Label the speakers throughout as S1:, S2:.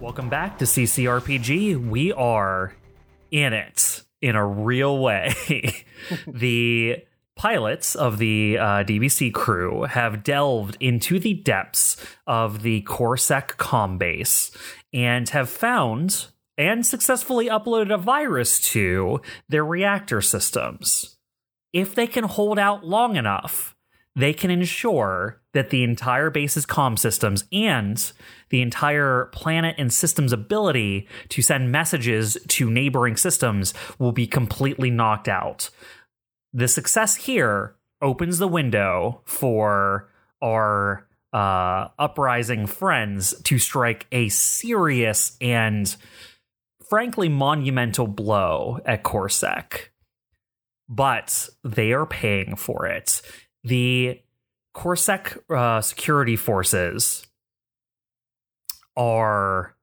S1: Welcome back to CCRPG. We are in it in a real way. the pilots of the uh, DBC crew have delved into the depths of the Corsac com base and have found and successfully uploaded a virus to their reactor systems. If they can hold out long enough, they can ensure that the entire base's comm systems and the entire planet and system's ability to send messages to neighboring systems will be completely knocked out. The success here opens the window for our uh, uprising friends to strike a serious and frankly monumental blow at Corsac. But they are paying for it. The Corsac uh, security forces are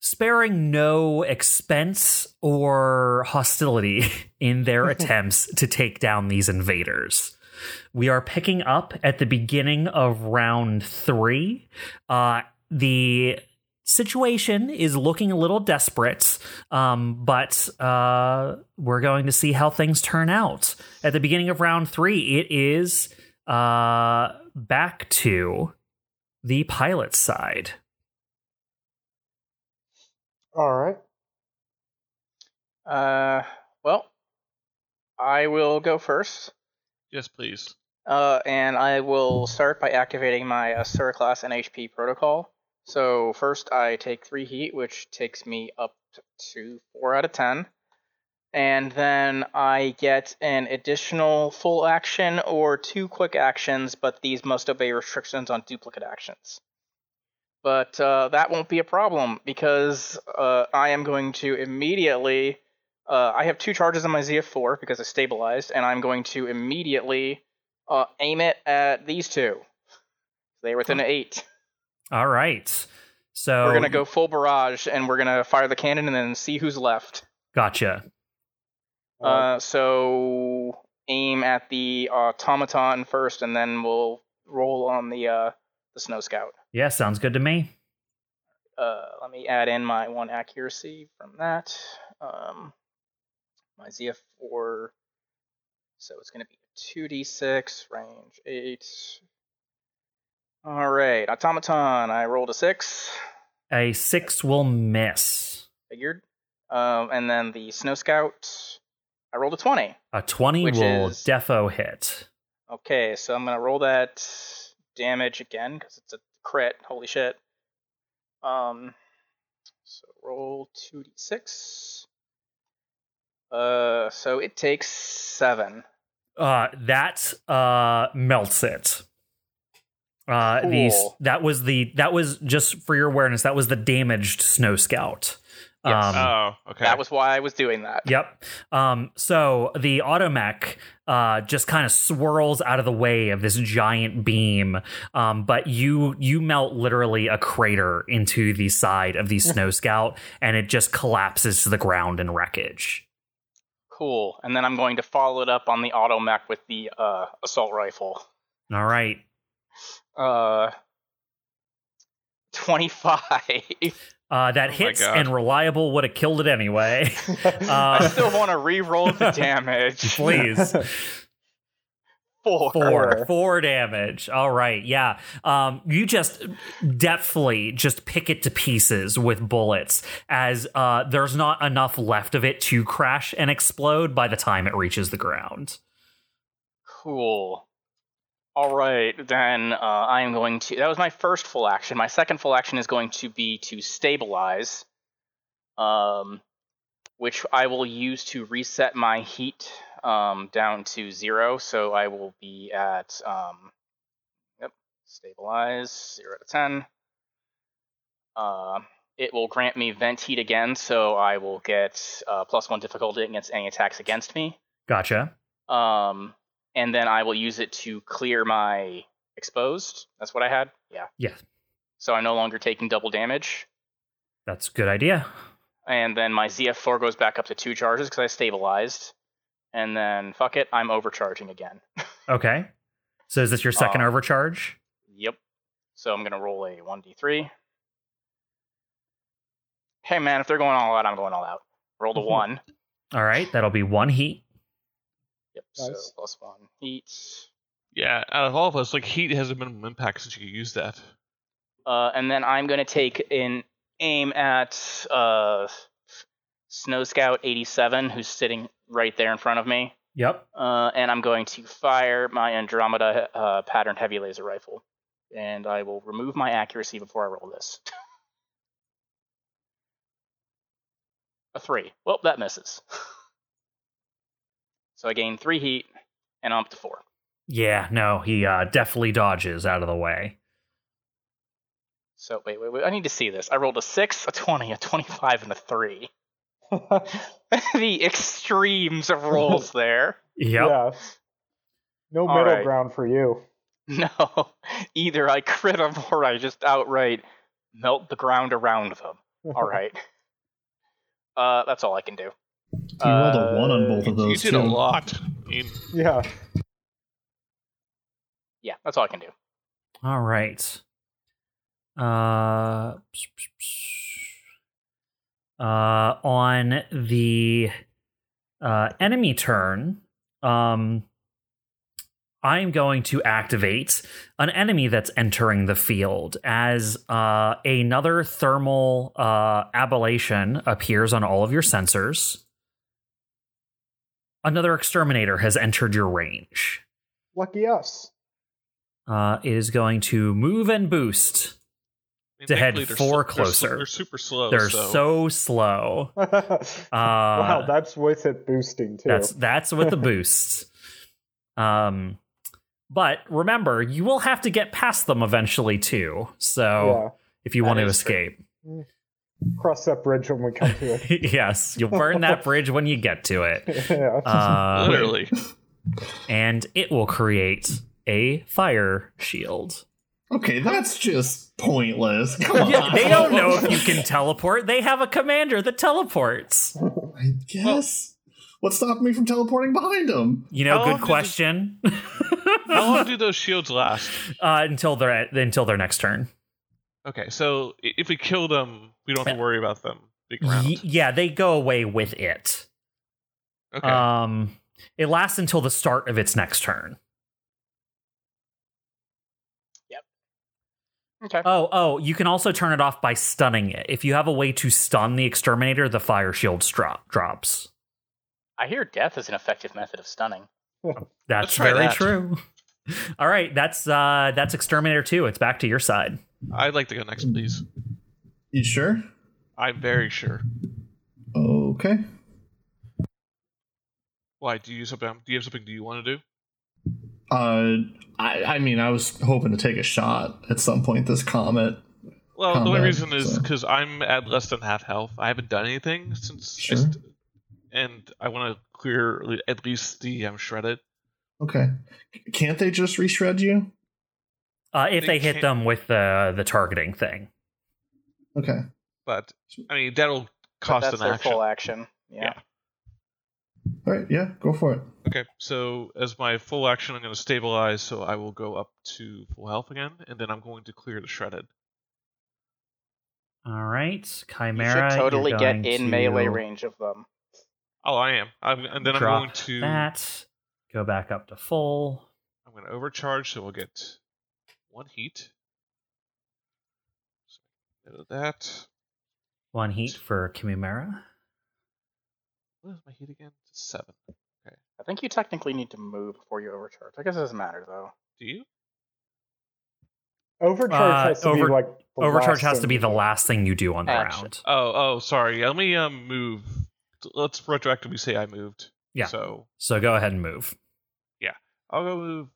S1: sparing no expense or hostility in their attempts to take down these invaders. We are picking up at the beginning of round three. Uh, the situation is looking a little desperate, um, but uh, we're going to see how things turn out. At the beginning of round three, it is uh, back to the pilot side.
S2: All right.
S3: Uh, well, I will go first,
S4: Yes, please.
S3: uh, and I will start by activating my Asura class and HP protocol. So first, I take three heat, which takes me up to four out of ten, and then I get an additional full action or two quick actions, but these must obey restrictions on duplicate actions. But uh, that won't be a problem because uh, I am going to immediately. Uh, I have two charges on my ZF4 because I stabilized, and I'm going to immediately uh, aim it at these two. They were within eight.
S1: All right. So
S3: We're gonna go full barrage, and we're gonna fire the cannon, and then see who's left.
S1: Gotcha.
S2: Uh,
S3: Uh, so aim at the automaton first, and then we'll roll on the uh, the snow scout.
S1: Yeah, sounds good to me.
S3: Uh, let me add in my one accuracy from that. Um, my ZF4. So it's going to be 2d6, range 8. All right, automaton. I rolled a 6.
S1: A six will miss.
S3: Figured. Um, and then the snow scout. I rolled a 20.
S1: A 20
S3: Which
S1: will
S3: is-
S1: defo hit.
S3: Okay, so I'm gonna roll that damage again because it's a crit. Holy shit. Um, so roll two d six. Uh, so it takes seven.
S1: Uh, that uh, melts it. Uh, these
S3: Cool.
S1: that was the that was just for your awareness. That was the damaged snow scout. Um,
S3: Yes.
S5: Mm.
S4: oh, okay.
S3: That was why I was doing that.
S4: Oh.
S1: Yep. Um, so the automech uh, just kind of swirls out of the way of this giant beam, um, but you you melt literally a crater into the side of the snow scout, and it just collapses to the ground in wreckage.
S3: Cool. And then I'm going to follow it up on the auto mech with the uh assault rifle.
S1: All right.
S3: Uh, twenty five.
S1: Uh, that
S4: Oh my
S1: hits
S4: God.
S1: and reliable would have killed it anyway.
S3: I
S1: Uh,
S3: still want to re-roll the damage.
S1: please.
S3: Four.
S1: four four damage all right yeah um you just deftly just pick it to pieces with bullets as uh there's not enough left of it to crash and explode by the time it reaches the ground
S3: Cool. All right, then uh, I am going to. That was my first full action. My second full action is going to be to stabilize, um, which I will use to reset my heat um, down to zero. So I will be at um, yep, stabilize zero to ten. Uh, it will grant me vent heat again, so I will get uh, plus one difficulty against any attacks against me
S1: gotcha
S3: um, and then I will use it to clear my exposed. That's what I had. Yeah.
S1: Yeah.
S3: So I'm no longer taking double damage,
S1: that's a good idea
S3: and then my ZF4 goes back up to two charges because I stabilized, and then fuck it, I'm overcharging again.
S1: okay so is this your second
S3: Uh,
S1: overcharge
S3: Yep. So I'm gonna roll a 1d3. hey man, if they're going all out, I'm going all out. Roll to one.
S1: All right, that'll be one heat.
S3: Yep.
S2: Nice.
S3: So plus one heat.
S4: Yeah, out of all of us, like heat has a minimum impact since you can use that.
S3: Uh, and then I'm gonna take an aim at uh, Snow Scout 87, who's sitting right there in front of me.
S1: Yep.
S3: Uh, and I'm going to fire my Andromeda uh, patterned heavy laser rifle. And I will remove my accuracy before I roll this. A three. Well, that misses. so I gain three heat, and I'm up to four.
S1: Yeah, no, he uh, definitely dodges out of the way.
S3: So wait, wait, wait. I need to see this. I rolled a six, a twenty, a twenty-five, and a three. the extremes of rolls there.
S1: Yep.
S2: Yeah. No
S3: All
S2: middle
S3: right.
S2: ground for you.
S3: No, either I crit them or I just outright melt the ground around them. All right. Uh, that's all I can do. Uh,
S5: You rolled a one on both
S4: You,
S5: of
S4: you
S5: those
S4: did
S5: too.
S4: a lot. I mean,
S2: yeah.
S3: Yeah, that's all I can do.
S1: All right. Uh, uh, on the uh, enemy turn, um, I'm going to activate an enemy that's entering the field as uh, another thermal uh, ablation appears on all of your sensors. Another exterminator has entered your range.
S2: Lucky us.
S1: Uh, it is going to move and boost.
S4: I mean,
S1: To head
S4: thankfully they're
S1: four
S4: sl- they're sl-
S1: closer.
S4: They're, super slow.
S1: They're
S4: Oh, so,
S1: so, slow. Uh,
S2: wow, that's with it boosting too.
S1: that's that's with the boosts. Um, but remember, you will have to get past them eventually too. So if you
S3: That
S1: want to
S3: is true.
S1: escape,
S2: yeah. Cross that bridge when we come to it.
S1: yes, you'll burn that bridge when you get to it.
S2: yeah.
S1: Uh,
S4: literally.
S1: and it will create a fire shield.
S5: Okay, that's just pointless. Come on.
S1: Yeah, they don't know if you can teleport. They have a commander that teleports.
S5: I guess. what stopped me from teleporting behind him?
S1: You
S4: How
S1: know,
S4: long
S1: good
S4: does it-
S1: question.
S4: How long do those shields last?
S1: uh, until their until their next turn.
S4: Okay, so i- if we kill them, we don't have to worry about them being around.
S1: Y- yeah, they go away with it.
S4: okay.
S1: Um, it lasts until the start of its next turn.
S3: Okay.
S1: Oh, oh, you can also turn it off by stunning it. If you have a way to stun the exterminator, the fire shield stra- drops.
S3: I hear death is an effective method of stunning.
S1: That's
S4: try
S1: very
S4: that.
S1: true. All right, that's uh that's exterminator 2. It's back to your side.
S4: I'd like to go next, please.
S5: You sure?
S4: I'm very sure.
S5: Okay.
S4: Why? Do you use something? Do you have something? Do you want to do?
S5: Uh, I, I mean, I was hoping to take a shot at some point this comet.
S4: Well, the only
S5: Combat,
S4: reason is
S5: so-
S4: because I'm at less than half health. I haven't done anything since, I
S5: Sure.
S4: st- and I want to clear le- at least the I'm shredded.
S5: Okay. C- Can't they just reshred you?
S1: Uh if they
S4: They
S1: hit
S4: can't-
S1: them with the the targeting thing.
S5: Okay.
S4: But I mean, that'll
S3: But
S4: cost
S3: that's
S4: an
S3: their
S4: action.
S3: full action. Yeah.
S4: Yeah.
S5: All right. Yeah. Go for it.
S4: Okay, so as my full action, I'm going to stabilize, so I will go up to full health again, and then I'm going to clear the shredded.
S1: All right,
S3: You
S1: Chimera.
S3: should
S1: you're
S3: totally get
S1: going
S3: in
S1: to
S3: melee range of them.
S4: Oh, I am. I'm, and then
S1: Drop
S4: I'm going to.
S1: That go back up to full.
S4: I'm going to overcharge, so we'll get one heat. So, that.
S1: One heat for Chimera.
S4: What is my heat again? Seven.
S3: I think you technically need to move before you overcharge. I guess it doesn't matter though.
S4: Do you?
S2: Overcharge
S1: Uh,
S2: has to
S1: over-
S2: be like the
S1: Overcharge
S2: last
S1: has to
S2: thing
S1: be
S2: you
S1: the
S2: do.
S1: last thing you do on the
S3: Action.
S1: round.
S4: Oh, oh, sorry. Let me um move. Let's retroactively say I moved.
S1: Yeah.
S4: So
S1: So go ahead and move.
S4: I'll go move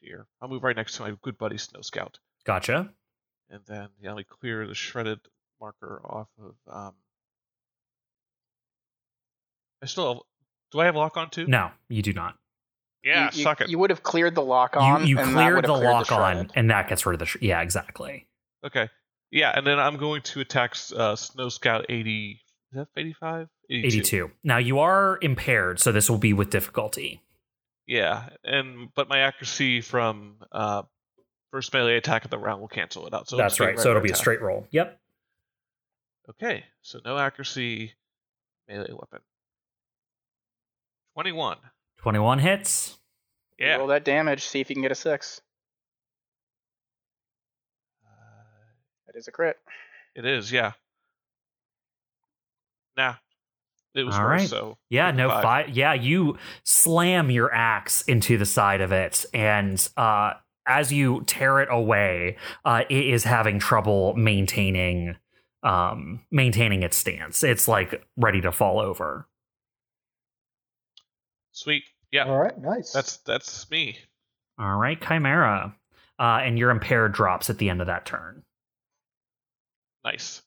S4: here. I'll move right next to my good buddy Snow Scout,
S1: Gotcha.
S4: and then yeah, let me clear the shredded marker off of um. I still have, do. I have lock on too.
S1: No, you do not.
S4: Yeah,
S3: you, you,
S4: suck it.
S3: You would have cleared the lock
S1: You,
S3: on.
S1: you
S3: and that
S1: cleared
S3: would
S1: the
S3: have
S1: lock on,
S3: shredded.
S1: and that gets rid of the. Sh- yeah, exactly.
S4: Okay. Yeah, and then I'm going to attack uh, Snow Scout eighty. Is that eighty-five?
S1: 82. Now you are impaired, so this will be with difficulty.
S4: Yeah, and but my accuracy from uh first melee attack of the round will cancel it out. So it'll
S1: That's
S4: just be a
S1: right. So it'll
S4: regular
S1: be a
S4: attack.
S1: straight roll. Yep.
S4: Okay, so no accuracy, melee weapon. 21.
S1: 21 hits.
S4: Yeah.
S3: Roll that damage. See if you can get a six.
S4: Uh,
S3: That is a crit.
S4: It is, yeah. Nah. It was
S1: All
S4: worse,
S1: right.
S4: so
S1: Yeah, no
S4: Five.
S1: five. Yeah, you slam your axe into the side of it, and uh, as you tear it away, uh, it is having trouble maintaining um, maintaining its stance. It's like ready to fall over.
S4: sweet. Yeah.
S2: All right, nice.
S4: That's that's me.
S1: All right, Chimera, uh, and your impaired drops at the end of that turn.
S4: Nice.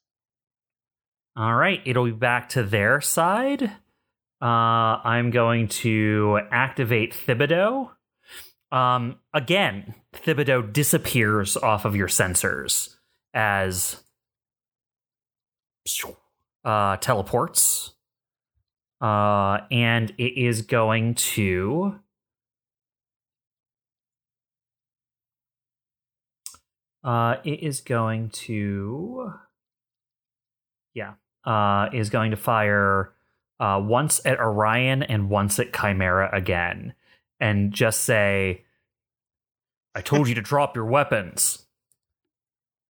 S1: All right, it'll be back to their side. Uh, I'm going to activate Thibodeau. Um, again, Thibodeau disappears off of your sensors as uh, teleports. Uh, and it is going to. Uh, it is going to uh, is going to fire uh, once at Orion and once at Chimera again, and just say, "I told you to drop your weapons."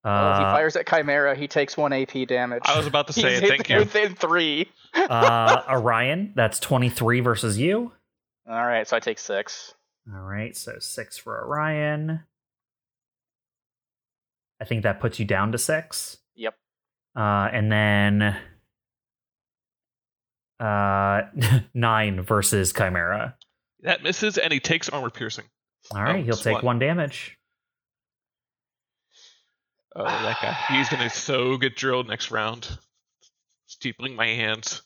S3: Well, if he
S1: Uh,
S3: fires at Chimera, he takes one AP damage.
S4: I was about to say
S3: He's
S4: it, thank you.
S3: Within three.
S1: uh, Orion, that's twenty three versus you.
S3: All right, so I take six.
S1: All right, so six for Orion. I think that puts you down to six.
S3: Yep.
S1: Uh, and then uh, nine versus Chimera.
S4: That misses and he takes armor piercing.
S1: All right,
S4: Oh,
S1: he'll
S4: it's
S1: take
S4: one.
S1: one damage.
S4: Oh, that guy. He's gonna so get drilled next round. Steepling my hands.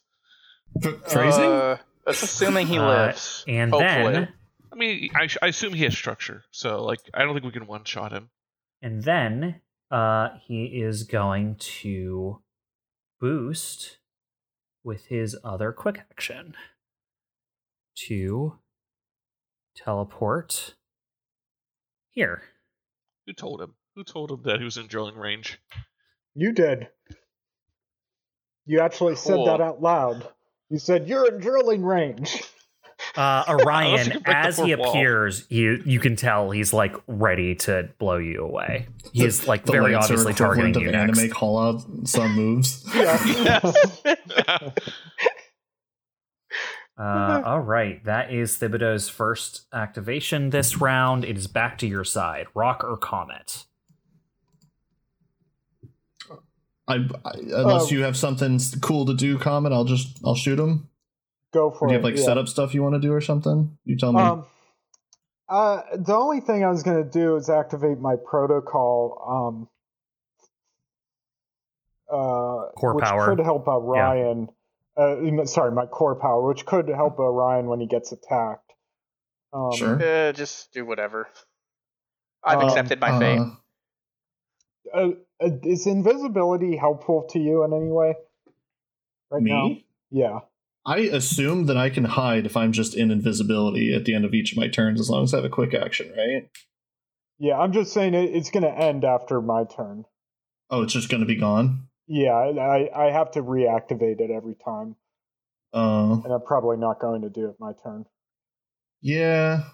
S5: Ph- phrasing?
S3: Uh, assuming he
S1: Uh,
S3: lives.
S1: And
S3: Hopefully.
S1: then
S4: I mean, I, sh- I assume he has structure, so like I don't think we can one shot him.
S1: and then uh he is going to boost with his other quick action to teleport here.
S4: Who told him? Who told him that he was in drilling range?
S2: you did. You actually
S3: Cool.
S2: said that out loud. You said you're in drilling range.
S1: Uh
S4: Unless you
S1: Orion
S4: can break the
S1: as he
S4: fourth wall.
S1: appears, you you can tell he's like ready to blow you away. He is like
S5: The
S1: very
S5: Lancer
S1: obviously
S5: equivalent
S1: targeting you
S5: of
S1: next.
S5: anime call out some moves.
S4: Yes.
S1: Uh, all right, that is Thibodeau's first activation this round. It is back to your side, rock or comet.
S5: I, I,
S1: Um,
S5: unless
S2: Oh.
S5: you have something s- cool to do, common, I'll just I'll shoot him.
S2: Go for
S5: Or do you
S2: it.
S5: have like
S2: yeah.
S5: setup stuff you want to do or something? You tell me.
S2: Um, uh, the only thing I was gonna do is activate my protocol. Um, uh,
S1: Core
S2: which
S1: power.
S2: could help Orion. Uh, no, sorry, my core power, which could help Orion when he gets attacked. Um,
S5: Sure.
S3: Uh, just do whatever. I've
S2: Um,
S3: accepted my
S5: Uh,
S3: fate.
S2: Uh, uh, is invisibility helpful to you in any way? Right
S5: me?
S2: now, yeah.
S5: I assume that I can hide if I'm just in invisibility at the end of each of my turns, as long as I have a quick action, right?
S2: Yeah, I'm just saying it, it's going to end after my turn.
S5: Oh, it's just going to be gone.
S2: Yeah, I, I I have to reactivate it every time,
S5: Uh,
S2: and I'm probably not going to do it my turn.
S5: yeah.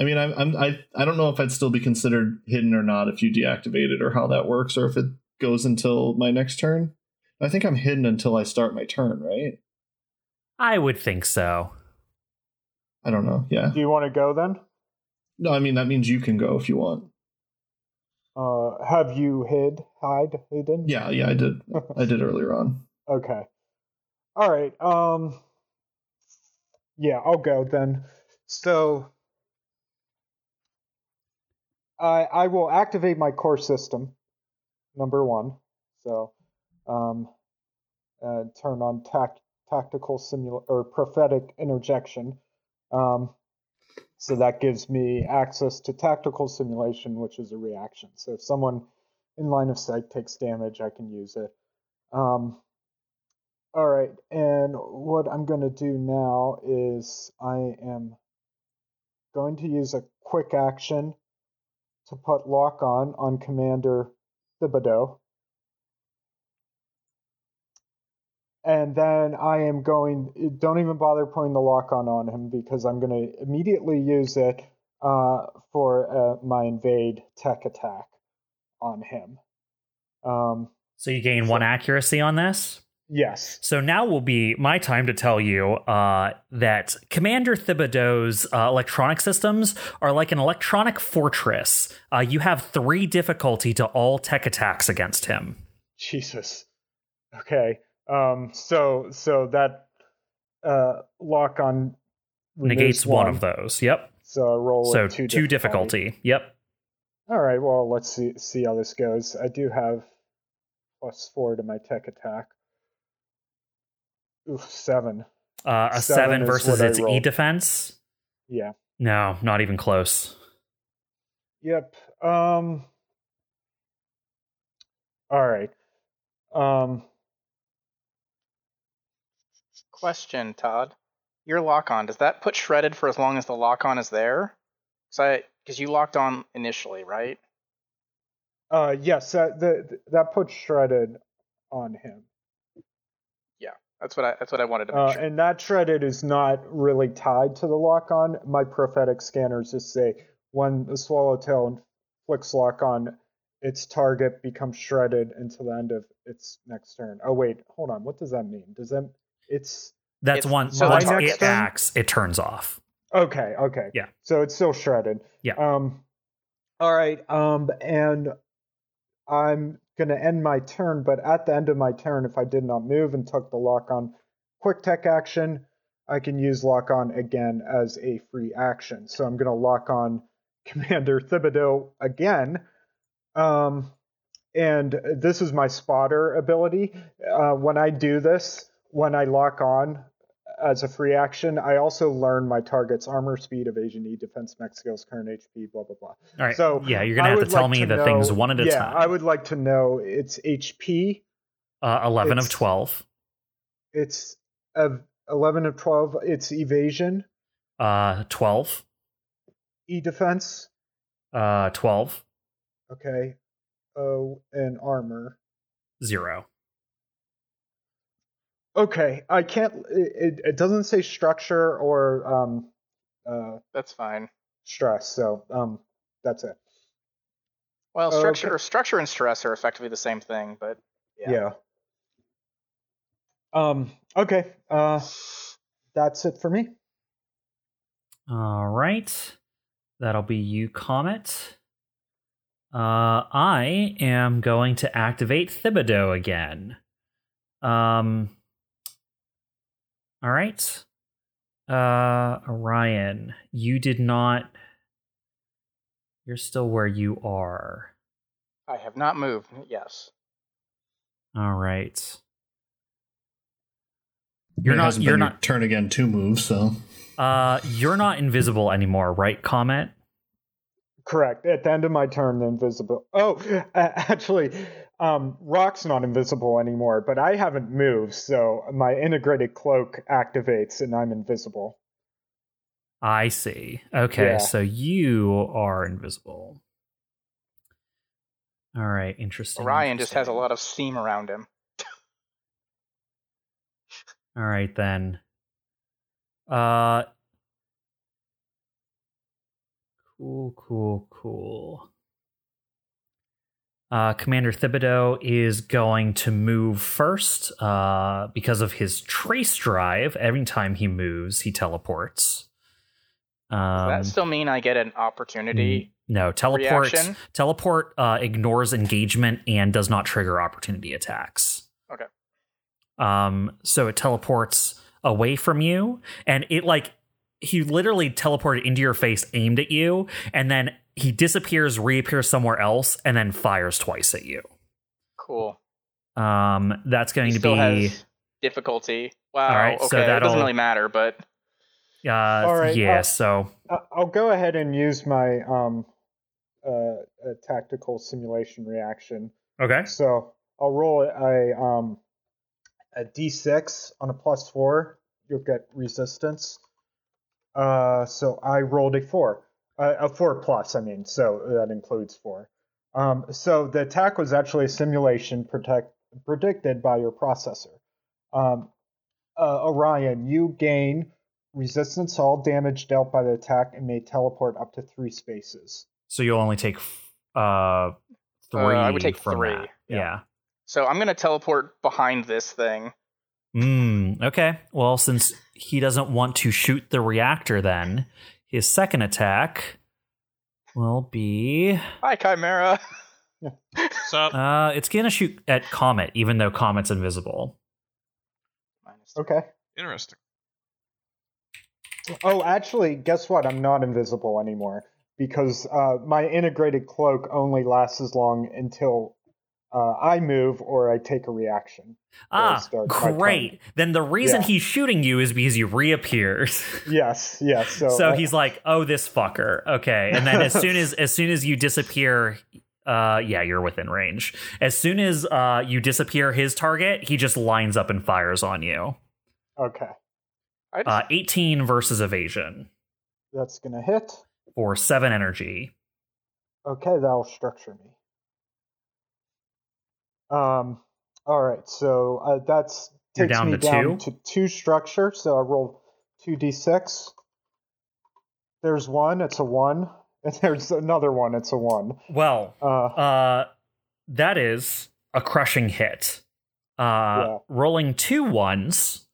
S5: I mean, I'm, I'm I I don't know if I'd still be considered hidden or not if you deactivate it or how that works or if it goes until my next turn. I think I'm hidden until I start my turn, right?
S1: I would think so.
S5: I don't know. Yeah.
S2: Do you want to go then?
S5: No, I mean that means you can go if you want.
S2: Uh, have you hid, hide, hidden?
S5: Yeah, yeah, I did. I did earlier on.
S2: Okay. All right. Um. Yeah, I'll go then. So, I I will activate my core system, number one. So, um, uh, turn on tact tactical simul or prophetic interjection. Um, so that gives me access to tactical simulation, which is a reaction. So if someone in line of sight takes damage, I can use it. Um, all right, and what I'm going to do now is I am going to use a quick action to put lock on on Commander Thibodeau. and then I am going. eh, Don't even bother putting the lock on on him because I'm going to immediately use it uh, for uh, my invade tech attack on him. Um,
S1: So you gain one accuracy on this.
S2: yes.
S1: So now will be my time to tell you uh, that Commander Thibodeau's uh, electronic systems are like an electronic fortress. Uh, you have three difficulty to all tech attacks against him.
S2: Jesus. Okay. Um. So so that uh lock on removes
S1: Negates one. of those. Yep.
S2: So I roll
S1: So
S2: a two,
S1: two difficulty. Yep.
S2: All right. Well, let's see see how this goes. I do have plus four to my tech attack. Oof, seven.
S1: Uh, a
S2: Seven
S1: seven,
S2: is
S1: versus
S2: what I
S1: its E
S2: rolled.
S1: defense.
S2: Yeah.
S1: No, not even close.
S2: Yep. Um. All right. Um.
S3: Question, Todd. Your lock on, does that put shredded for as long as the lock on is there? Because you locked on initially, right?
S2: Uh. Yes. That the, that puts shredded on him.
S3: That's what I that's what I wanted to make
S2: Uh,
S3: sure.
S2: and that shredded is not really tied to the lock on. My prophetic scanners just say when the swallowtail inflicts lock on, its target becomes shredded until the end of its next turn. Oh wait, hold on. What does that mean? Does that it's
S1: That's
S3: It's-
S1: one.
S3: so
S1: once
S2: my next
S1: it
S2: turn?
S1: acts, it turns off.
S2: Okay, okay.
S1: Yeah.
S2: So it's still shredded.
S1: Yeah.
S2: Um all right, um and I'm going to end my turn, but at the end of my turn if I did not move and took the lock on quick tech action, I can use lock on again as a free action. So I'm going to lock on Commander Thibodeau again. Um and this is my spotter ability. Uh, when I do this, when I lock on, as a free action. I also learn my target's armor, speed, evasion, E, defense, max skills, current HP, blah blah blah.
S1: All right.
S2: So,
S1: yeah, you're gonna
S2: I
S1: have to
S2: would
S1: tell
S2: like
S1: me
S2: to
S1: the
S2: know-
S1: things one at a
S2: yeah,
S1: time.
S2: I would like to know its HP.
S1: uh, Eleven of
S2: it's-
S1: twelve.
S2: It's of eleven of twelve. It's evasion,
S1: Uh, twelve.
S2: E defense.
S1: Uh, twelve.
S2: Okay. Oh, and armor.
S1: Zero.
S2: Okay, I can't. It, it- it doesn't say structure or um, uh,
S3: That's fine.
S2: stress, so um, that's it.
S3: Well,
S2: Oh,
S3: structure
S2: okay.
S3: or structure and stress are effectively the same thing, but
S2: yeah. Um. Okay. Uh, that's it for me.
S1: All right. That'll be you, Comet. Uh, I am going to activate Thibodeau again. Um, all right. Uh, Orion, you did not. You're still where you are.
S3: I have not moved. Yes.
S1: All right. You're
S5: It
S1: not.
S5: hasn't
S1: You're
S5: been
S1: not.
S5: your turn again two moves, so
S1: Uh, you're not invisible anymore, right? Comet.
S2: Correct. At the end of my turn, the invisible. Oh, a- actually, um, Rock's not invisible anymore, but I haven't moved, so my integrated cloak activates and I'm invisible.
S1: I see. Okay,
S2: Yeah.
S1: so you are invisible. All right, interesting.
S3: Orion just has a
S1: interesting.
S3: lot of steam around him.
S1: All right then. Uh Cool, cool, cool. Uh, Commander Thibodeau is going to move first uh, because of his trace drive. Every time he moves, he teleports.
S3: Does
S1: Um,
S3: that still mean I get an opportunity?
S1: No, teleport.
S3: Reaction?
S1: Teleport uh, ignores engagement and does not trigger opportunity attacks.
S3: Okay.
S1: Um, so it teleports away from you, and it like he literally teleported into your face, aimed at you, and then he disappears, reappears somewhere else, and then fires twice at you.
S3: Cool.
S1: Um, that's going
S3: He
S1: to
S3: still
S1: mm-hmm. be
S3: has difficulty. Wow.
S1: right,
S3: okay.
S1: so
S3: it
S1: that'll-
S3: doesn't really matter, but
S1: uh,
S2: right,
S1: yeah.
S2: uh,
S1: so
S2: I- I'll go ahead and use my um, uh, uh, tactical simulation reaction.
S1: okay,
S2: So I'll roll a um, a d6 on a plus four. You'll get resistance. Uh, so I rolled a four, uh, a four plus. I mean, so that includes four. Um, so the attack was actually a simulation protect, predicted by your processor. Um, uh, Orion, you gain resistance to all damage dealt by the attack and may teleport up to three spaces.
S1: So you'll only take f- uh
S3: Uh,
S1: three.
S3: I would take
S1: from
S3: three,
S1: that. Yeah.
S3: yeah. So I'm gonna teleport behind this thing.
S1: Mm, okay. Well, since he doesn't want to shoot the reactor, then his second attack will be.
S3: Hi, Chimera.
S4: Sup?
S1: Uh, it's gonna shoot at Comet, even though Comet's invisible.
S3: Minus
S2: Okay.
S4: Interesting.
S2: Oh, actually, guess what? I'm not invisible anymore because uh, my integrated cloak only lasts as long until uh, I move or I take a reaction. Yeah,
S1: Ah,
S2: it's dark. My
S1: great. Then the reason
S2: Yeah.
S1: he's shooting you is because he reappears.
S2: Yes, yes. So, uh,
S1: so
S2: I-
S1: he's like, "Oh, this fucker." Okay, and then as soon as as soon as you disappear, uh, yeah, you're within range. As soon as uh you disappear his target, he just lines up and fires on you.
S2: okay.
S3: I just,
S1: Uh, 18 versus evasion
S2: That's gonna hit.
S1: for seven energy.
S2: Okay, that'll structure me. Um. All right. So uh, that's takes
S1: You're down to
S2: me down
S1: two?
S2: to two structure. So I roll two d6. There's one. It's a one. And there's another one. It's a one.
S1: Well,
S2: Uh.
S1: uh, that is a crushing hit. Uh,
S2: Yeah.
S1: Rolling two ones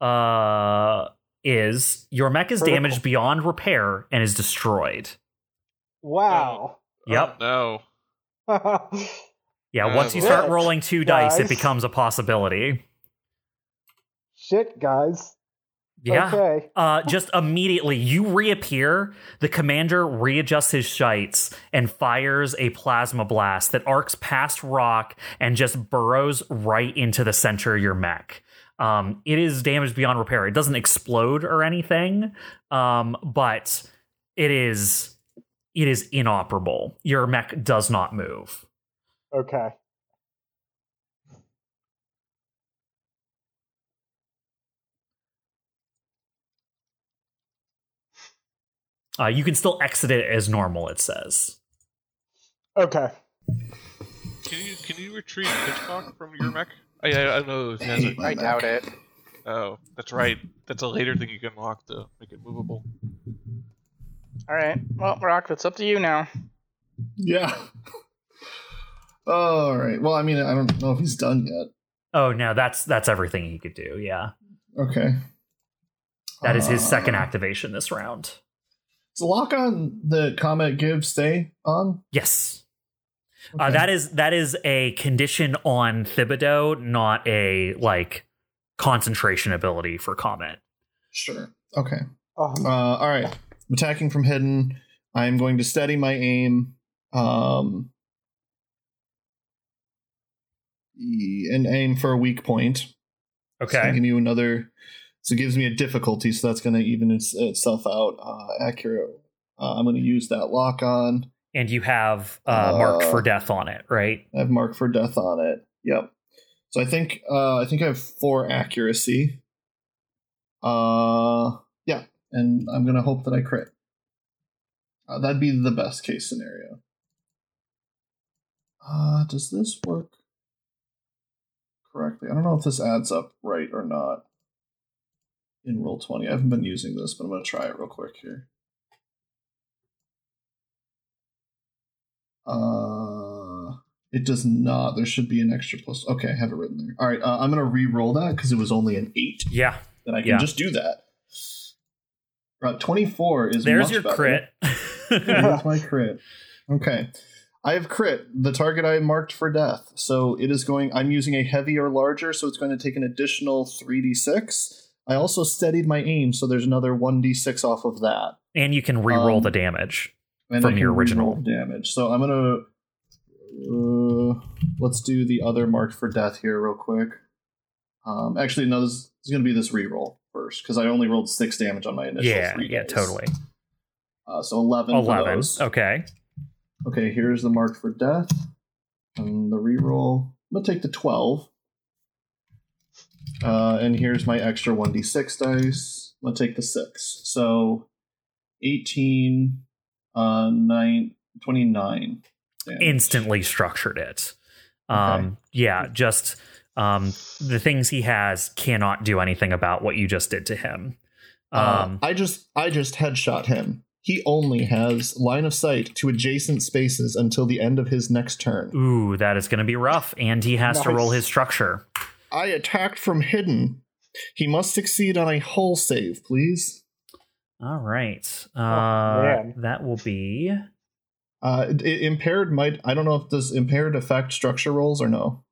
S1: uh, is your mech is
S2: Critical.
S1: damaged beyond repair and is destroyed.
S2: Wow.
S1: Yep.
S4: Oh,
S1: Yeah,
S4: Uh,
S1: once you start
S2: Shit.
S1: rolling two dice, it
S2: Nice.
S1: becomes a possibility.
S2: Shit, guys.
S1: Yeah.
S2: Okay.
S1: Uh, just immediately, you reappear. The commander readjusts his shites and fires a plasma blast that arcs past Rock and just burrows right into the center of your mech. Um, it is damaged beyond repair. It doesn't explode or anything, um, but it is it is inoperable. Your mech does not move.
S2: Okay.
S1: Uh, you can still exit it as normal. It says.
S2: Okay.
S4: Can you can you retrieve Hitchcock from your mech? I I, I don't know if it has it.
S5: My
S3: I
S5: mech.
S3: doubt it.
S4: Oh, that's right. That's a later thing you can unlock to make it movable.
S3: All right. Well, Rock, that's up to you now.
S5: Yeah. All right. Well, I mean, I don't know if he's done yet.
S1: Oh no, that's that's everything he could do. Yeah,
S5: Okay.
S1: that is his second
S5: Uh,
S1: activation this round.
S5: Does the lock on the comment give stay on?
S1: Yes, uh,
S5: Okay.
S1: that is that is a condition on Thibodeau, not a like concentration ability for comment.
S5: Sure. Okay. Uh,
S2: Um,
S5: all right. I'm attacking from hidden. I am going to steady my aim. Um, e- and aim for a weak point. So I can do another. So it gives me a difficulty. So that's going to even its, itself out. Uh, accurate. Uh, I'm going to use that lock on.
S1: and you have uh, mark
S5: Uh,
S1: for death on it, right?
S5: I have mark for death on it. Yep. So I think uh, I think I have four accuracy. Uh, yeah, and I'm gonna hope that I crit. Uh, that'd be the best case scenario. Uh, does this work correctly? I don't know if this adds up right or not. In roll twenty, I haven't been using this, but I'm gonna try it real quick here. Uh. It does not. There should be an extra plus. Okay, I have it written there. All right, uh, I'm gonna re-roll that because it was only an eight.
S1: Yeah,
S5: Then I can
S1: Yeah.
S5: just do that. Uh, Twenty-four is
S1: there's
S5: much
S1: your
S5: better.
S1: crit.
S5: There's my crit. Okay, I have crit. The target I marked for death. So it is going. I'm using a heavy or larger, so it's going to take an additional three d six. I also steadied my aim, so there's another one d six off of that.
S1: and you can re-roll
S5: Um,
S1: the damage.
S5: and
S1: from
S5: I
S1: your
S5: can
S1: original.
S5: reroll damage. So I'm gonna uh, let's do the other mark for death here real quick. Um, actually, no, this is gonna be this reroll first because I only rolled six damage on my initial.
S1: Yeah,
S5: three
S1: yeah,
S5: dice.
S1: totally.
S5: Uh, so eleven. Eleven.
S1: Eleven. Okay.
S5: Okay, here's the mark for death and the reroll. I'm gonna take the twelve. Uh, and here's my extra one d six dice. I'm gonna take the six. So eighteen, uh, nine, 29 damage.
S1: instantly structured it. Um, Yeah, just um, the things he has cannot do anything about what you just did to him.
S5: Uh,
S1: Um,
S5: I just I just headshot him. He only has line of sight to adjacent spaces until the end of his next turn.
S1: ooh, that is going to be rough, and he has to roll
S2: Nice.
S1: his structure.
S5: I attacked from hidden. He must succeed on a hull save, please.
S1: All right, uh,
S2: Oh, man.
S1: that will be
S5: Uh, it, it impaired might. I don't know if does impaired affect structure rolls or no.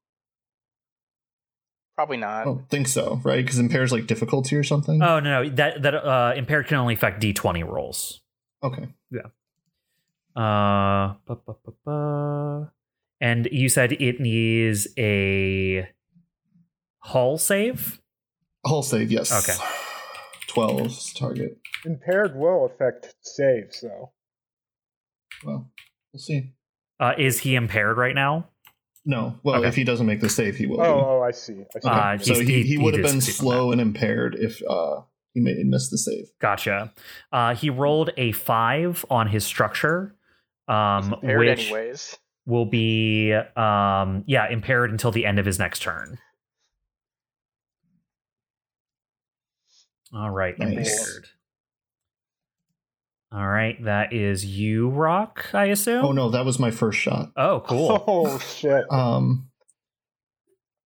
S3: Probably
S5: I
S3: not.
S5: don't think so, right? Because impairs like difficulty or something.
S1: Oh no, no that that uh, impaired can only affect D twenty rolls.
S5: okay.
S1: Uh, ba, ba, ba, ba. and you said it needs a hull save.
S5: Hull save, yes.
S1: Okay.
S5: Twelve is target.
S2: Impaired will affect saves, though.
S5: Well, we'll see.
S1: Uh, is he impaired right now?
S5: No. Well,
S1: Okay.
S5: if he doesn't make the save, he will. be.
S2: Oh, oh, I see. I see.
S5: Okay.
S1: Uh,
S5: so
S1: he's-
S5: he,
S1: he-
S5: he,
S1: he
S5: would have
S1: did
S5: been
S1: succeed on
S5: slow and impaired if uh, he made, missed the save.
S1: Gotcha. Uh, he rolled a five on his structure, um,
S3: Paired
S1: which
S3: anyways.
S1: will be um, yeah impaired until the end of his next turn. All right,
S5: Nice.
S1: impaired. All right, that is you, Rock. I assume.
S5: Oh no, that was my first shot.
S1: Oh, cool.
S2: Oh shit.
S5: Um,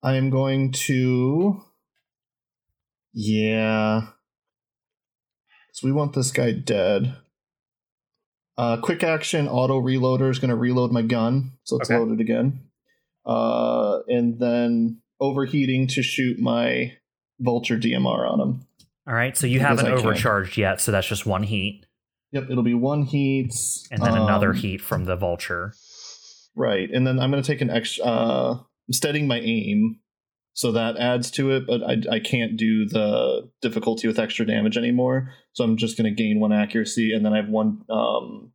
S5: I am going to. Yeah. So we want this guy dead. Uh, quick action auto reloader is going to reload my gun, so it's
S1: Okay.
S5: loaded again. Uh, and then overheating to shoot my vulture DMR on him.
S1: All right, so you
S5: Because
S1: haven't
S5: I can.
S1: overcharged yet, so that's just one heat,
S5: Yep, it'll be one heat
S1: and then another
S5: um,
S1: heat from the vulture.
S5: Right, and then I'm going to take an extra. Uh, I'm steadying my aim, so that adds to it. But I, I can't do the difficulty with extra damage anymore. So I'm just going to gain one accuracy, and then I have one um,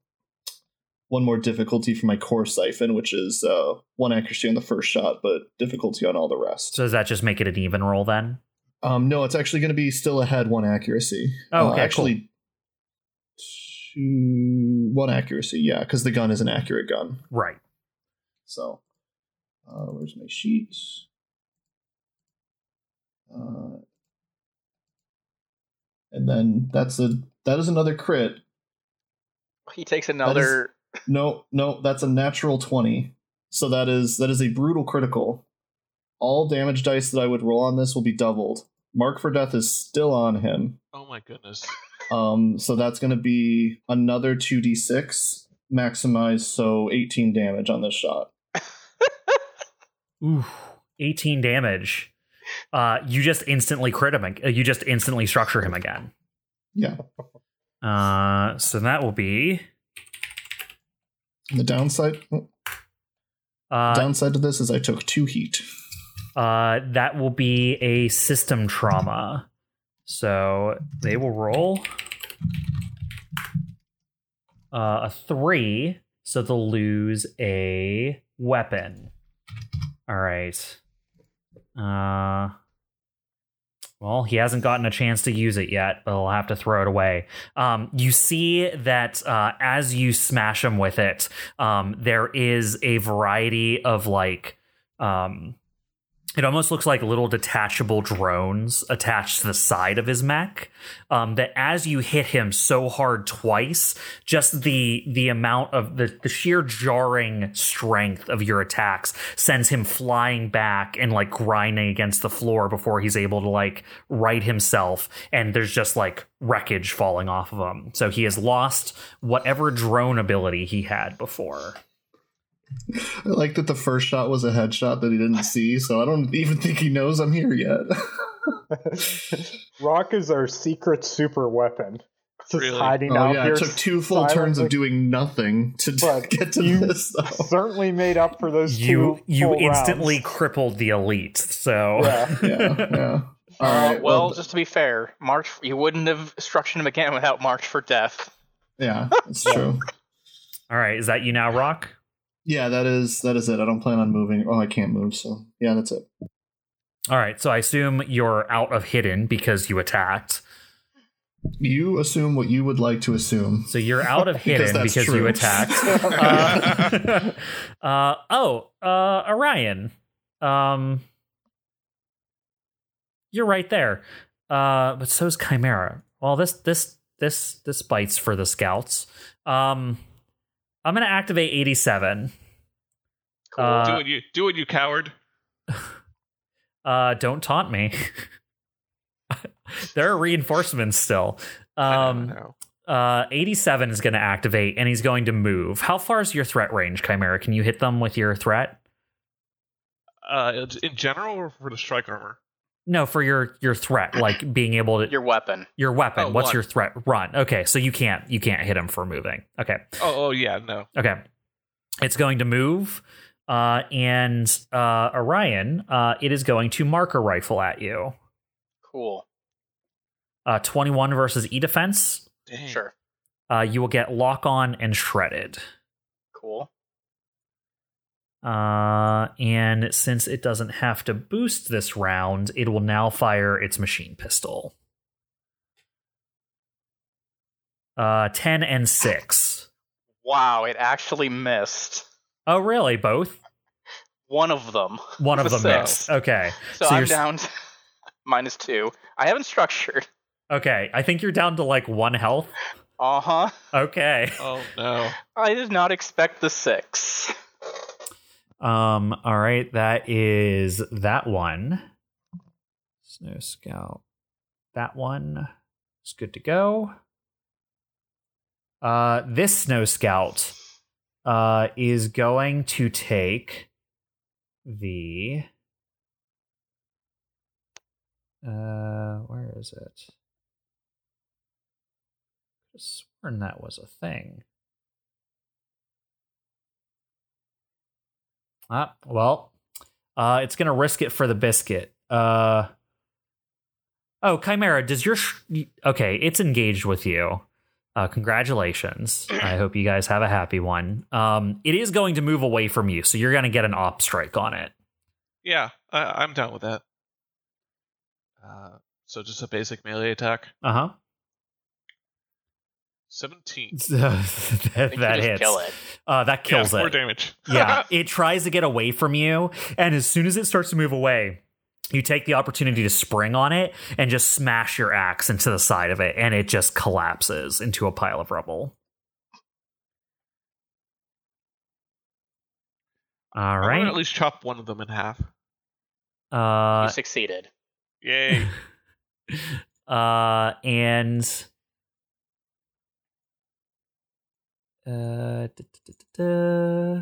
S5: one more difficulty for my core siphon, which is uh, one accuracy on the first shot, but difficulty on all the rest.
S1: So does that just make it an even roll then?
S5: Um, no, it's actually going to be still ahead one accuracy. Uh,
S1: Oh, okay,
S5: actually, two one accuracy. Yeah, because the gun is an accurate gun.
S1: Right.
S5: So, uh, where's my sheet? Uh, and then that's a that is another crit.
S3: He takes another.
S5: No, no, that's a natural twenty. So that is that is a brutal critical. All damage dice that I would roll on this will be doubled. Mark for death is still on him.
S4: Oh my goodness.
S5: Um, so that's going to be another two d six maximized. So eighteen damage on this shot.
S1: Ooh, 18 damage. Uh, you just instantly crit him. ag- uh, You just instantly structure him again.
S5: Yeah.
S1: Uh, so that will be
S5: And the downside.
S1: uh,
S5: downside to this is I took two heat.
S1: uh, that will be a system trauma. So they will roll uh, a three, so they'll lose a weapon. All right. Uh, well, he hasn't gotten a chance to use it yet, but I'll have to throw it away. Um, you see that uh, as you smash him with it, um, there is a variety of like. Um, it almost looks like little detachable drones attached to the side of his mech. Um, that as you hit him so hard twice, just the the amount of the, the sheer jarring strength of your attacks sends him flying back and like grinding against the floor before he's able to like right himself. And there's just like wreckage falling off of him. So he has lost whatever drone ability he had before.
S5: I like that the first shot was a headshot that he didn't see, so I don't even think he knows I'm here yet.
S2: Rock is our secret super weapon. It's Just
S4: Really?
S2: hiding
S5: oh
S2: out
S5: yeah,
S2: here.
S5: it took two full
S2: silently.
S5: turns of doing nothing to
S2: But
S5: get to
S2: you-
S5: this. Though.
S2: Certainly made up for those
S1: You
S2: two.
S1: you
S2: full
S1: instantly
S2: rounds.
S1: crippled the elite. So
S2: Yeah.
S5: Yeah, yeah. All
S3: Uh,
S5: right.
S3: well, just to be fair, March. You wouldn't have structured him again without March for death.
S5: yeah, that's true.
S1: All right, is that you now, Rock?
S5: Yeah, that is that is it. I don't plan on moving. Oh, I can't move, so yeah, that's it.
S1: All right, so I assume you're out of hidden because you attacked.
S5: You assume what you would like to assume.
S1: So you're out of
S5: Because
S1: hidden
S5: that's
S1: because, you
S5: true.
S1: attacked. Uh, uh, oh, uh, Orion. Um, you're right there. Uh, but so's Chimera. Well, this this this this bites for the scouts. Um, I'm gonna activate 87.
S3: Cool.
S1: Uh,
S4: do it, you do it, you coward.
S1: Uh, don't taunt me. there are reinforcements still.
S4: I know, I
S1: Um,
S4: know.
S1: uh, 87 is going to activate, and he's going to move. How far is your threat range, Chimera? Can you hit them with your threat?
S4: Uh, it's- in general, or for the strike armor?
S1: No, for your your threat, like being able to
S3: Your weapon.
S1: your weapon.
S4: Oh,
S1: What's
S4: one.
S1: your threat? Run. Okay, so you can't you can't hit him for moving. Okay.
S4: Oh, oh yeah, no.
S1: Okay. It's going to move. Uh, and uh, Orion, uh, it is going to marker rifle at you.
S3: Cool.
S1: Uh, 21 versus E defense.
S4: Dang.
S3: Sure.
S1: Uh, you will get lock on and shredded.
S3: Cool.
S1: Uh, and since it doesn't have to boost this round, it will now fire its machine pistol. Uh, 10 and 6.
S3: Wow, it actually missed
S1: Oh, really? Both?
S3: one of them.
S1: One of them
S3: So-
S1: missed. Okay.
S3: So,
S1: So
S3: I'm
S1: you're s-
S3: down to minus two. I haven't structured.
S1: Okay. I think you're down to like one health.
S3: Uh huh.
S1: Okay.
S4: Oh no.
S3: I did not expect the six.
S1: Um, all right, that is that one. Snow Scout. That one is good to go. Uh this Snow Scout uh is going to take the uh where is it? I sworn that was a thing. Ah, well, uh, it's gonna risk it for the biscuit. Uh, oh, Chimera, does your sh- okay? It's engaged with you. Uh, congratulations. I hope you guys have a happy one. Um, it is going to move away from you, so you're gonna get an op strike on it.
S4: Yeah, I, I'm down with that. Uh, so just a basic melee attack.
S3: Uh-huh.
S1: Uh
S4: Seventeen.
S1: huh. that
S3: I think you
S1: that
S3: just
S1: hits.
S3: Kill it.
S1: Uh, that
S4: Yeah,
S1: kills
S4: four
S1: it.
S4: damage.
S1: yeah, it tries to get away from you, and as soon as it starts to move away, you take the opportunity to spring on it and just smash your axe into the side of it, and it just collapses into a pile of rubble. All
S4: I'm gonna At
S1: right.
S4: least chop one of them in half.
S3: you
S1: Uh,
S3: succeeded.
S4: Yay.
S1: uh, and uh, da, da, da, da, da.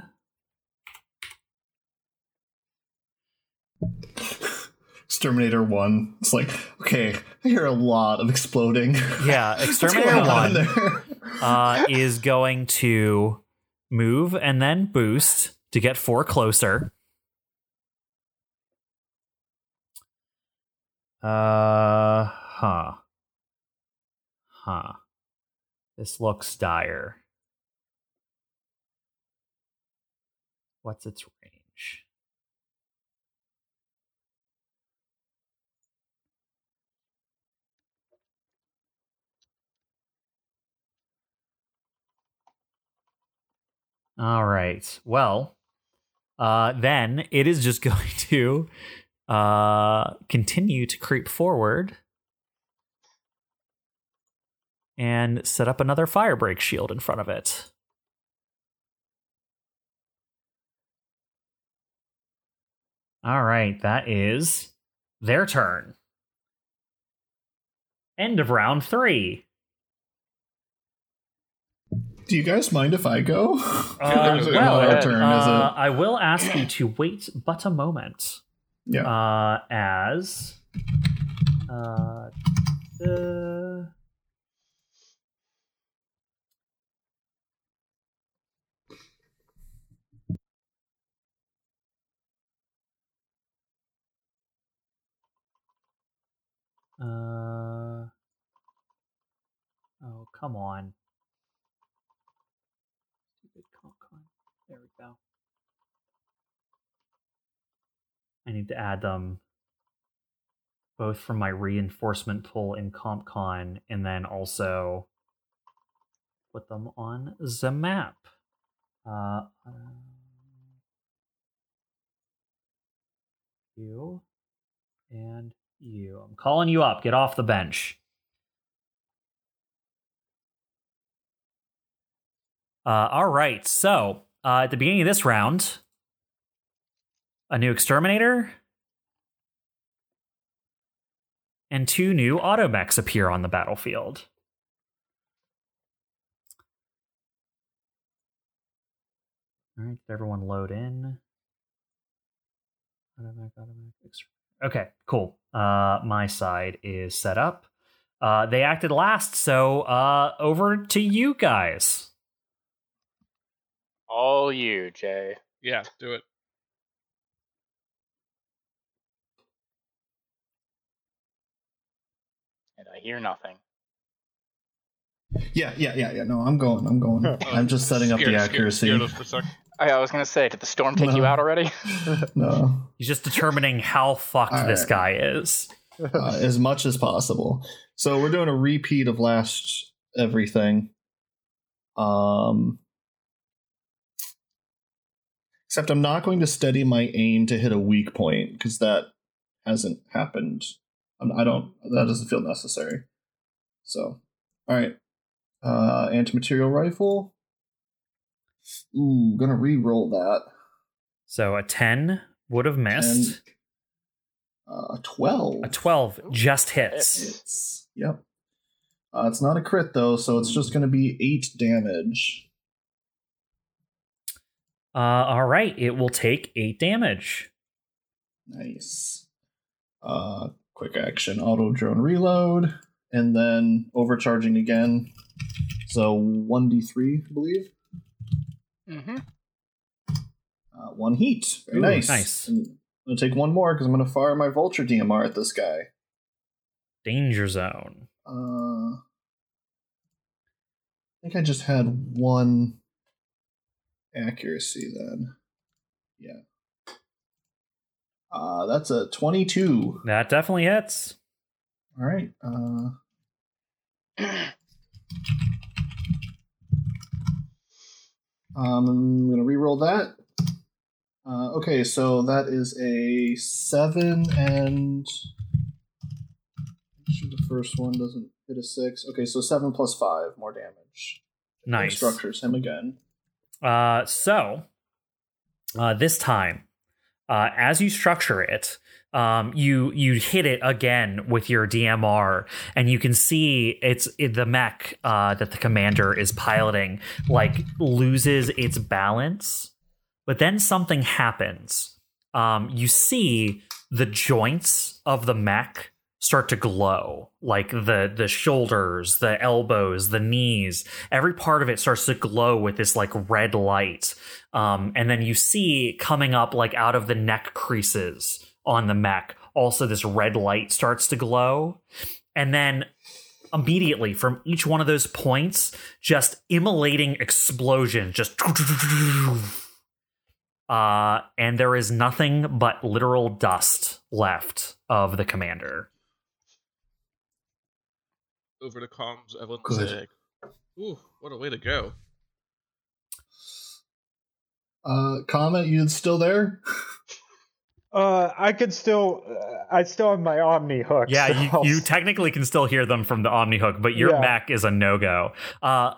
S5: Exterminator one. It's like, okay, I hear a lot of exploding.
S1: yeah,
S5: What's
S1: exterminator
S5: going on
S1: one.
S5: in there?
S1: uh, is going to move and then boost to get four closer. Uh huh. Huh. This looks dire. What's its range? All right. Well, uh, then it is just going to uh, continue to creep forward and set up another firebreak shield in front of it. All right. That is their turn. End of round three.
S5: Do you guys mind if I go?
S1: Uh,
S5: It's
S1: well,
S5: our
S3: uh,
S5: turn,
S1: Uh,
S5: is it?
S1: I will ask you to wait but a moment.
S5: Yeah.
S1: Uh, as uh, the- Uh, oh, come on. Stupid con con. There we go. I need to add them both from my reinforcement pull in CompCon and then also put them on the map. Uh, um, you and You, I'm calling you up. Get off the bench. Uh, all right. So uh, at the beginning of this round, a new exterminator and two new automechs appear on the battlefield. All right, did everyone load in? Automech, automech, exterminator. Okay, cool. Uh, my side is set up. Uh, they acted last, so uh, over to you guys.
S3: All you, Jay.
S4: Yeah, do it.
S3: And I hear nothing.
S5: Yeah, yeah, yeah, yeah. No, I'm going. I'm going. I'm just setting up
S4: Oh, Scared-
S5: the
S4: scared-
S5: accuracy.
S4: scared us for a sec.
S3: I, I was gonna say, did the storm take
S1: Uh-huh.
S3: you
S5: No.
S3: out already?
S5: no,
S1: He's just determining how fucked
S5: All
S1: this
S5: right.
S1: guy is.
S5: uh, as much as possible. So we're doing a repeat of last everything. Um, except I'm not going to steady my aim to hit a weak point because that hasn't happened. I'm- I don't. That doesn't feel necessary. So, all right. Uh, antimaterial rifle. Ooh, gonna re-roll that.
S1: So a 10 would have missed.
S5: Uh, twelve.
S1: A 12 just hits.
S5: It's yep. Uh, it's not a crit though, so it's
S1: Hmm.
S5: just going to be eight damage.
S1: Uh, all right, it will take 8 damage.
S5: Nice. Uh, quick action, auto drone reload, and then overcharging again. So one d three, I believe.
S3: Mm-hmm.
S5: Uh, one heat. Very
S1: Ooh,
S5: nice.
S1: nice.
S5: And I'm gonna take one more because I'm gonna fire my vulture DMR at this guy.
S1: Danger zone.
S5: Uh, I think I just had one accuracy then. Yeah. Uh, that's a 22.
S1: That definitely hits.
S5: All right. Uh, um, I'm going to reroll that. Uh, okay, so that is a 7 and. Make sure the first one doesn't hit a 6. Okay, so 7 plus 5, more damage.
S1: Nice.
S5: Structures him again.
S1: Uh, so uh, this time, uh, as you structure it, um, you you hit it again with your DMR, and you can see it's it, the mech uh, that the commander is piloting like loses its balance, but then something happens. Um, you see the joints of the mech start to glow, like the the shoulders, the elbows, the knees, every part of it starts to glow with this like red light um, and then you see coming up like out of the neck creases on the mech also this red light starts to glow and then immediately from each one of those points just immolating explosions just uh, and there is nothing but literal dust left of the commander
S4: Over to comms, Evelyn.
S5: Good.
S4: Zag. Ooh, what a way to go.
S5: Uh, comment, you still there?
S2: Uh, I could still, uh, I still have my Omni hook.
S1: Yeah,
S2: so-
S1: you, you technically can still hear them from the Omni hook, but your
S2: Yeah.
S1: Mac is a no go. Uh,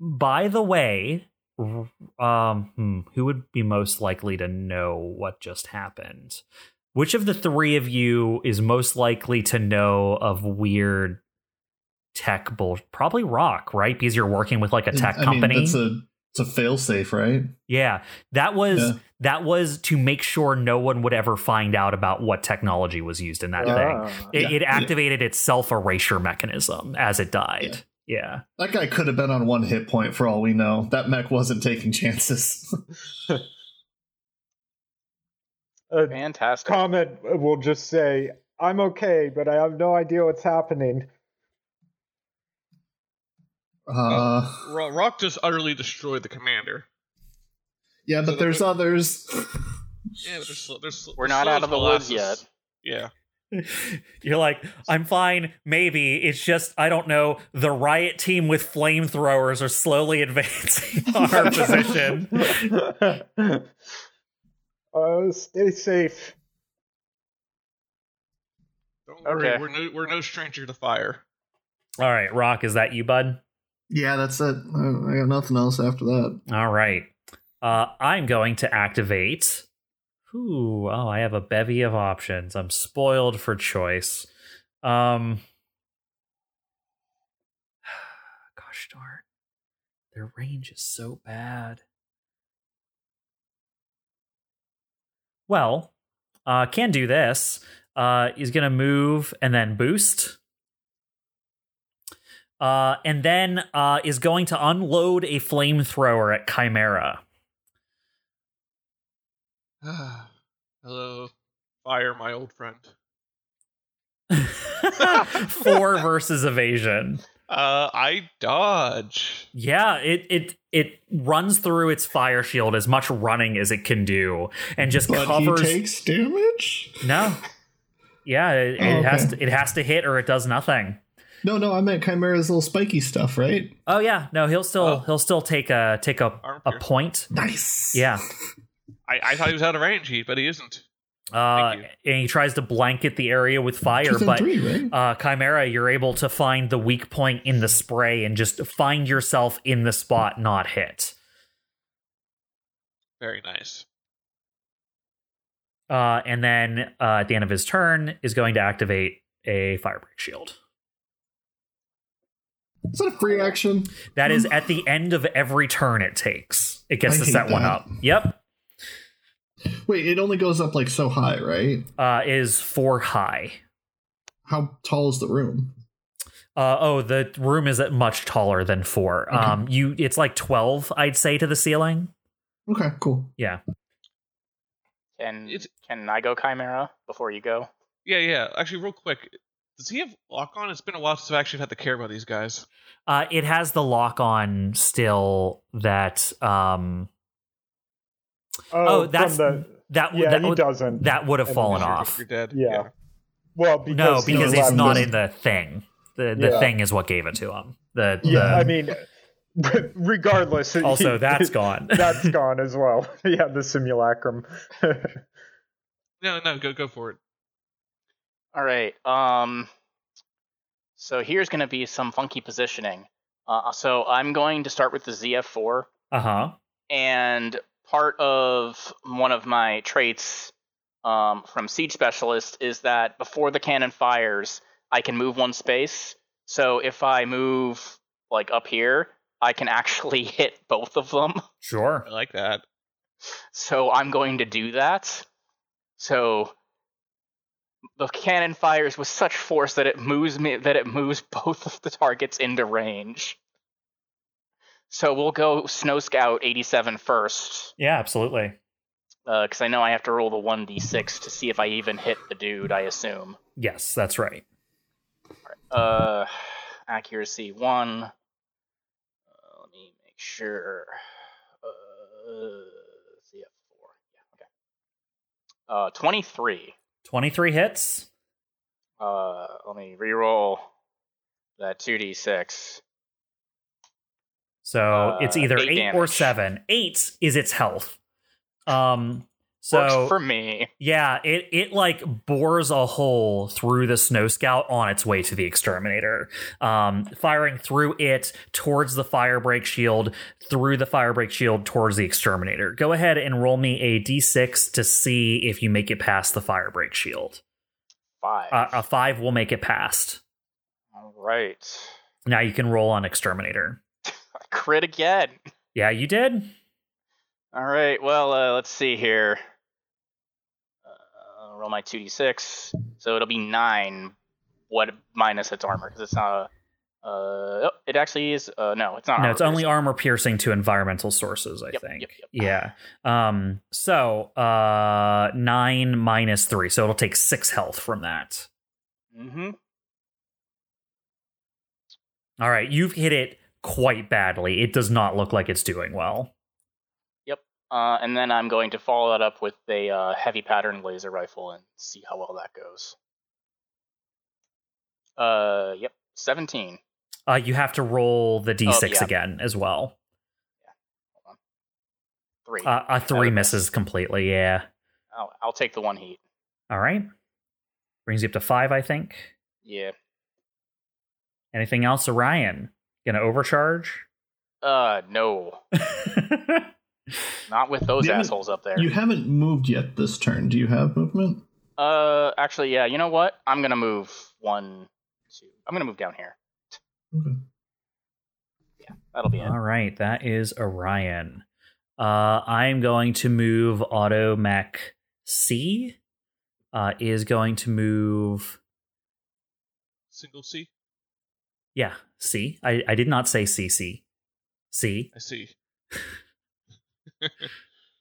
S1: by the way, r- um, hmm, who would be most likely to know what just happened? Which of the three of you is most likely to know of weird tech bull? Probably Rock, right? Because you're working with like a tech
S5: Mm, I
S1: company.
S5: Mean, that's a, it's a failsafe, right?
S1: yeah, that was
S5: Yeah.
S1: that was to make sure no one would ever find out about what technology was used in that thing.
S2: Ah.
S1: It,
S5: Yeah.
S1: it
S5: Yeah.
S1: activated its self erasure mechanism as it died. Yeah.
S5: That guy could have been on one hit point for all we know. That mech wasn't taking chances.
S2: Uh,
S3: Fantastic.
S2: comment will just say, "I'm okay, but I have no idea what's happening."
S5: Uh,
S4: Ro- Rock just utterly destroyed the commander.
S5: yeah, but there's others.
S4: Yeah, but there's, sl- there's, sl-
S3: We're
S4: there's
S3: not
S4: slow
S3: out of
S4: as
S3: the woods
S4: molasses.
S3: yet.
S4: Yeah.
S1: You're like, I'm fine, maybe. It's just, I don't know. The riot team with flamethrowers are slowly advancing on our position.
S2: uh, stay safe.
S4: We're-
S3: Okay.
S4: We're, no, we're no stranger to fire.
S1: All right, Rock, is that you, bud?
S5: Yeah, that's it. I I got nothing else after that.
S1: All right. Uh, I'm going to activate. Ooh, oh, I have a bevy of options. I'm spoiled for choice. Um, gosh darn, their range is so bad. Well, uh, can do this. Uh, he's gonna move and then boost. uh, and then uh, is going to unload a flamethrower at Chimera.
S4: Hello, fire, my old friend.
S1: Four versus evasion.
S4: Uh, I dodge.
S1: Yeah, it it it runs through its fire shield as much running as it can do, and just
S5: But
S1: covers.
S5: he takes damage.
S1: no, yeah, it, it
S5: Oh,
S1: has
S5: okay.
S1: to it has to hit or it does nothing.
S5: No, no, I meant Chimera's little spiky stuff, right?
S1: Oh yeah, no, he'll still
S4: Oh.
S1: he'll still take a take a
S4: Arm
S1: a
S4: pierce.
S1: point.
S5: Nice.
S1: Yeah,
S4: I, I thought he was out of range, he- but he isn't.
S1: uh,
S4: Thank you.
S1: and he tries to blanket the area with
S5: Two
S1: fire,
S5: and
S1: but
S5: three, right?
S1: uh, Chimera, you're able to find the weak point in the spray and just find yourself in the spot not hit.
S4: Very nice.
S1: Uh, and then uh, at the end of his turn, is going to activate a firebreak shield.
S5: Is that a free action?
S1: That is at the end of every turn it takes. It gets
S5: I
S1: to
S5: hate
S1: set one
S5: that.
S1: up. Yep,
S5: Wait, it only goes up like so high, right?
S1: uh, is four high.
S5: How tall is the room?
S1: Uh, oh, the room is much taller than four.
S5: Okay.
S1: Um, you, it's like twelve, I'd say, to the ceiling.
S5: Okay, cool.
S1: Yeah.
S3: Can
S4: It's-
S3: can I go Chimera before you go?
S4: Yeah, yeah. Actually, real quick, does he have lock on? It's been a while since I've actually had to care about these guys.
S1: Uh, it has the lock on still that um, Oh,
S2: uh, from
S1: that's-
S2: the,
S1: that
S2: yeah.
S1: that
S2: he doesn't.
S1: that would have
S2: And
S1: fallen
S4: You're-
S1: off.
S4: You're dead.
S2: Yeah. well, because
S1: no,
S2: he
S1: because it's
S2: left
S1: not
S2: us-
S1: in the thing. The the
S2: Yeah.
S1: thing is what gave it to him. The, the
S2: Yeah, I mean, regardless. he-
S1: also that's gone.
S2: that's gone as well. yeah, the simulacrum.
S4: No, no, go go for it.
S3: All right. Um. So here's going to be some funky positioning. Uh, so I'm going to start with the ZF4,
S1: uh huh.
S3: and part of one of my traits um, from Siege Specialist is that before the cannon fires, I can move one space. So if I move like up here, I can actually hit both of them.
S1: Sure.
S4: I like that.
S3: So I'm going to do that. So the cannon fires with such force that it moves me that it moves both of the targets into range. So we'll go Snow Scout 87 first,
S1: Yeah, absolutely.
S3: because I know I have to roll the 1d6 to see if I even hit the dude, I assume.
S1: Yes, that's right.
S3: Uh, accuracy 1. Uh, let me make sure. Uh, CF4. Yeah, okay. Uh, 23.
S1: Twenty three hits.
S3: Uh, let me re-roll that 2d6.
S1: So
S3: Uh,
S1: it's either eight,
S3: eight
S1: or
S3: damage.
S1: seven. Eight is its health. Um. So
S3: Works for me.
S1: yeah, it it like bores a hole through the snow scout on its way to the exterminator, um, firing through it towards the firebreak shield, through the firebreak shield towards the exterminator. Go ahead and roll me a d6 to see if you make it past the firebreak shield.
S3: Five.
S1: Uh, a five will make it past.
S3: All right.
S1: Now you can roll on exterminator.
S3: Crit again.
S1: Yeah, you did.
S3: All right. Well, uh, let's see here. Uh, roll my 2d6. So it'll be nine. What minus its armor? Because it's not a. Uh, oh, it actually is. Uh, no, it's not.
S1: No, it's only
S3: armor-piercing.
S1: armor piercing to environmental sources. I
S3: Yep,
S1: think.
S3: yep, yep.
S1: Yeah. Um. So, uh, nine minus three, so it'll take six health from that.
S3: Mm-hmm.
S1: All right, you've hit it quite badly. It does not look like it's doing well.
S3: Uh, and then I'm going to follow that up with a uh, heavy pattern laser rifle and see how well that goes. Uh, yep, 17.
S1: Uh, you have to roll the d6
S3: Oh, yeah.
S1: again as well.
S3: Three.
S1: Uh, a three
S3: Okay.
S1: misses completely. Yeah.
S3: I'll, I'll take the one heat.
S1: All right. Brings you up to five, I think.
S3: Yeah.
S1: Anything else, Orion? Gonna overcharge?
S3: Uh, no, not with those
S5: Yeah,
S3: assholes up there.
S5: You haven't moved yet this turn. Do you have movement?
S3: Uh, actually, yeah. You know what? I'm gonna move one, two. I'm gonna move down here.
S5: Okay.
S3: Yeah, that'll be it.
S1: All right, that is Orion. Uh, I'm going to move Auto Mech C. Uh, is going to move.
S4: Single C?
S1: Yeah, C. I, I did not say CC. C.
S4: I see.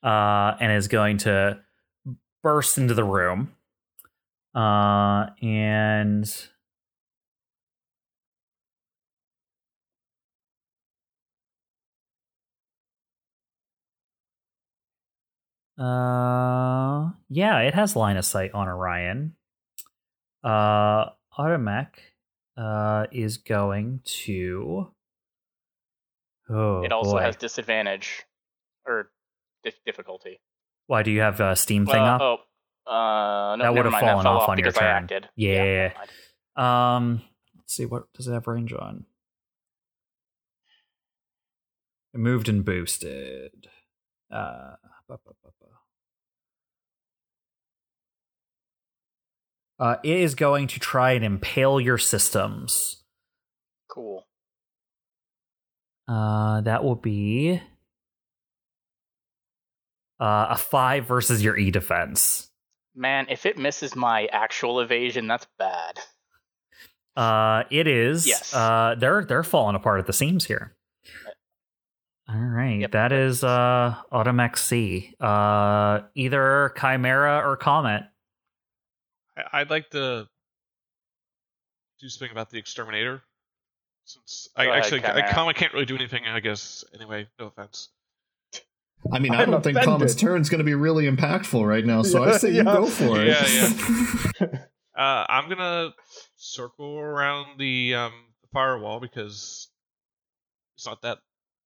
S1: Uh, and is going to burst into the room. Uh, and. Uh, yeah, it has line of sight on Orion. Uh, Automac, uh, is going to. Oh,
S3: it also
S1: boy.
S3: has disadvantage or di- difficulty.
S1: Why do you have uh, Steam thing
S3: Well,
S1: up?
S3: Oh, uh,
S1: That
S3: no, never
S1: would've
S3: mind,
S1: fallen
S3: that fell
S1: off
S3: off,
S1: on your
S3: because I
S1: turn.
S3: acted.
S1: Yeah.
S3: never mind.
S1: Um, let's see what does it have range on. It moved and boosted. Uh, bu- bu- bu- bu. uh, it is going to try and impale your systems.
S3: Cool.
S1: Uh, that will be uh, a five versus your E defense.
S3: Man, if it misses my actual evasion, that's bad.
S1: Uh, it is.
S3: Yes.
S1: Uh, they're they're falling apart at the seams here. All right,
S3: Yep.
S1: that is uh Automax C. Uh, either Chimera or Comet.
S4: I- I'd like to do something about the exterminator, since I
S3: Go ahead,
S4: actually I,
S3: Chimera.
S4: Kama can't really do anything. I guess anyway. No offense.
S5: I mean, I
S2: I'm
S5: don't think Comet's
S2: offended.
S5: turn's going to be really impactful right now, so I say you
S2: Yeah.
S5: go for it.
S4: Yeah, yeah. Uh, I'm gonna circle around the um the firewall because it's not that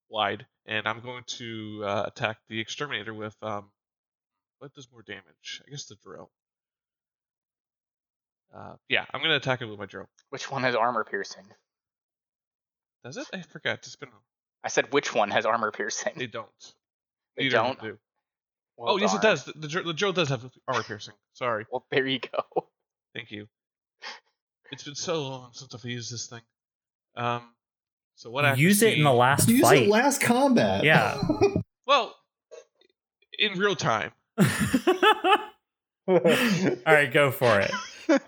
S4: wide, and I'm going to uh, attack the exterminator with um. What does more damage? I guess the drill. Uh, yeah, I'm gonna attack it with my drill.
S3: Which one has armor piercing?
S4: Does it? I forgot. It's been.
S3: I said which one has armor piercing.
S4: They don't.
S3: They
S4: Neither of them
S3: don't?
S4: do.
S3: Well,
S4: oh yes, it
S3: darn.
S4: does. The, the, dr- the drill does have armor piercing. Sorry,
S3: Well, there you go.
S4: thank you. It's been so long since I've used this thing. Um, so what? accuracy...
S1: Use it in the last
S5: Use
S1: fight.
S5: it last combat.
S1: Yeah.
S4: well, in real time.
S1: All right, go for it.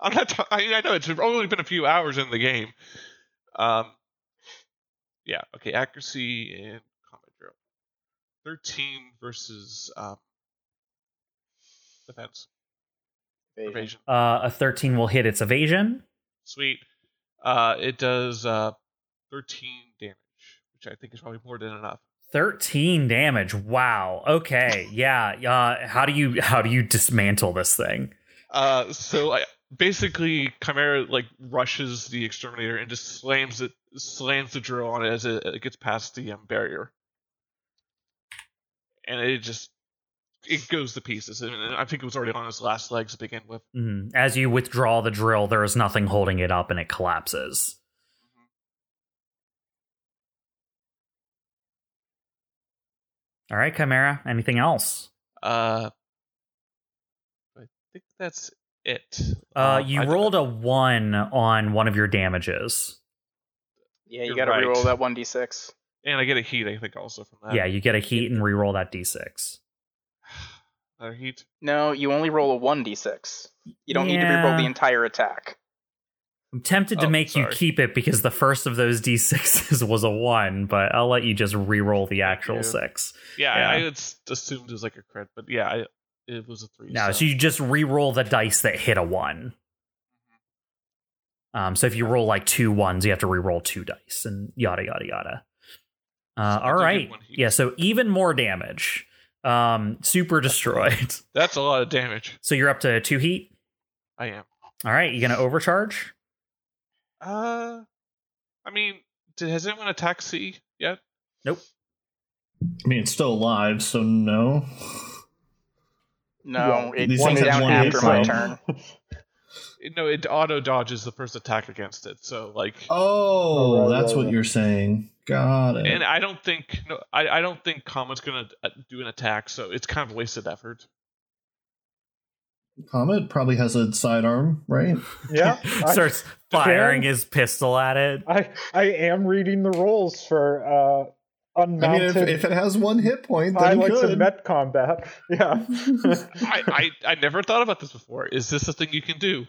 S4: I'm not. T- I, I know it's only been a few hours in the game. Um, yeah. Okay. Accuracy and combat drill. Thirteen versus um, defense evasion.
S1: Uh, a thirteen will hit its evasion.
S4: Sweet. Uh, it does uh, 13 damage, which I think is probably more than enough.
S1: Thirteen damage. Wow. Okay. Yeah. Uh, how do you how do you dismantle this thing?
S4: Uh, so I, basically, Chimera like rushes the exterminator and just slams it, slams the drill on it as it, it gets past the um, barrier, and it just it goes to pieces. And I think it was already on its last legs to begin with.
S1: Mhm. As you withdraw the drill, there is nothing holding it up, and it collapses. All right, Chimera. Anything else?
S4: Uh, I think that's it.
S1: Uh,
S4: Um,
S1: you
S4: I-
S1: rolled a one on one of your damages.
S3: Yeah, you
S4: You're
S3: gotta
S4: right.
S3: reroll that 1d6.
S4: and I get a heat. I think also from that.
S1: yeah, you get a heat and re-roll that d6.
S4: Another heat.
S3: No, you only roll a 1d6. You don't need to reroll
S1: Yeah.
S3: the entire attack.
S1: I'm tempted to
S4: Oh,
S1: make you
S4: sorry.
S1: keep it because the first of those d6s was a one, but I'll let you just re-roll the actual
S4: you.
S1: six.
S4: Yeah,
S1: Yeah.
S4: I I had s- assumed it was like a crit, but yeah, I, it was a three.
S1: No,
S4: so.
S1: so you just re-roll the dice that hit a one. Um, so if you roll like two ones, you have to re-roll two dice, and yada yada yada. Uh, all
S4: So I do get
S1: right,
S4: one hit.
S1: yeah. So even more damage. Um, super destroyed.
S4: that's a lot of damage.
S1: so you're up to two heat.
S4: I am.
S1: All right, you gonna overcharge?
S4: Uh, I mean, did, has anyone attacked C yet?
S5: I mean, it's still alive, so no.
S3: No,
S2: Yeah,
S3: it
S5: these
S3: went
S5: things have
S3: down
S5: one
S3: after
S5: hit
S3: my
S5: point.
S3: turn.
S4: No, it auto dodges the first attack against it. So like,
S5: Oh,
S2: Alright,
S5: that's
S2: alright.
S5: what you're saying. Got it.
S4: and I don't think no, I, I don't think Comet's gonna uh, do an attack. So it's kind of wasted effort.
S5: Comet probably has a sidearm, right?
S2: Yeah. I,
S1: starts firing his pistol at it.
S2: I I am reading the rules for uh
S5: I mean, if,
S2: unmounted
S5: if it has one hit point, then
S2: pilots in
S5: good.
S2: met combat. Yeah.
S4: I, I I never thought about this before. Is this a thing you can do,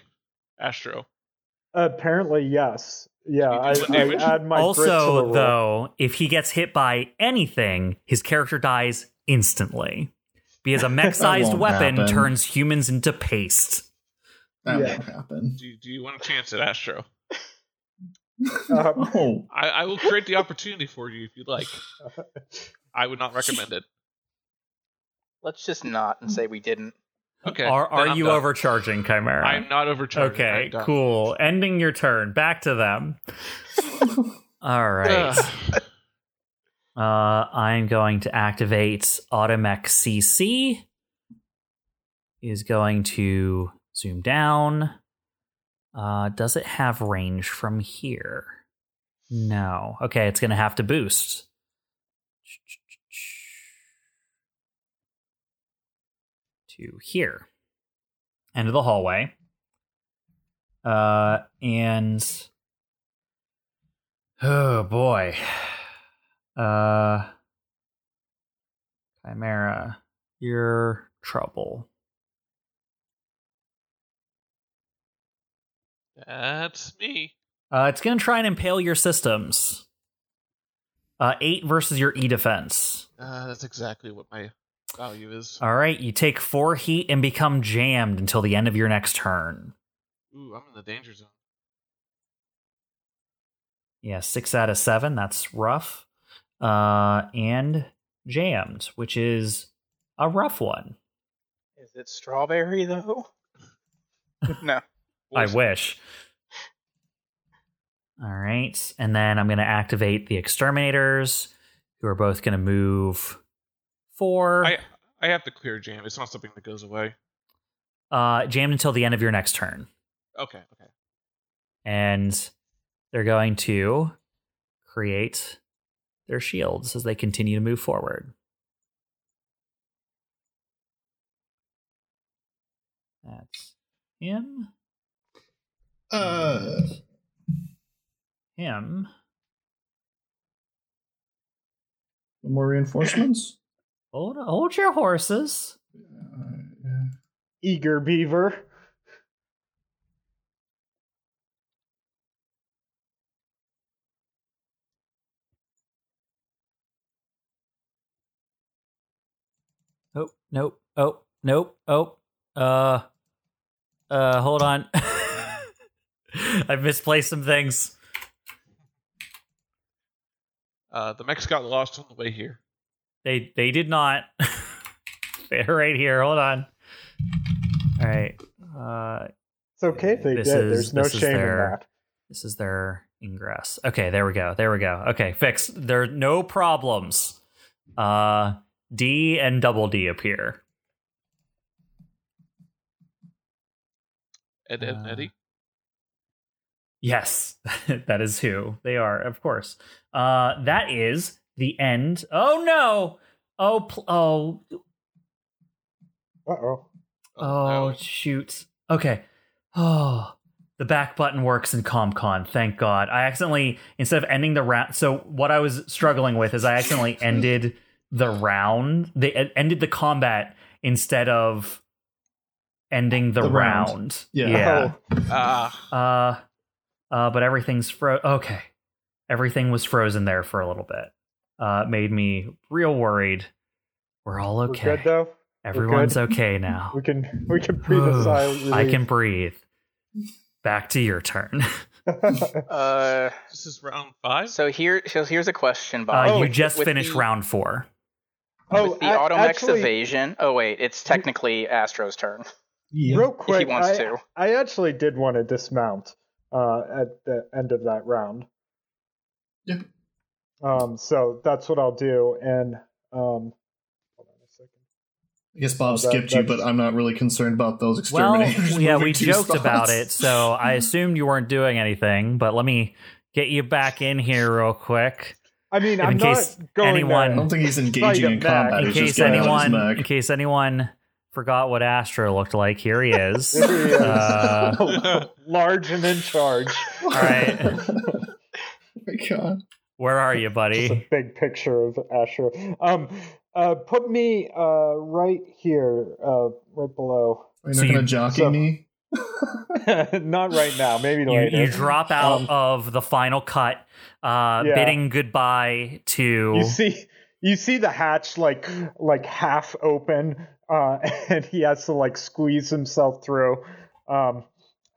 S4: Astro?
S2: Apparently, yes. Yeah. I,
S4: You do some
S2: I
S4: damage?
S2: add my Brit to the
S1: also,
S2: roll.
S1: though, if he gets hit by anything, his character dies instantly because a mech-sized
S5: won't
S1: weapon
S5: happen.
S1: turns humans into paste.
S5: that
S2: Yeah.
S5: won't happen.
S4: Do you, do you want to chance it, Astro?
S2: Um,
S5: oh,
S4: I, I will create the opportunity for you if you'd like. I would not recommend it.
S3: Let's just not and say we didn't.
S4: Okay.
S1: are
S4: then
S1: are
S4: I'm
S1: you
S4: done.
S1: overcharging, Chimera?
S4: I'm not overcharged.
S1: okay, cool. Ending your turn. Back to them. All right. Uh, I'm going to activate Automech CC. Is going to zoom down. Uh, does it have range from here? No. Okay, it's going to have to boost. To here. End of the hallway. Uh, and. Oh, boy. Uh, Chimera, you're trouble.
S4: That's me.
S1: Uh, it's gonna try and impale your systems. Uh, eight versus your E defense.
S4: Uh, that's exactly what my value is.
S1: All right, you take four heat and become jammed until the end of your next turn.
S4: Ooh, I'm in the danger zone.
S1: Yeah, six out of seven. That's rough. Uh, and jammed, which is a rough one.
S3: Is it strawberry though? no.
S1: I wish. All right. And then I'm going to activate the exterminators, who are both going to move four,
S4: I I have to clear jam. It's not something that goes away.
S1: uh, jammed until the end of your next turn.
S4: Okay. Okay.
S1: And they're going to create their shields as they continue to move forward. That's him.
S5: uh,
S1: Him.
S5: more reinforcements. Uh,
S1: Hold, hold your horses.
S2: Eager Beaver.
S1: Oh, nope. Oh, nope. Oh, uh, uh, hold on. I've misplaced some things.
S4: Uh, the mechs got lost on the way here.
S1: They they did not. They're right here. Hold on. All right. Uh,
S2: It's okay if they
S1: This
S2: did.
S1: is-
S2: There's no
S1: this is
S2: shame in
S1: their-
S2: that.
S1: this is their ingress. Okay, there we go. There we go. Okay, fixed. There are no problems. Uh, D and double D appear.
S4: Ed, Ed, and
S1: Uh,
S4: Eddie.
S1: Yes, that is who they are, of course. Uh, that is the end. Oh no! Oh pl- oh
S2: Uh oh.
S1: oh
S4: no.
S1: shoot. Okay. Oh, the back button works in ComCon. Thank God. I accidentally instead of ending the round. So what I was struggling with is I accidentally ended the round. They e- ended the combat instead of ending the,
S5: The
S1: round.
S5: round. Yeah.
S2: Oh,
S4: Ah,
S1: Uh, uh, but everything's fro. Okay, everything was frozen there for a little bit. Uh, it made me real worried. We're all
S2: We're good
S1: okay.
S2: though.
S1: Everyone's okay now.
S2: We can we can breathe a sigh. of
S1: I can
S2: relief.
S1: breathe. Back to your turn.
S2: Oh,
S3: Uh,
S4: this is round five.
S3: so here, so here's a question,
S1: Uh,
S3: Bob.
S1: you
S3: With-
S1: just
S3: Oh, with
S1: finished
S3: the-
S1: round four.
S2: oh,
S3: with the
S2: a-
S3: auto mech's
S2: actually,
S3: evasion. Oh wait, it's technically Astro's turn.
S2: Real quick,
S3: wants
S2: I,
S3: to.
S2: I actually did want to dismount uh, at the end of that round.
S5: Yeah.
S2: Um. So that's what I'll do, and um. Hold on a second.
S5: I guess Bob
S2: That-
S5: skipped you,
S2: that's-
S5: but I'm not really concerned about those
S1: Well,
S5: exterminators.
S1: yeah,
S5: moving
S1: we
S5: two
S1: joked
S5: spots.
S1: about it, so I assumed you weren't doing anything. But let me get you back in here real quick.
S2: I mean,
S1: In
S2: I'm
S1: case
S2: not going
S1: anyone-
S5: I don't think he's
S2: Right,
S5: engaging
S2: I'm
S5: in
S2: back.
S5: combat.
S2: In
S1: in
S5: He's just
S1: case
S5: got it on his
S1: anyone,
S5: neck.
S1: in case anyone forgot what Astra looked like, here he is.
S2: There. Here he is.
S1: Uh,
S2: large and in charge.
S5: All
S1: right.
S5: oh my god.
S1: where are you,
S2: Just a
S1: buddy?
S2: big picture of Asher. Um, uh, put me uh right here, uh, right below.
S5: Are you
S1: So
S5: not
S1: you-
S5: going to jockey
S2: so-
S5: me?
S2: not right now. Maybe
S1: You,
S2: later.
S1: you drop out
S2: Um,
S1: of the final cut, uh,
S2: Yeah.
S1: bidding goodbye to.
S2: You see, you see the hatch like like half open, uh, and he has to like squeeze himself through, um,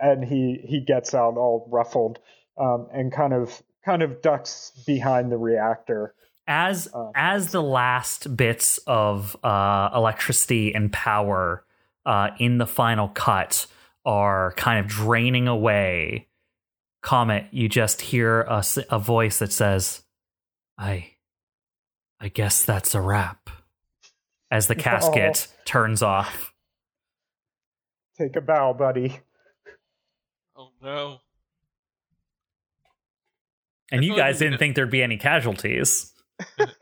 S2: and he he gets out all ruffled, um, and kind of kind of ducks behind the reactor.
S1: as
S2: Uh,
S1: as the last bits of uh, electricity and power uh, in the final cut are kind of draining away, Comet, you just hear a, s- a voice that says, "I, I guess that's a wrap." As the casket turns off,
S2: Take a bow, buddy.
S4: Oh no.
S1: and
S4: I
S1: you
S4: feel like
S1: guys
S4: we've been-
S1: didn't think there'd be any casualties.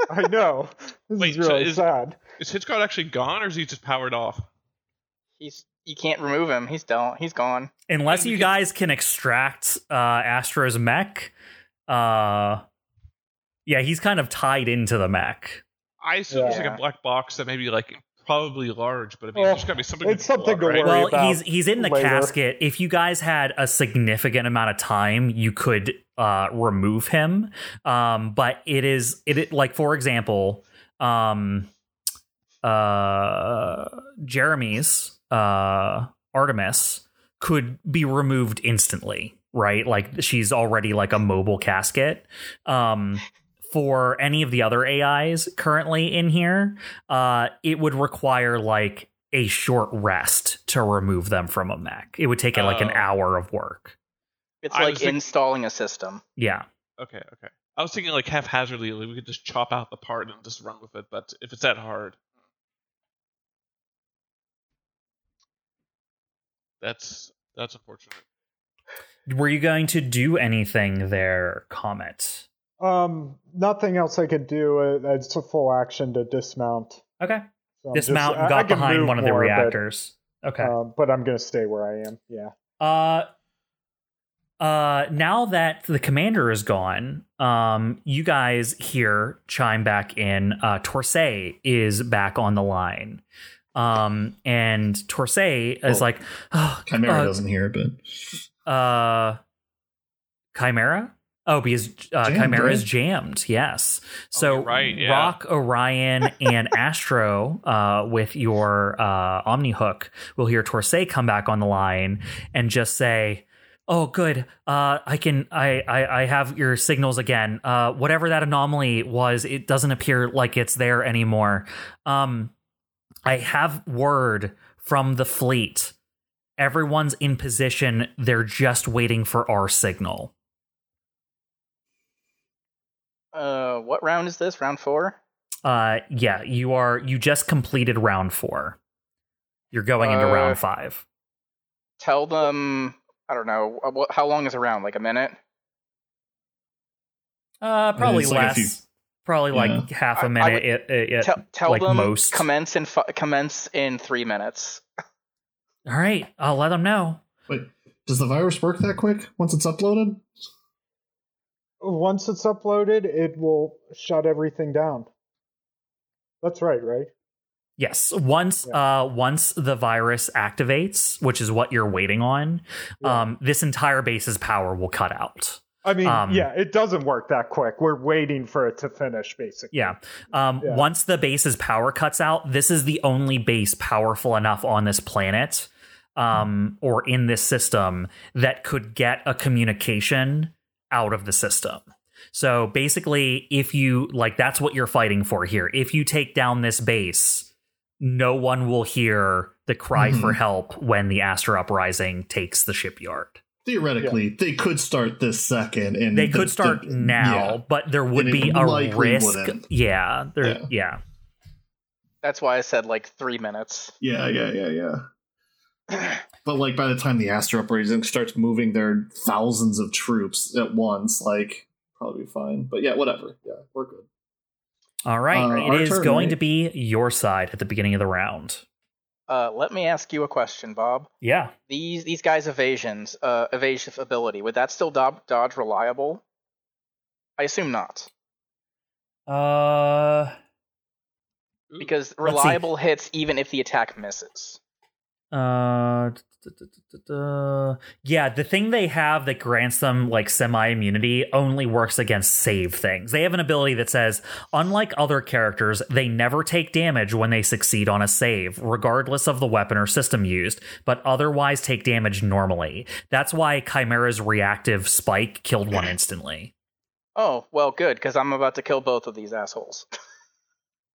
S2: I know this
S4: Wait,
S2: is
S4: so
S2: really
S4: is-
S2: sad.
S4: Is Hitchcock actually gone, or is he just powered off?
S3: He's you can't remove him. He's done. He's gone.
S1: Unless
S4: we
S1: you
S4: could-
S1: guys can extract uh, Astro's mech, uh, yeah, he's kind of tied into the mech.
S4: I assume it's like
S3: Yeah.
S4: a black box that may be like probably large, but I mean,
S2: Well,
S4: there's got to be something.
S2: it's something
S4: blood,
S2: to
S4: right?
S2: worry
S1: Well,
S2: about
S1: he's he's in the
S2: later.
S1: casket. If you guys had a significant amount of time, you could uh, remove him. Um, but it is it, it like for example, um, uh, Jeremy's uh, Artemis could be removed instantly, right? Like she's already like a mobile casket. Um, for any of the other AIs currently in here, uh, it would require like a short rest to remove them from a mech. It would take it like an
S4: Oh.
S1: hour of work.
S3: It's
S4: I
S3: like
S4: was think-
S3: installing a system.
S1: Yeah.
S4: Okay, okay. I was thinking like haphazardly, like, we could just chop out the part and just run with it. But if it's that hard, that's that's unfortunate.
S1: Were you going to do anything there, Comet?
S2: Um, nothing else I could do. Uh, It's a full action to dismount.
S1: Okay.
S2: So I'm
S1: Dismount
S2: just- I-
S1: and
S2: I
S1: got
S2: can
S1: behind
S2: move
S1: one of the
S2: more, but,
S1: reactors. okay.
S2: uh, but I'm gonna stay where I am. Yeah.
S1: Uh uh now that the commander is gone, um you guys here chime back in. Uh Torsay is back on the line. Um and Torsay is
S5: Oh.
S1: like, oh,
S5: Chimera
S1: uh,
S5: doesn't hear it, but
S1: uh chimera oh because uh,
S5: Jammed,
S1: chimera is
S5: right?
S1: jammed yes so
S4: Oh, you're right, yeah.
S1: rock orion and astro uh with your uh omni hook will hear torsay come back on the line and just say oh good uh i can I, I i have your signals again uh whatever that anomaly was it doesn't appear like it's there anymore um i have word from the fleet everyone's in position they're just waiting for our signal
S3: Uh, what round is this? Round four.
S1: uh yeah you are you just completed round four you're going into
S3: Uh,
S1: round five
S3: Tell them. I don't know. uh, what- How long is a round? Like a minute.
S1: uh probably
S5: it's
S1: less
S5: like if you-
S1: probably like half
S3: I-
S1: a
S3: I
S1: minute
S3: would-
S1: it, it, it-
S3: Tell tell
S1: like
S3: them
S1: most.
S3: commence in fi- commence in three minutes.
S1: all right i'll let them know
S5: wait, does the virus work that quick once it's uploaded?
S2: Once it's uploaded, it will shut everything down. That's right, right?
S1: Yes. Once uh once the virus activates, which is what you're waiting on,
S2: Yeah.
S1: um, this entire base's power will cut out.
S2: I mean,
S1: um,
S2: yeah, it doesn't work that quick. We're waiting for it to finish, basically.
S1: Yeah. Um
S2: Yeah.
S1: once the base's power cuts out, this is the only base powerful enough on this planet um or in this system that could get a communication out of the system. So basically, if you like that's what you're fighting for here. If you take down this base, no one will hear the cry
S5: Mhm.
S1: for help when the Aster uprising takes the shipyard.
S5: Theoretically, they could start this second, and
S1: They
S5: the-
S1: could start
S5: the-
S1: now,
S5: Mm-hmm. yeah.
S1: but there would
S5: And it
S1: be a
S5: likely
S1: risk.
S5: wouldn't.
S1: Yeah, there,
S5: Yeah.
S1: yeah.
S3: That's why I said like three minutes.
S5: Yeah, yeah, yeah, yeah. But like by the time the Astro uprising starts moving their thousands of troops at once, like probably fine. But yeah, whatever. Yeah, we're good.
S1: All right,
S5: Uh,
S1: it
S5: our
S1: is
S5: turn,
S1: going
S5: right?
S1: to be your side at the beginning of the round.
S3: Uh, let me ask you a question, Bob.
S1: Yeah,
S3: These these guys' evasions, uh, evasive ability, would that still do- dodge reliable? I assume not,
S1: uh,
S4: Ooh,
S3: because
S1: see.
S3: reliable hits even if the attack misses.
S1: uh, duh, duh, duh, duh, duh. yeah. The thing they have that grants them like semi immunity only works against save things. They have an ability that says, unlike other characters, they never take damage when they succeed on a save, regardless of the weapon or system used, but otherwise take damage normally. That's why Chimera's reactive spike killed one instantly.
S3: Oh well, good, because I'm about to kill both of these assholes.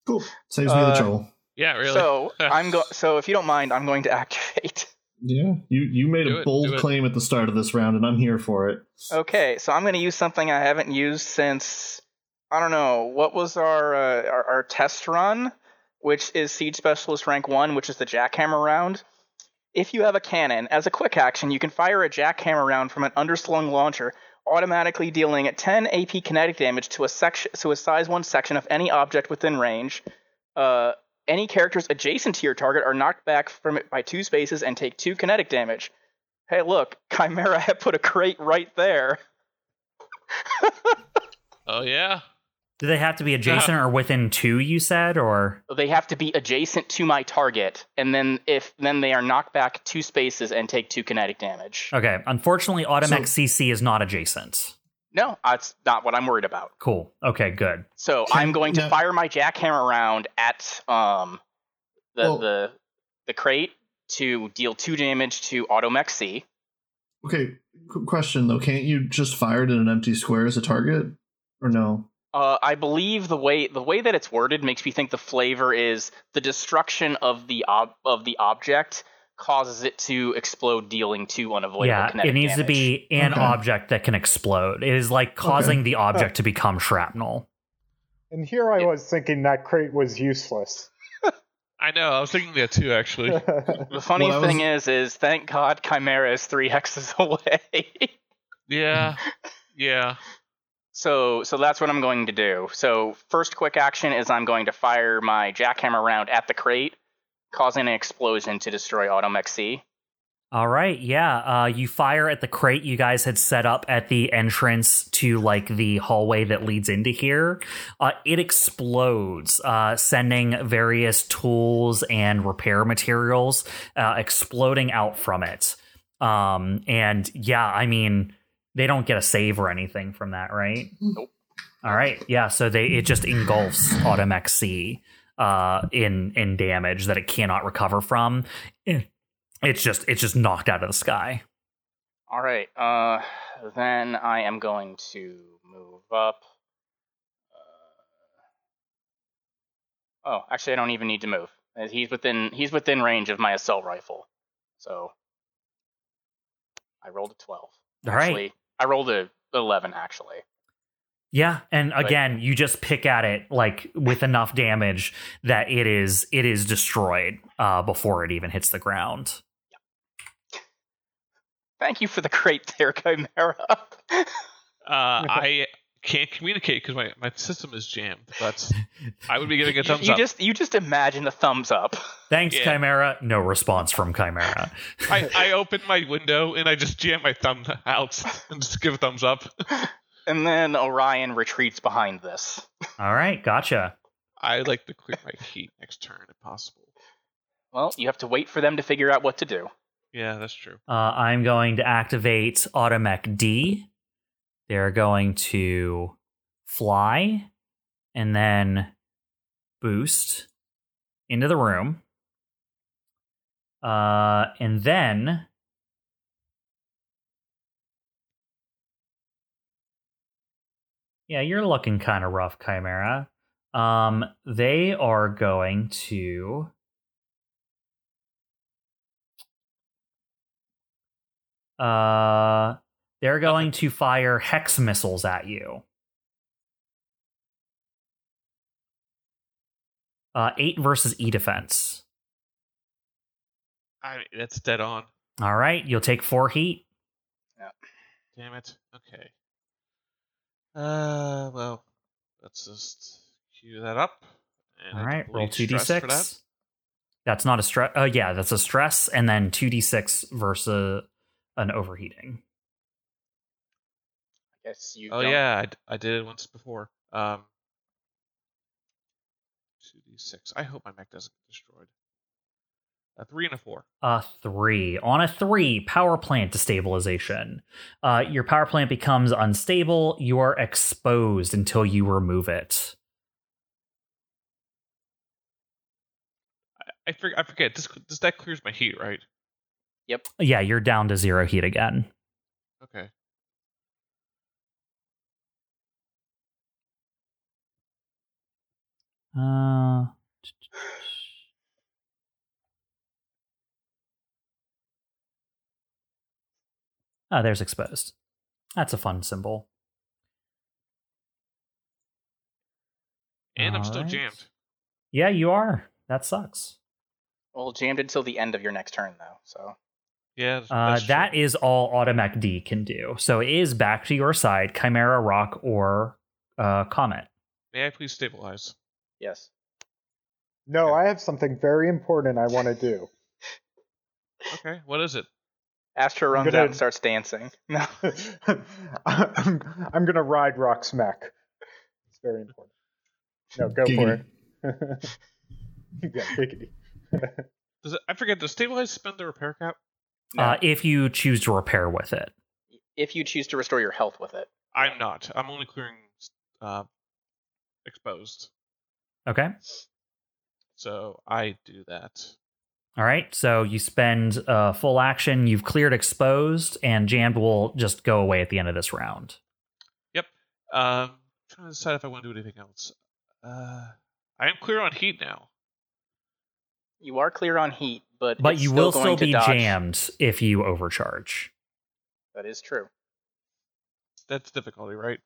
S5: Cool. Saves me
S3: Uh,
S5: the trouble.
S4: yeah, really.
S3: So I'm go- So if you don't mind, I'm going to activate.
S5: Yeah. You you made
S4: Do
S5: a
S4: it,
S5: bold
S4: do it.
S5: claim at the start of this round, and I'm here for it.
S3: Okay, so I'm going to use something I haven't used since I don't know what was our uh, our, our test run, which is Siege Specialist rank one, which is the jackhammer round. If you have a cannon, as a quick action, you can fire a jackhammer round from an underslung launcher, automatically dealing 10 AP kinetic damage to a section to a size one section of any object within range. Uh, any characters adjacent to your target are knocked back from it by two spaces and take two kinetic damage. Hey, look, Chimera had put a crate right there.
S4: oh yeah.
S1: Do they have to be adjacent or within two? You said, or
S3: They have to be adjacent to my target, and then if then they are knocked back two spaces and take two kinetic damage.
S1: okay. Unfortunately, Automac
S5: So-
S1: CC is not adjacent.
S3: No, that's not what I'm worried about.
S1: Cool. Okay, good.
S3: So
S5: Can-
S3: I'm going to
S5: no.
S3: fire my jackhammer round at um the
S5: Well-
S3: the the crate to deal two damage to Automexi.
S5: Okay. Qu- question though, can't you just fire it in an empty square as a target? Or no?
S3: Uh, I believe the way the way that it's worded makes me think the flavor is the destruction of the ob- of the object causes it to explode, dealing two unavoidable
S1: yeah,
S3: kinetic
S1: it needs to
S3: damage.
S1: be an
S5: Okay.
S1: object that can explode. It is like causing the object to become shrapnel.
S2: And here I
S3: Yeah.
S2: was thinking that crate was useless.
S4: I know. I was thinking that too, actually.
S3: The funny
S5: Well, I
S3: thing is, is thank God Chimera is three hexes away.
S4: yeah. Yeah.
S3: so, so that's what I'm going to do. So, first quick action is I'm going to fire my jackhammer round at the crate, causing an explosion to destroy Automech C.
S1: All right, yeah. Uh, you fire at the crate you guys had set up at the entrance to like the hallway that leads into here. Uh, it explodes, uh, sending various tools and repair materials uh, exploding out from it. Um, and yeah, I mean, they don't get a save or anything from that, right?
S3: Nope.
S1: All right, yeah. So they it just engulfs Automech C uh, in in damage that it cannot recover from. Eh, It's just it's just knocked out of the sky.
S3: All right. Uh, then I am going to move up. Uh, oh, actually, I don't even need to move. Uh, He's within he's within range of my assault rifle, so I rolled a twelve.
S1: All right.
S3: Actually, I rolled a eleven. Actually,
S1: Yeah, and again, you just pick at it like with enough damage that it is it is destroyed uh, before it even hits the ground.
S3: thank you for the crate there, Chimera.
S4: Uh, I can't communicate because my, my system is jammed. That's. I would be giving a
S3: you,
S4: thumbs
S3: you
S4: up.
S3: just you just imagine a thumbs up.
S1: Thanks,
S4: Yeah.
S1: Chimera. No response from Chimera.
S4: I, I open my window and I just jam my thumb out and just give a thumbs up.
S3: And then Orion retreats behind this.
S1: All right, gotcha.
S4: I like to clear my heat next turn if possible.
S3: Well, you have to wait for them to figure out what to do.
S4: Yeah, that's true.
S1: Uh, I'm going to activate Automech D. They're going to fly and then boost into the room. Uh, and then Yeah, you're looking kind of rough, Chimera. Um, they are going to uh they're going to fire hex missiles at you. Uh, eight versus E defense.
S4: I that's dead on.
S1: All right, you'll take four heat.
S4: Damn it. Okay. Uh, well, let's just cue that up. And
S1: All
S4: I can
S1: right, roll
S4: bleed
S1: two d
S4: stress for that.
S1: six. That's not a stress. Uh, yeah, that's a stress, and then two d six versus an overheating.
S3: I guess you.
S4: Oh
S3: don't-
S4: yeah, I, d- I did it once before. Um, two d six. I hope my mech doesn't get destroyed. A three and a four.
S1: a three. On a three, power plant destabilization. Uh, your power plant becomes unstable. You are exposed until you remove it.
S4: I, for, I forget. This, this that clears my heat, right?
S1: Yeah, you're down to zero heat again.
S4: Okay.
S1: Uh, ah, there's exposed. That's a fun symbol.
S4: And I'm still
S1: Alright.
S4: jammed.
S1: Yeah, you are. That sucks.
S3: Well, jammed until the end of your next turn, though. So
S4: Yeah. That's,
S1: Uh,
S4: that's
S1: that
S4: true.
S1: is all Automech D can do. So it is back to your side, Chimera, Rock, or uh, Comet.
S4: May I please stabilize?
S3: yes.
S2: No, I have something very important I want to do.
S4: Okay. What is it?
S3: Astro runs
S2: gonna-
S3: out and starts dancing.
S1: Uh,
S3: No.
S2: I'm, I'm gonna ride Rock Smack. It's very important. No, go for
S5: Giggity.
S2: it. yeah, giggity.
S4: Does it? I forget. Does stabilize spend the repair cap?
S3: No.
S1: Uh, if you choose to repair with it.
S3: if you choose to restore your health with it.
S4: I'm not. I'm only clearing uh, exposed.
S1: Okay.
S4: So I do that.
S1: All right. So you spend uh, full action. You've cleared exposed, and jammed will just go away at the end of this round.
S4: Um, trying to decide if I want to do anything else. Uh, I am clear on heat now.
S3: You are clear on heat, but
S1: But
S3: it's
S1: you will
S3: going
S1: still
S3: to
S1: be
S3: dodge.
S1: jammed if you overcharge.
S3: That is true.
S4: That's difficulty, right?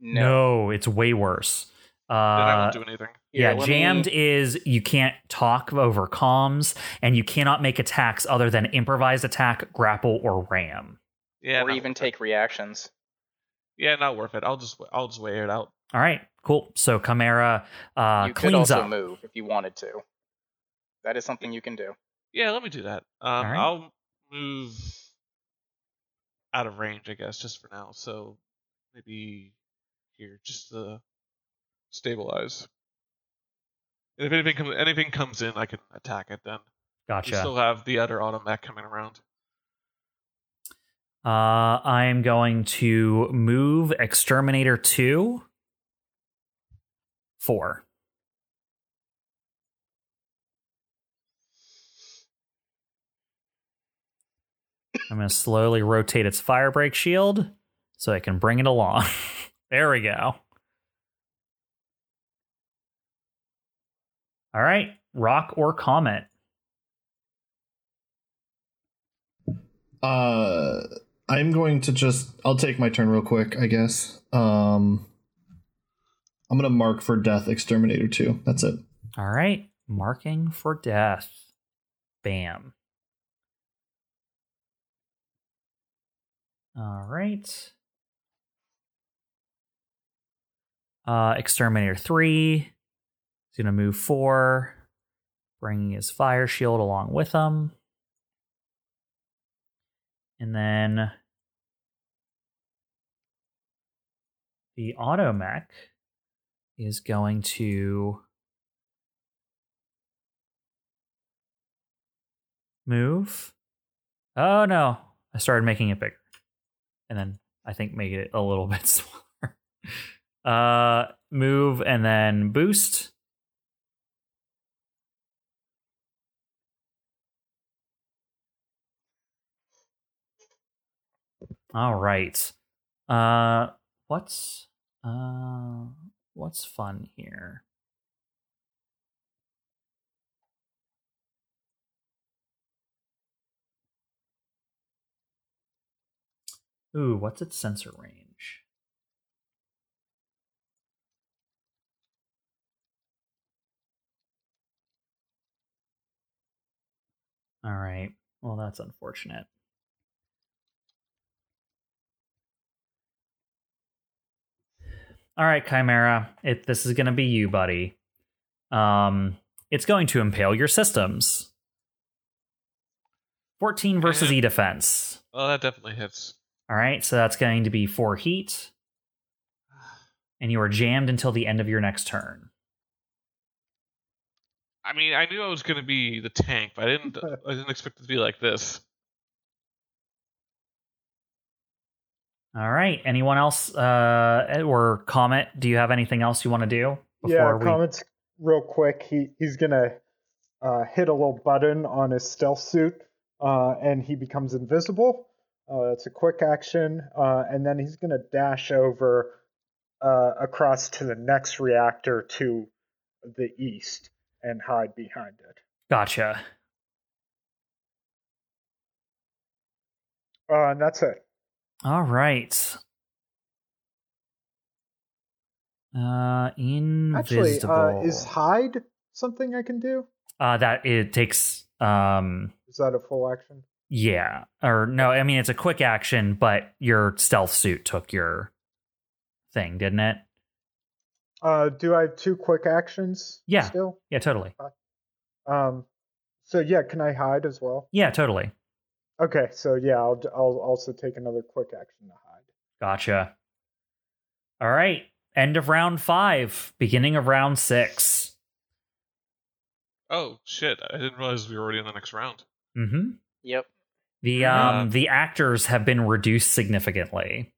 S1: No,
S3: No.
S1: it's way worse.
S4: then I
S1: Uh,
S4: won't do anything.
S1: yeah,
S3: Here, let me-
S1: jammed is you can't talk over comms, and you cannot make attacks other than improvised attack, grapple, or ram.
S4: Yeah,
S3: or
S4: not
S3: even
S4: worth it.
S3: take reactions.
S4: Yeah, not worth it. I'll just wa- I'll just weigh it out.
S1: All right, cool. So Chimera uh,
S3: you could
S1: cleans
S3: also
S1: up.
S3: move if you wanted to. That is something you can do.
S4: Yeah, let me do that. Um,
S1: Alright.
S4: I'll move out of range, I guess, just for now. So maybe here, just to stabilize. And if anything comes anything comes in, I can attack it. Then we
S1: Gotcha.
S4: still have the other auto mech coming around.
S1: Uh, I'm going to move Exterminator two. Four. I'm going to slowly rotate its fire break shield so I can bring it along. there we go. All right, rock or comet.
S5: Uh, I'm going to just. I'll take my turn real quick, I guess. Um, I'm gonna mark for death exterminator two. That's it.
S1: All right, marking for death. Bam. All right. Uh, Exterminator 3 is going to move 4, bringing his fire shield along with him. And then the Automech is going to move. Oh no, I started making it bigger, and then I think make it a little bit smaller. Uh, move and then boost. All right. Uh, what's uh, what's fun here? Ooh, what's its sensor range? All right. Well, that's unfortunate. All right, Chimera. It, this is going to be you, buddy. Um, it's going to impale your systems. 14 versus
S4: Yeah.
S1: E defense.
S4: Well, that definitely hits.
S1: All right, so that's going to be 4 heat. And you are jammed until the end of your next turn.
S4: I mean, I knew I was gonna be the tank, but I didn't. I didn't expect it to be like this.
S1: All right. Anyone else uh, or comment? Do you have anything else you want to do?
S2: yeah,
S1: we-
S2: comments real quick. He he's gonna uh, hit a little button on his stealth suit, uh, and he becomes invisible. Uh, that's a quick action, uh, and then he's gonna dash over uh, across to the next reactor to the east and hide behind it.
S1: Gotcha.
S2: Uh, and that's it.
S1: All right. Uh,
S2: Actually,
S1: invisible.
S2: uh, is hide something I can do?
S1: Uh, that it takes. Um,
S2: Is that a full action?
S1: yeah, or no? I mean, it's a quick action, but your stealth suit took your thing, didn't it?
S2: Uh, do I have two quick actions?
S1: Yeah.
S2: Still.
S1: Yeah, totally.
S2: Um. So yeah, can I hide as well?
S1: Yeah, totally.
S2: Okay, so yeah, I'll I'll also take another quick action to hide.
S1: Gotcha. All right. End of round five. Beginning of round six.
S4: Oh shit! I didn't realize we were already in the next round.
S1: Mm-hmm.
S3: Yep.
S1: The
S4: Yeah.
S1: um the actors have been reduced significantly.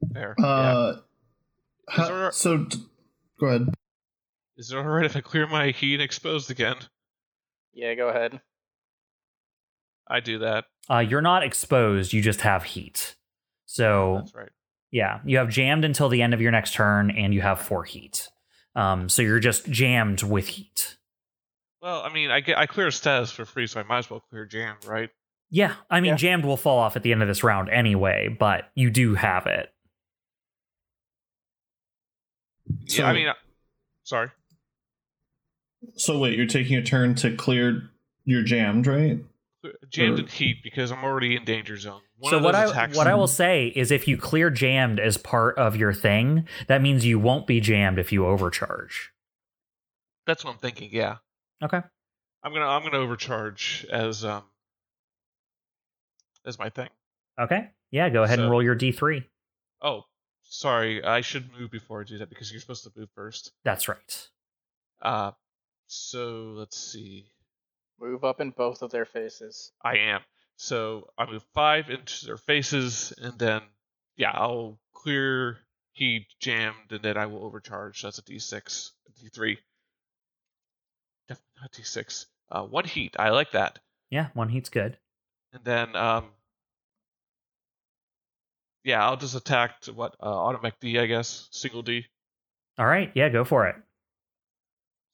S4: There. yeah.
S5: Uh, ho-
S4: Is there-
S5: so, d- go ahead.
S4: Is it alright if I clear my heat exposed again?
S3: Yeah, go ahead.
S4: I do that.
S1: Uh, you're not exposed; you just have heat. So
S4: That's right.
S1: yeah, you have jammed until the end of your next turn, and you have four heat. Um, so you're just jammed with heat.
S4: Well, I mean, I get I clear status for free, so I might as well clear jam, right?
S1: Yeah, I mean,
S2: Yeah.
S1: jammed will fall off at the end of this round anyway, but you do have it.
S5: So,
S4: yeah. I mean, uh, I- sorry.
S5: so wait, you're taking a turn to clear. You're jammed, right?
S4: Clear- Jammed in heat because I'm already in danger zone.
S1: Mm.
S4: One
S1: so
S4: of
S1: what
S4: those
S1: I
S4: attacks
S1: what I will say is, if you clear jammed as part of your thing, that means you won't be jammed if you overcharge.
S4: That's what I'm thinking. Yeah.
S1: Okay.
S4: I'm gonna I'm gonna overcharge as um as my thing.
S1: Okay. Yeah. Go ahead and
S4: So-
S1: roll your d three.
S4: Oh, sorry. I should move before I do that because you're supposed to move first.
S1: That's right.
S4: Uh, so let's see.
S3: Move up in both of their faces.
S4: I am. So I move five into their faces, and then yeah, I'll clear he jammed, and then I will overcharge. That's a D6, a D3. Definitely not D6. Uh, one heat. I like that.
S1: Yeah, one heat's good.
S4: And then um, yeah, I'll just attack to what uh, automatic D, I guess, single D.
S1: All right, yeah, go for it.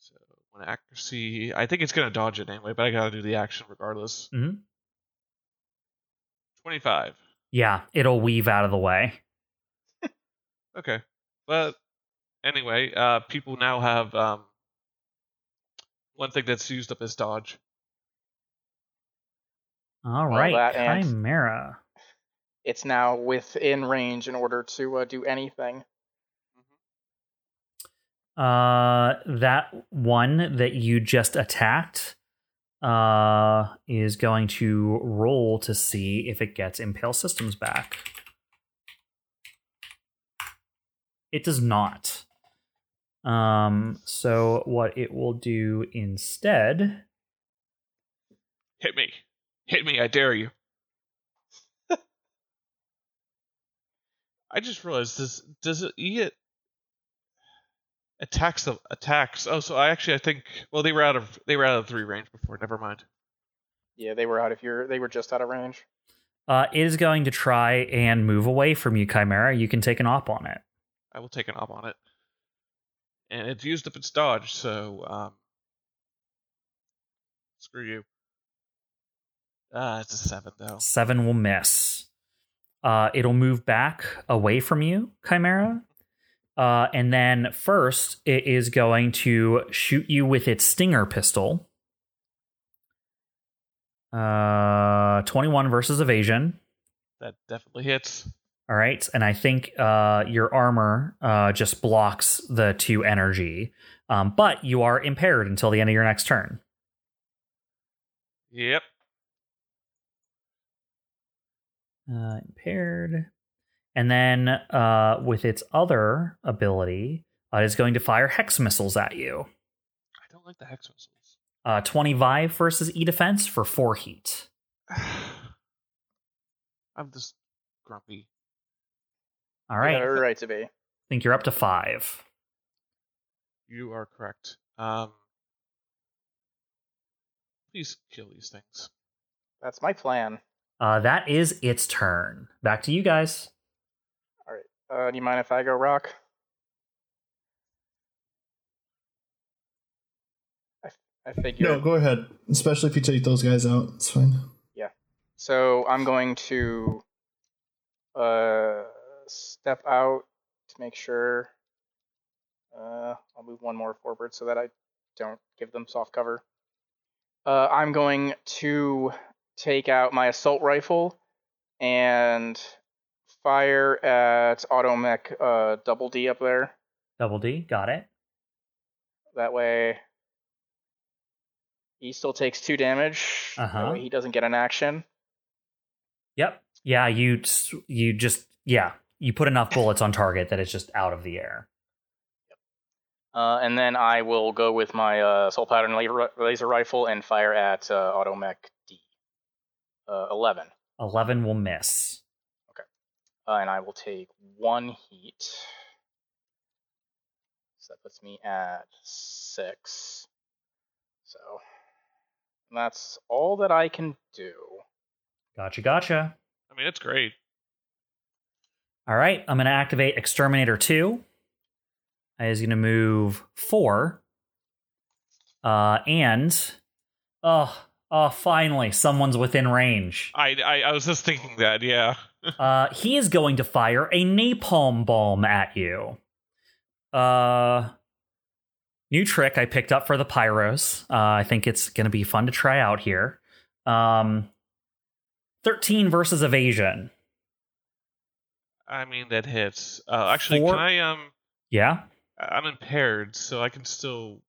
S4: So when accuracy, I think it's gonna dodge it anyway, but I gotta do the action regardless.
S1: Mhm.
S4: Twenty-five.
S1: Yeah, it'll weave out of the way.
S4: Okay. But anyway, uh, people now have um, one thing that's used up as dodge.
S1: All right,
S3: that and-
S1: Chimera.
S3: It's now within range in order to uh, do anything.
S1: Uh, that one that you just attacked uh is going to roll to see if it gets impale systems back. It does not. Um, so what it will do instead
S4: Hit me. Hit me, I dare you. I just realized this does it eat it attacks of attacks. Oh, so I actually I think well they were out of they were out of three range before, never mind.
S3: Yeah, they were out of your. They were just out of range.
S1: uh it is going to try and move away from you, Chimera. You can take an op on it.
S4: I will take an op on it. And it's used up its dodge, so um screw you. Ah, it's a seven though.
S1: Seven will miss. Uh, it'll move back away from you, Chimera. Uh, and then first, it is going to shoot you with its stinger pistol. Uh, 21 versus evasion.
S4: That definitely hits.
S1: All right. And I think uh, your armor uh, just blocks the two energy, um, but you are impaired until the end of your next turn.
S4: Yep.
S1: Uh, impaired. And then uh, with its other ability, uh, it is going to fire hex missiles at you.
S4: I don't like the hex missiles.
S1: Uh, 20 Vive versus E defense for 4 heat.
S4: I'm just grumpy.
S1: All right.
S3: You're right to be.
S1: I think you're up to 5.
S4: You are correct. Um, please kill these things.
S3: That's my plan.
S1: Uh, that is its turn. Back to you guys.
S3: Uh, do you mind if I go rock? I, I figure.
S5: No, go ahead. Especially if you take those guys out, it's fine.
S3: So I'm going to uh, step out to make sure. Uh, I'll move one more forward so that I don't give them soft cover. Uh, I'm going to take out my assault rifle and fire at Automech uh, Double D up there.
S1: Double D, got it.
S3: That way, he still takes two damage. That
S1: Uh-huh.
S3: way He doesn't get an action.
S1: Yep. Yeah, you s- you just yeah, you put enough bullets on target that it's just out of the air.
S3: Uh, and then I will go with my uh, soul pattern laser, laser rifle and fire at uh, Automech D. Uh, 11.
S1: 11 will miss.
S3: Uh, and I will take one heat. So that puts me at six. So and that's all that I can do.
S1: Gotcha, gotcha.
S4: I mean, it's great.
S1: All right, I'm going to activate Exterminator 2. It Is going to move 4. Uh and oh, oh finally someone's within range.
S4: I, I I was just thinking that. Yeah.
S1: Uh, he is going to fire a napalm bomb at you. Uh, new trick I picked up for the pyros. Uh, I think it's going to be fun to try out here. Um, 13 versus evasion.
S4: I mean, that hits. Uh, actually,
S1: Four-
S4: can I um?
S1: Yeah.
S4: I- I'm impaired, so I can still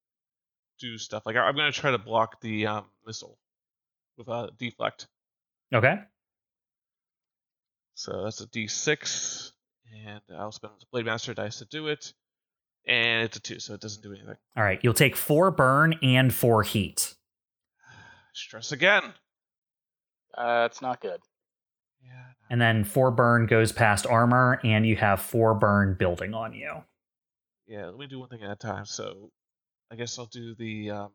S4: do stuff. Like I- I'm gonna try to block the um missile with a deflect.
S1: Okay.
S4: So that's a D6, and I'll spend the blade master dice to do it, and it's a two, so it doesn't do anything.
S1: All right. You'll take four burn and four heat.
S4: Stress again.
S3: Uh, it's not good.
S4: Yeah.
S1: And then four burn goes past armor, and you have four burn building on you.
S4: Yeah. Let me do one thing at a time. So I guess I'll do the um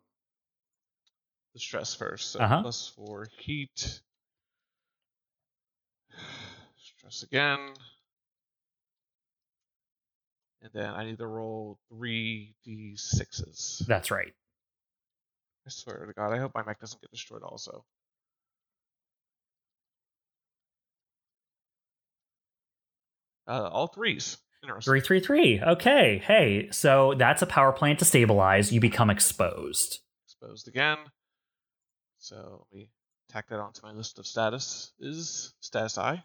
S4: the stress first. So
S1: Uh-huh.
S4: plus four heat. Stress again. And then I need to roll three d sixes.
S1: That's right.
S4: I swear to God, I hope my mech doesn't get destroyed also. Uh, all threes. Interesting.
S1: Three, three, three. Okay. Hey, so that's a power plant to stabilize. You become exposed.
S4: Exposed again. So let me tack that onto my list of status. Is status I?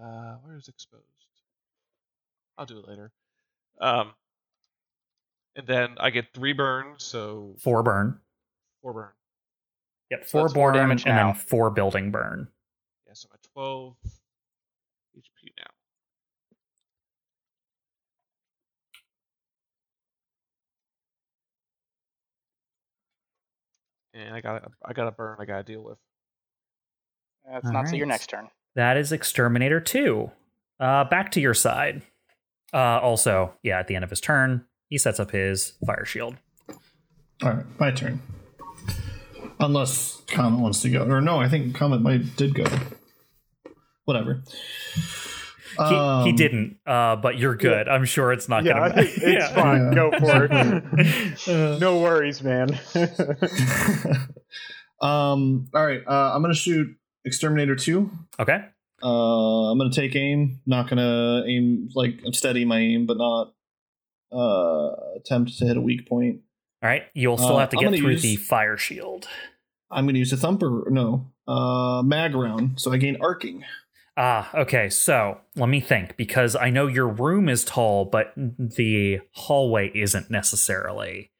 S4: Uh, where is exposed? I'll do it later. Um, and then I get three burn, so
S1: Four burn.
S4: four burn.
S1: Yep,
S3: So
S1: four
S3: that's four
S1: burn
S3: damage
S1: and
S3: now.
S1: then four building burn.
S4: Yeah, so I'm at 12 HP now. And I got I got a burn I gotta deal with.
S3: That's
S1: All
S3: not till your
S1: right.
S3: next turn.
S1: That is Exterminator two. Uh, back to your side. Uh, also, yeah, at the end of his turn, he sets up his fire shield.
S5: All right, my turn. Unless Comet wants to go, or no, I think Comet might did go. Whatever.
S1: He, he
S5: Um,
S1: didn't, uh, but you're good. I'm sure it's not
S2: yeah,
S1: gonna.
S2: it's fine. Go for
S1: Uh,
S2: it. no worries, man.
S5: um. All right. Uh, I'm gonna shoot Exterminator two.
S1: okay.
S5: Uh, I'm gonna take aim. Not gonna aim like I'm steady my aim, but not uh attempt to hit a weak point.
S1: All right. You'll still
S5: Uh,
S1: have to
S5: I'm
S1: get
S5: gonna
S1: through
S5: use-
S1: the fire shield.
S5: I'm going to use a thumper. No, uh, mag round. So I gain arcing.
S1: Ah, okay. So let me think because I know your room is tall, but the hallway isn't necessarily.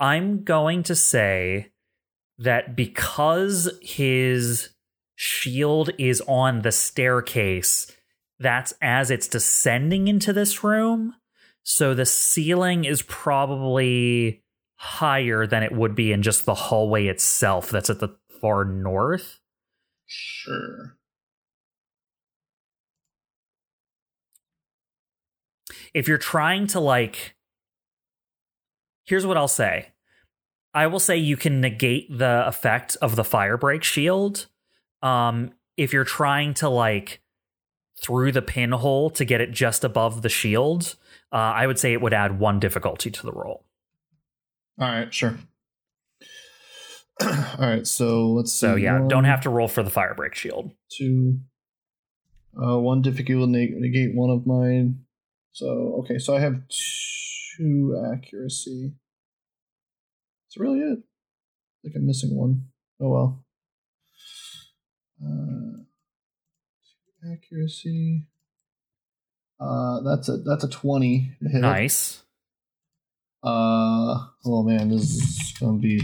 S1: I'm going to say that because his shield is on the staircase, that's as it's descending into this room. So the ceiling is probably higher than it would be in just the hallway itself that's at the far north.
S5: Sure.
S1: if you're trying to like here's what i'll say i will say you can negate the effect of the fire break shield um if you're trying to like through the pinhole to get it just above the shield uh, i would say it would add one difficulty to the roll
S5: All right, sure. All right, so let's see.
S1: so yeah don't
S5: One,
S1: have to roll for the fire break shield
S5: two. Uh, one difficulty will neg- negate one of mine. So okay, so I have two accuracy. That's really it. I think I'm missing one. Oh well. Uh, two accuracy. Uh, that's a that's a twenty. to hit it.
S1: nice
S5: Uh, oh man, this is gonna be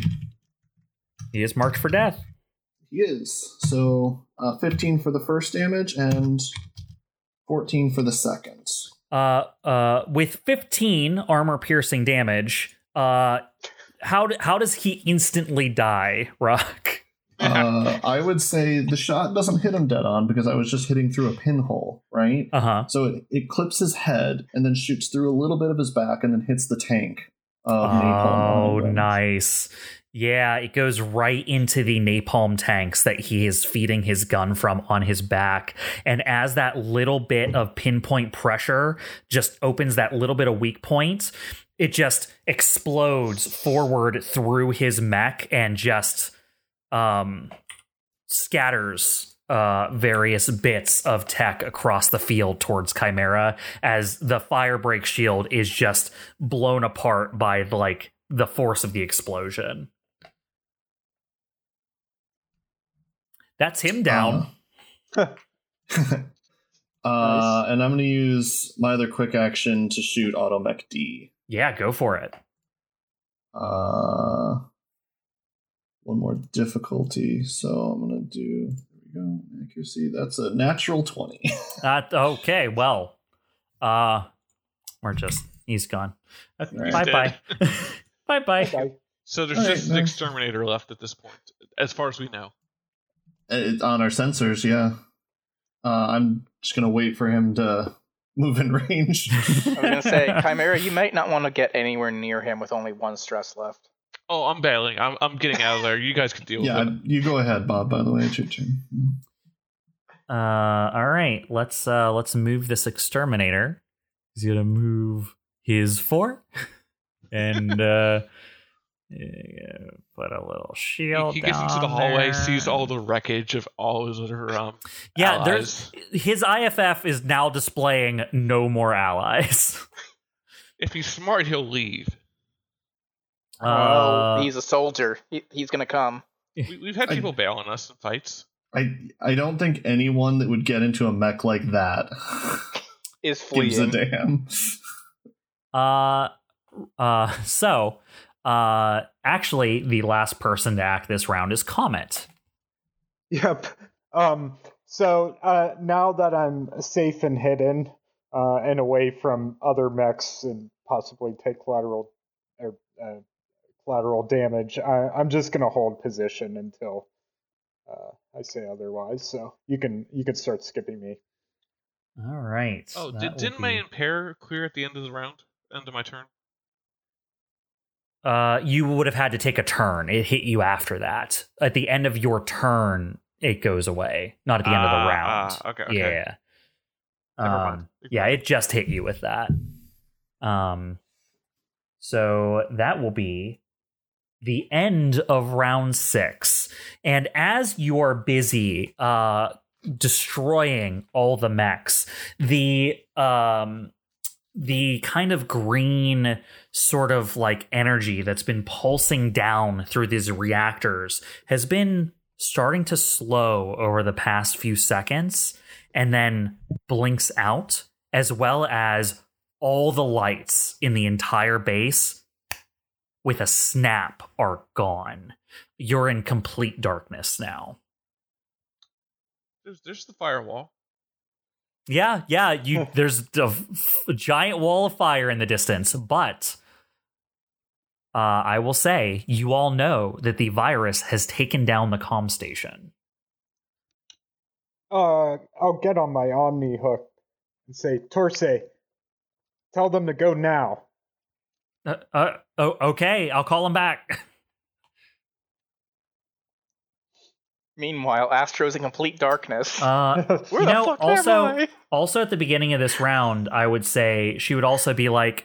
S1: he is marked for death
S5: He is. So uh, 15 for the first damage and 14 for the second.
S1: uh uh with 15 armor piercing damage uh how d- how does he instantly die rock
S5: Uh, I would say the shot doesn't hit him dead on because I was just hitting through a pinhole, right?
S1: uh-huh
S5: So it, it clips his head and then shoots through a little bit of his back and then hits the tank. Of napalm
S1: Oh,
S5: on the ground.
S1: nice. Yeah, it goes right into the napalm tanks that he is feeding his gun from on his back. And as that little bit of pinpoint pressure just opens that little bit of weak point, it just explodes forward through his mech and just um, scatters uh, various bits of tech across the field towards Chimera as the firebreak shield is just blown apart by like the force of the explosion. That's him down.
S5: Uh, uh, and I'm going to use my other quick action to shoot Automech D.
S1: yeah, go for it.
S5: Uh, one more difficulty. So I'm gonna do. There we go. Accuracy. That's a natural twenty.
S1: Uh, okay, well, uh, we're just he's gone.
S5: Right.
S1: Bye bye. bye bye.
S2: Okay.
S4: So there's
S5: Alright,
S4: just
S5: then.
S4: an exterminator left at this point, as far as we know.
S5: It, on our sensors, yeah. Uh, I'm just gonna wait for him to move in range.
S3: I was gonna say, Chimera, you might not want to get anywhere near him with only one stress left.
S4: Oh, I'm bailing. I'm, I'm getting out of there. You guys can deal
S5: yeah,
S4: with it.
S5: you go ahead, Bob. By the way, it's your turn.
S1: Uh, all right, let's uh let's move this exterminator. He's gonna move his four, and uh, yeah, put a little
S4: He,
S1: shield.
S4: he gets into the
S1: down
S4: hallway,
S1: there.
S4: sees all the wreckage of all his other um.
S1: Yeah,
S4: allies.
S1: there's his IFF is now displaying no more allies.
S4: If he's smart, he'll leave.
S1: Uh,
S3: oh, he's a soldier. He, he's gonna come.
S4: We, we've had
S5: I-
S4: people bail on us in fights.
S5: I I don't think anyone that would get into a mech like that
S3: Is
S5: gives a
S3: fleeing.
S5: damn.
S1: Uh, uh, so, uh, actually, the last person to act this round is Comet.
S2: Yep. Um, so uh, now that I'm safe and hidden uh, and away from other mechs and possibly take collateral or uh, collateral damage, I, I'm just gonna hold position until uh, I say otherwise. So you can you can start skipping me.
S1: All right.
S4: Oh,
S1: that
S4: did,
S1: will
S4: didn't my impair clear at the end of the round? End of my turn.
S1: be- uh, you would have had to take a turn. It hit you after that. At the end of your turn, it goes away. Not at the end of
S4: Ah,
S1: the round.
S4: ah, okay, okay.
S1: Yeah.
S4: Never
S1: Um,
S4: mind.
S1: yeah, it just hit you with that. Um, so that will be the end of round six. And as you're busy uh, destroying all the mechs, the um, the kind of green sort of like energy that's been pulsing down through these reactors has been starting to slow over the past few seconds and then blinks out, as well as all the lights in the entire base with a snap are gone. You're in complete darkness now.
S4: There's, there's the firewall.
S1: Yeah, yeah. You there's a, f- a giant wall of fire in the distance, but uh, I will say you all know that the virus has taken down the com station.
S2: Uh, I'll get on my Omni hook and say, Torse, tell them to go now.
S1: Uh, uh, oh, okay, I'll call him back.
S3: Meanwhile, Astro's in complete darkness.
S1: Uh,
S3: Where
S1: you
S3: the
S1: know,
S3: fuck
S1: also-
S3: am I?
S1: also at the beginning of this round i would say she would also be like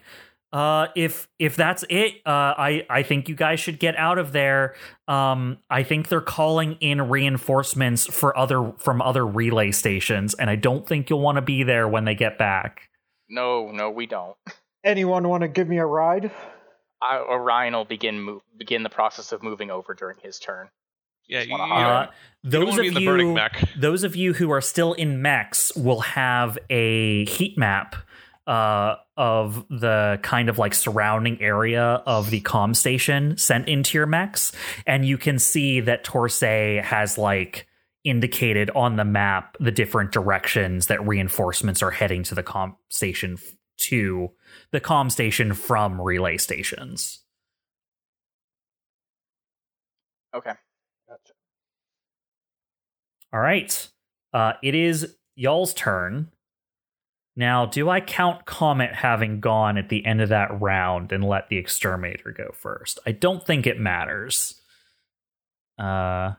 S1: uh if if that's it uh i i think you guys should get out of there um i think they're calling in reinforcements for other from other relay stations and i don't think you'll want to be there when they get back
S3: No, no, we don't.
S2: Anyone want to give me a ride?
S3: I, Orion will begin move, begin the process of moving over during his turn.
S4: Yeah,
S3: Just
S4: you,
S3: wanna
S4: you,
S3: hide.
S4: don't-
S1: uh
S4: you don't
S1: those of
S4: want to be in the
S1: you
S4: burning mech.
S1: those of you who are still in mechs will have a heat map uh, of the kind of like surrounding area of the com station sent into your mechs, and you can see that Torsay has like indicated on the map the different directions that reinforcements are heading to the com station f- to the com station from relay stations.
S3: Okay.
S2: Gotcha.
S1: All right. Uh, it is y'all's turn. Now, do I count Comet having gone at the end of that round and let the exterminator go first? I don't think it matters. Uh,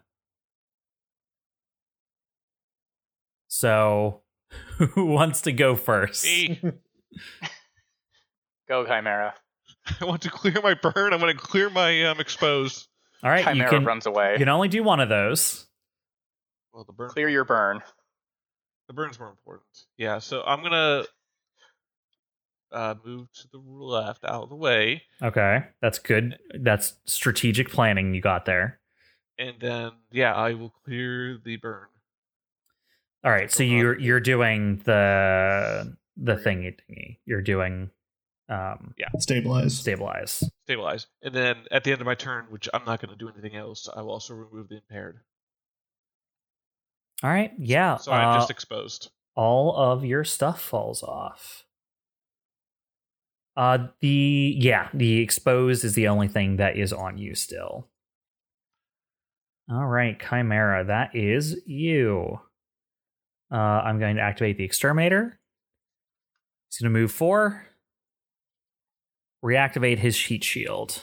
S1: so, who wants to go first?
S4: Me.
S3: Go, Chimera.
S4: I want to clear my burn. I want to clear my um exposed.
S1: All right, you
S3: Chimera
S1: can,
S3: runs away.
S1: you can only do one of those.
S4: Well, the burn
S3: Clear your burn.
S4: the burn's more important. Yeah, so I'm gonna uh move to the left, out of the way,
S1: Okay, that's good. That's strategic planning you got there.
S4: and then yeah, I will clear the burn.
S1: All right, so
S4: Uh-huh.
S1: you're you're doing the the thingy thingy. You're doing um
S5: Stabilize.
S1: stabilize.
S4: stabilize. And then at the end of my turn, which I'm not going to do anything else, I will also remove the impaired.
S1: All right, yeah.
S4: So I'm
S1: uh,
S4: just exposed.
S1: all of your stuff falls off. Uh the yeah, the exposed is the only thing that is on you still. All right, Chimera, that is you. Uh I'm going to activate the exterminator. He's going to move 4. Reactivate his sheet shield.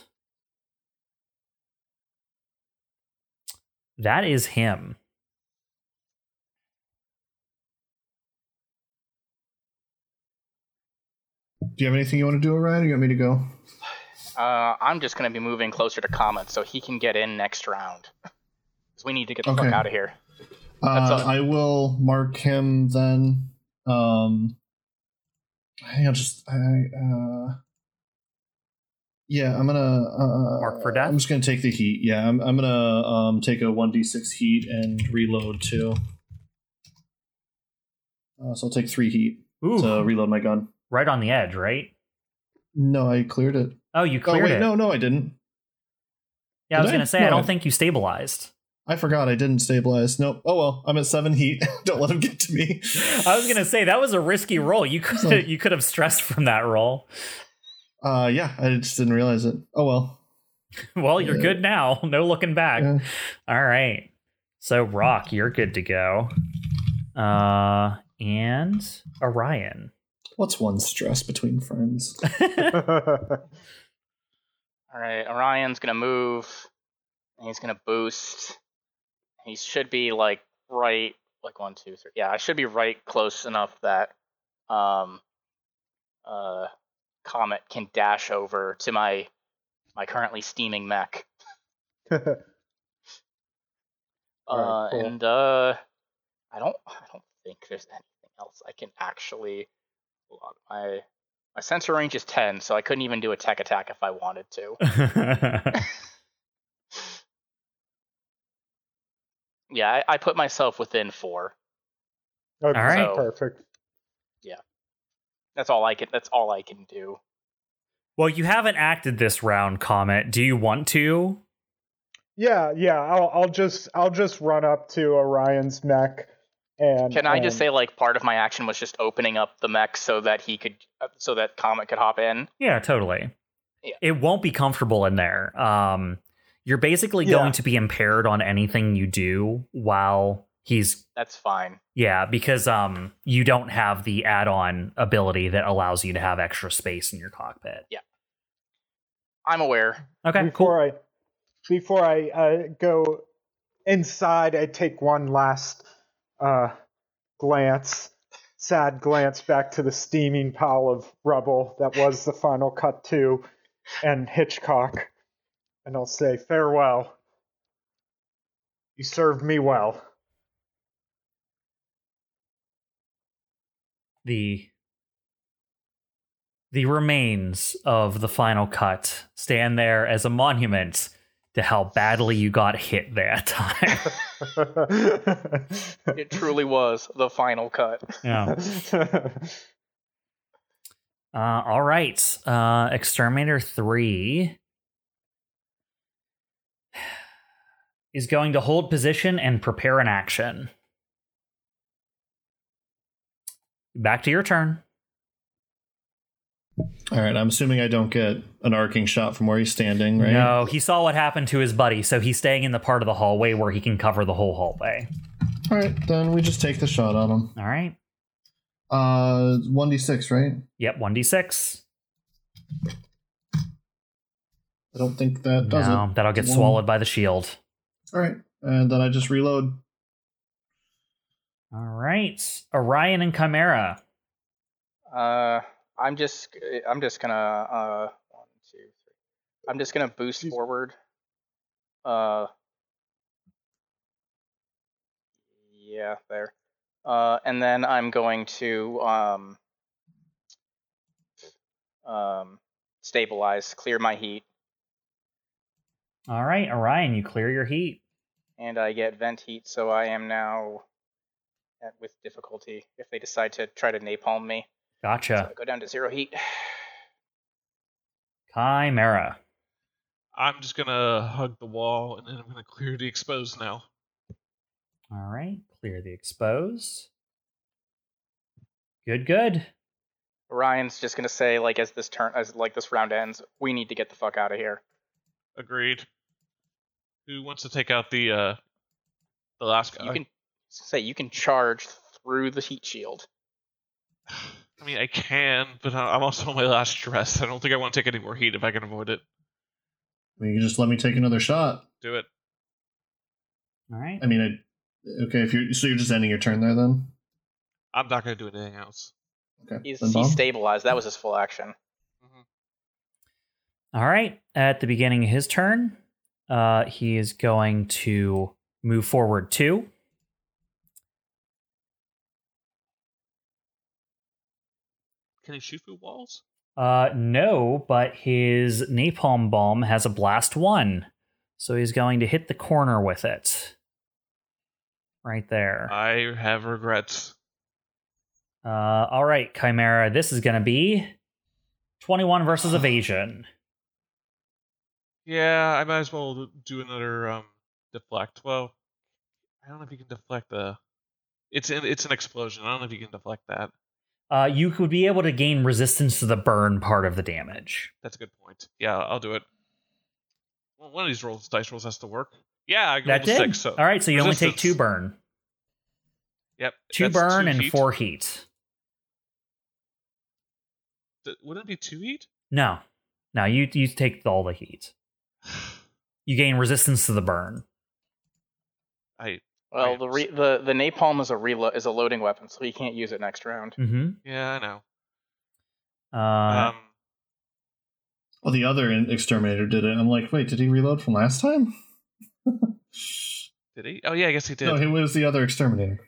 S1: That is him.
S5: Do you have anything you want to do, Orion? Or you want me to go?
S3: Uh, I'm just going to be moving closer to Comet so he can get in next round. 'Cause we need to get the
S5: Okay.
S3: fuck out of here. That's
S5: Uh,
S3: all.
S5: I will mark him then. Um, I think I'll just. I, uh, yeah, I'm gonna uh,
S1: Mark for death?
S5: I'm just gonna take the heat. Yeah, I'm, I'm gonna um, take a one d six heat and reload too. Uh, so I'll take three heat
S1: Ooh.
S5: to reload my gun.
S1: right on the edge, right?
S5: No, I cleared it.
S1: Oh, you cleared
S5: oh wait,
S1: it.
S5: no, no, I didn't.
S1: yeah, I was
S5: did I?
S1: gonna say I
S5: No,
S1: don't
S5: I-
S1: think you stabilized.
S5: I forgot I didn't stabilize. Nope. Oh well, I'm at seven heat. Don't let him get to me.
S1: I was gonna say that was a risky roll. You could
S5: Sorry.
S1: you could have stressed from that roll.
S5: Uh, yeah, I just didn't realize it. Oh well.
S1: Well, you're
S5: Yeah.
S1: good now. No looking back.
S5: Yeah.
S1: All right. So Rock, you're good to go. Uh, and Orion.
S5: What's one stress between friends?
S3: All right, Orion's going to move. And he's going to boost. He should be like right, like one, two, three. Yeah, I should be right close enough that um, uh, Comet can dash over to my my currently steaming mech.
S2: Alright,
S3: Uh,
S2: cool.
S3: and uh, I don't, I don't think there's anything else I can actually log my My sensor range is 10, so I couldn't even do a tech attack if I wanted to. Yeah, I, I put myself within four.
S2: Okay,
S1: All right.
S3: So-
S2: Perfect.
S3: That's all I can. That's all I can do.
S1: well, you haven't acted this round, Comet. Do you want to?
S2: Yeah, yeah. I'll, I'll just I'll just run up to Orion's neck and. um,
S3: Can I just
S2: and-
S3: say like part of my action was just opening up the mech so that he could, uh, so that Comet could hop in.
S1: Yeah, totally.
S3: Yeah.
S1: It won't be comfortable in there. Um, you're basically
S2: Yeah.
S1: going to be impaired on anything you do while he's
S3: That's fine.
S1: yeah, because um you don't have the add-on ability that allows you to have extra space in your cockpit.
S3: I'm aware.
S1: Okay, cool.
S2: before I before I uh, go inside, I take one last uh, glance, sad glance back to the steaming pile of rubble that was the final cut two, and Hitchcock, and I'll say farewell. You served me well.
S1: The the remains of the final cut stand there as a monument to how badly you got hit that time.
S3: It truly was the final cut.
S1: yeah. Uh, all right. Uh, Exterminator 3 is going to hold position and prepare an action. Back to your turn.
S5: All right, I'm assuming I don't get an arcing shot from where he's standing, right?
S1: No, he saw what happened to his buddy, so he's staying in the part of the hallway where he can cover the whole hallway.
S5: All right, then we just take the shot on him.
S1: All right.
S5: Uh, 1d6, right?
S1: Yep, 1d6.
S5: I don't think that does
S1: no,
S5: it.
S1: that'll get
S5: One.
S1: swallowed by the shield.
S5: All right, and then I just reload.
S1: All right. Orion and Chimera.
S3: Uh, I'm just, eh, I'm just gonna, uh, one, two, three. I'm just gonna boost
S2: Excuse-
S3: forward. Uh, yeah, there. Uh, and then I'm going to, um, um, stabilize, clear my heat,
S1: All right, Orion, you clear your heat.
S3: and I get vent heat, so I am now at with difficulty if they decide to try to napalm me. So
S1: Gotcha.
S3: I go down to zero heat.
S1: Chimera.
S4: I'm just gonna hug the wall and then I'm gonna clear the exposed now.
S1: All right, clear the expose. Good, good.
S3: Ryan's just gonna say like as this turn as like this round ends, we need to get the fuck out of here.
S4: Agreed. Who wants to take out the uh the last guy?
S3: You can say you can charge through the heat shield.
S4: I mean, I can, but I- I'm also on my last dress. I don't think I want to take any more heat if I can avoid it.
S5: Well, You just let me take another shot.
S4: Do it.
S1: All right.
S5: I mean, I, okay, if you're so you're just ending your turn there then.
S4: I'm not gonna do anything else.
S5: Okay.
S3: He's,
S5: then
S3: he's
S5: bomb.
S3: stabilized. That was his full action.
S1: All right. At the beginning of his turn, uh, he is going to move forward two.
S4: Can he shoot through walls?
S1: Uh, no, but his napalm bomb has a blast one, so he's going to hit the corner with it. Right there.
S4: I have regrets.
S1: Uh, all right, Chimera. This is going to be twenty-one versus evasion.
S4: Yeah, I might as well do another um deflect. Well, I don't know if you can deflect the. It's an, it's an explosion. I don't know if you can deflect that.
S1: Uh, you could be able to gain resistance to the burn part of the damage.
S4: That's a good point. Yeah, I'll do it. Well, one of these rolls, dice rolls, has to work. Yeah, I
S1: That
S4: got
S1: did.
S4: six. So
S1: All right, so you only take
S4: Resistance.
S1: two burn,
S4: Yep.
S1: two
S4: that's
S1: burn, and
S4: heat.
S1: four heat.
S4: Th- Wouldn't it be two heat?
S1: No, no, you you take all the heat. You gain resistance to the burn.
S4: I
S3: Well,
S4: Right.
S3: the re- the the napalm is a reload is a loading weapon, so he can't use it next round.
S1: hmm
S4: yeah, I know.
S1: Uh,
S4: Um,
S5: Well, the other in- exterminator did it. I'm like, wait, did he reload from last time?
S4: did he? Oh yeah, I guess he did.
S5: No, it was the other exterminator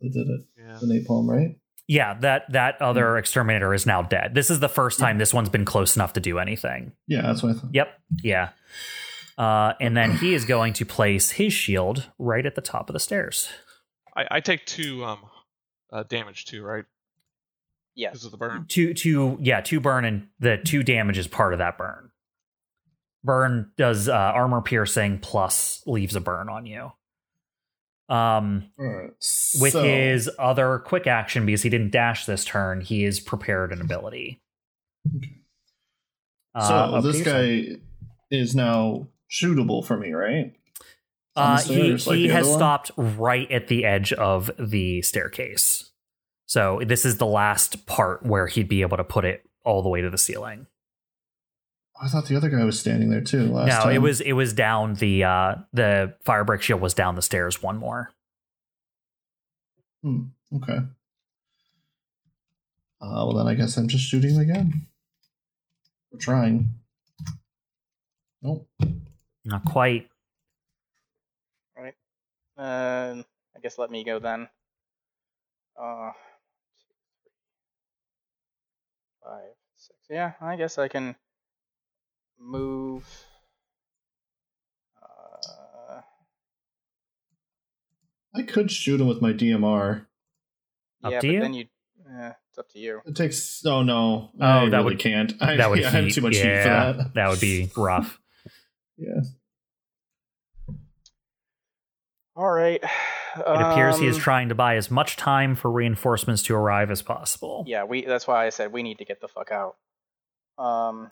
S5: that did it.
S4: yeah.
S5: The napalm, right?
S1: Yeah, that that other
S4: hmm.
S1: exterminator is now dead. This is the first time this one's been close enough to do anything.
S5: Yeah, that's what I thought.
S1: Yep. Yeah. Uh, and then he is going to place his shield right at the top of the stairs.
S4: I, I take two um uh, damage too, right?
S3: Yes.
S4: Because of the burn.
S1: Two, two, yeah, two burn and the two damage is part of that burn. Burn does uh, armor piercing plus leaves a burn on you. Um,
S5: Alright,
S1: with
S5: so-
S1: his other quick action because he didn't dash this turn, he is prepared an ability.
S5: so
S1: Uh,
S5: this
S1: okay, so-
S5: guy is now shootable for me, right? on
S1: Uh,
S5: the
S1: he
S5: stairs, like
S1: he
S5: the
S1: has
S5: other one?
S1: stopped right at the edge of the staircase. So this is the last part where he'd be able to put it all the way to the ceiling.
S5: I thought the other guy was standing there too. Last
S1: no,
S5: time.
S1: it was it was down the uh the firebrick shield was down the stairs one more.
S5: Hmm, okay. Uh, well, then I guess I'm just shooting again. We're trying. Nope.
S1: Not quite.
S3: Um, I guess let me go then. Uh, five, six. Yeah, I guess I can move. Uh,
S5: I could shoot him with my DMR.
S1: Up
S3: yeah,
S1: to
S3: but
S1: you?
S3: then you. Yeah, it's up to you.
S5: It takes. Oh no. Oh,
S1: that
S5: I really
S1: would-
S5: can't. I,
S1: That would
S5: yeah, I have
S1: heat-
S5: too much heat for
S1: yeah,
S5: that.
S1: would be rough.
S5: Yeah.
S3: All right. It
S1: It appears
S3: Um,
S1: he is trying to buy as much time for reinforcements to arrive as possible.
S3: Yeah, we. That's why I said we need to get the fuck out. Um,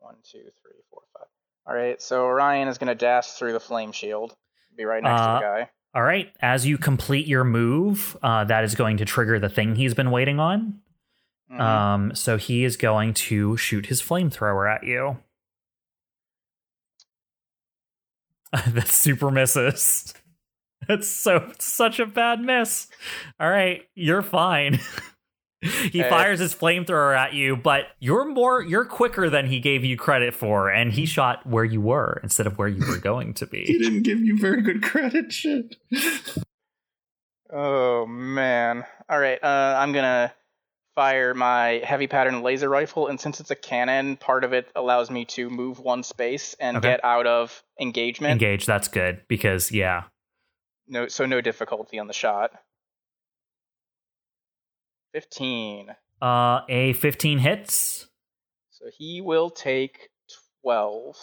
S3: one, two, three, four, five. All right. So Orion is gonna dash through the flame shield. Be right next to
S1: Uh,
S3: the guy.
S1: All right. As you complete your move, uh, that is going to trigger the thing he's been waiting on.
S3: Mhm.
S1: Um, so he is going to shoot his flamethrower at you. that super misses. That's so such a bad miss. All right, you're fine. he
S3: Hey.
S1: fires his flamethrower at you, but you're more you're quicker than he gave you credit for, and he shot where you were instead of where you were going to
S5: He
S1: be.
S5: didn't give you very good credit. Shit.
S3: Oh man. All right, uh, I'm gonna fire my heavy pattern laser rifle, and since it's a cannon, part of it allows me to move one space and
S1: Okay.
S3: get out of engagement.
S1: Engage, that's good because yeah.
S3: No, so no difficulty on the shot. Fifteen.
S1: Uh a 15 hits.
S3: So he will take twelve.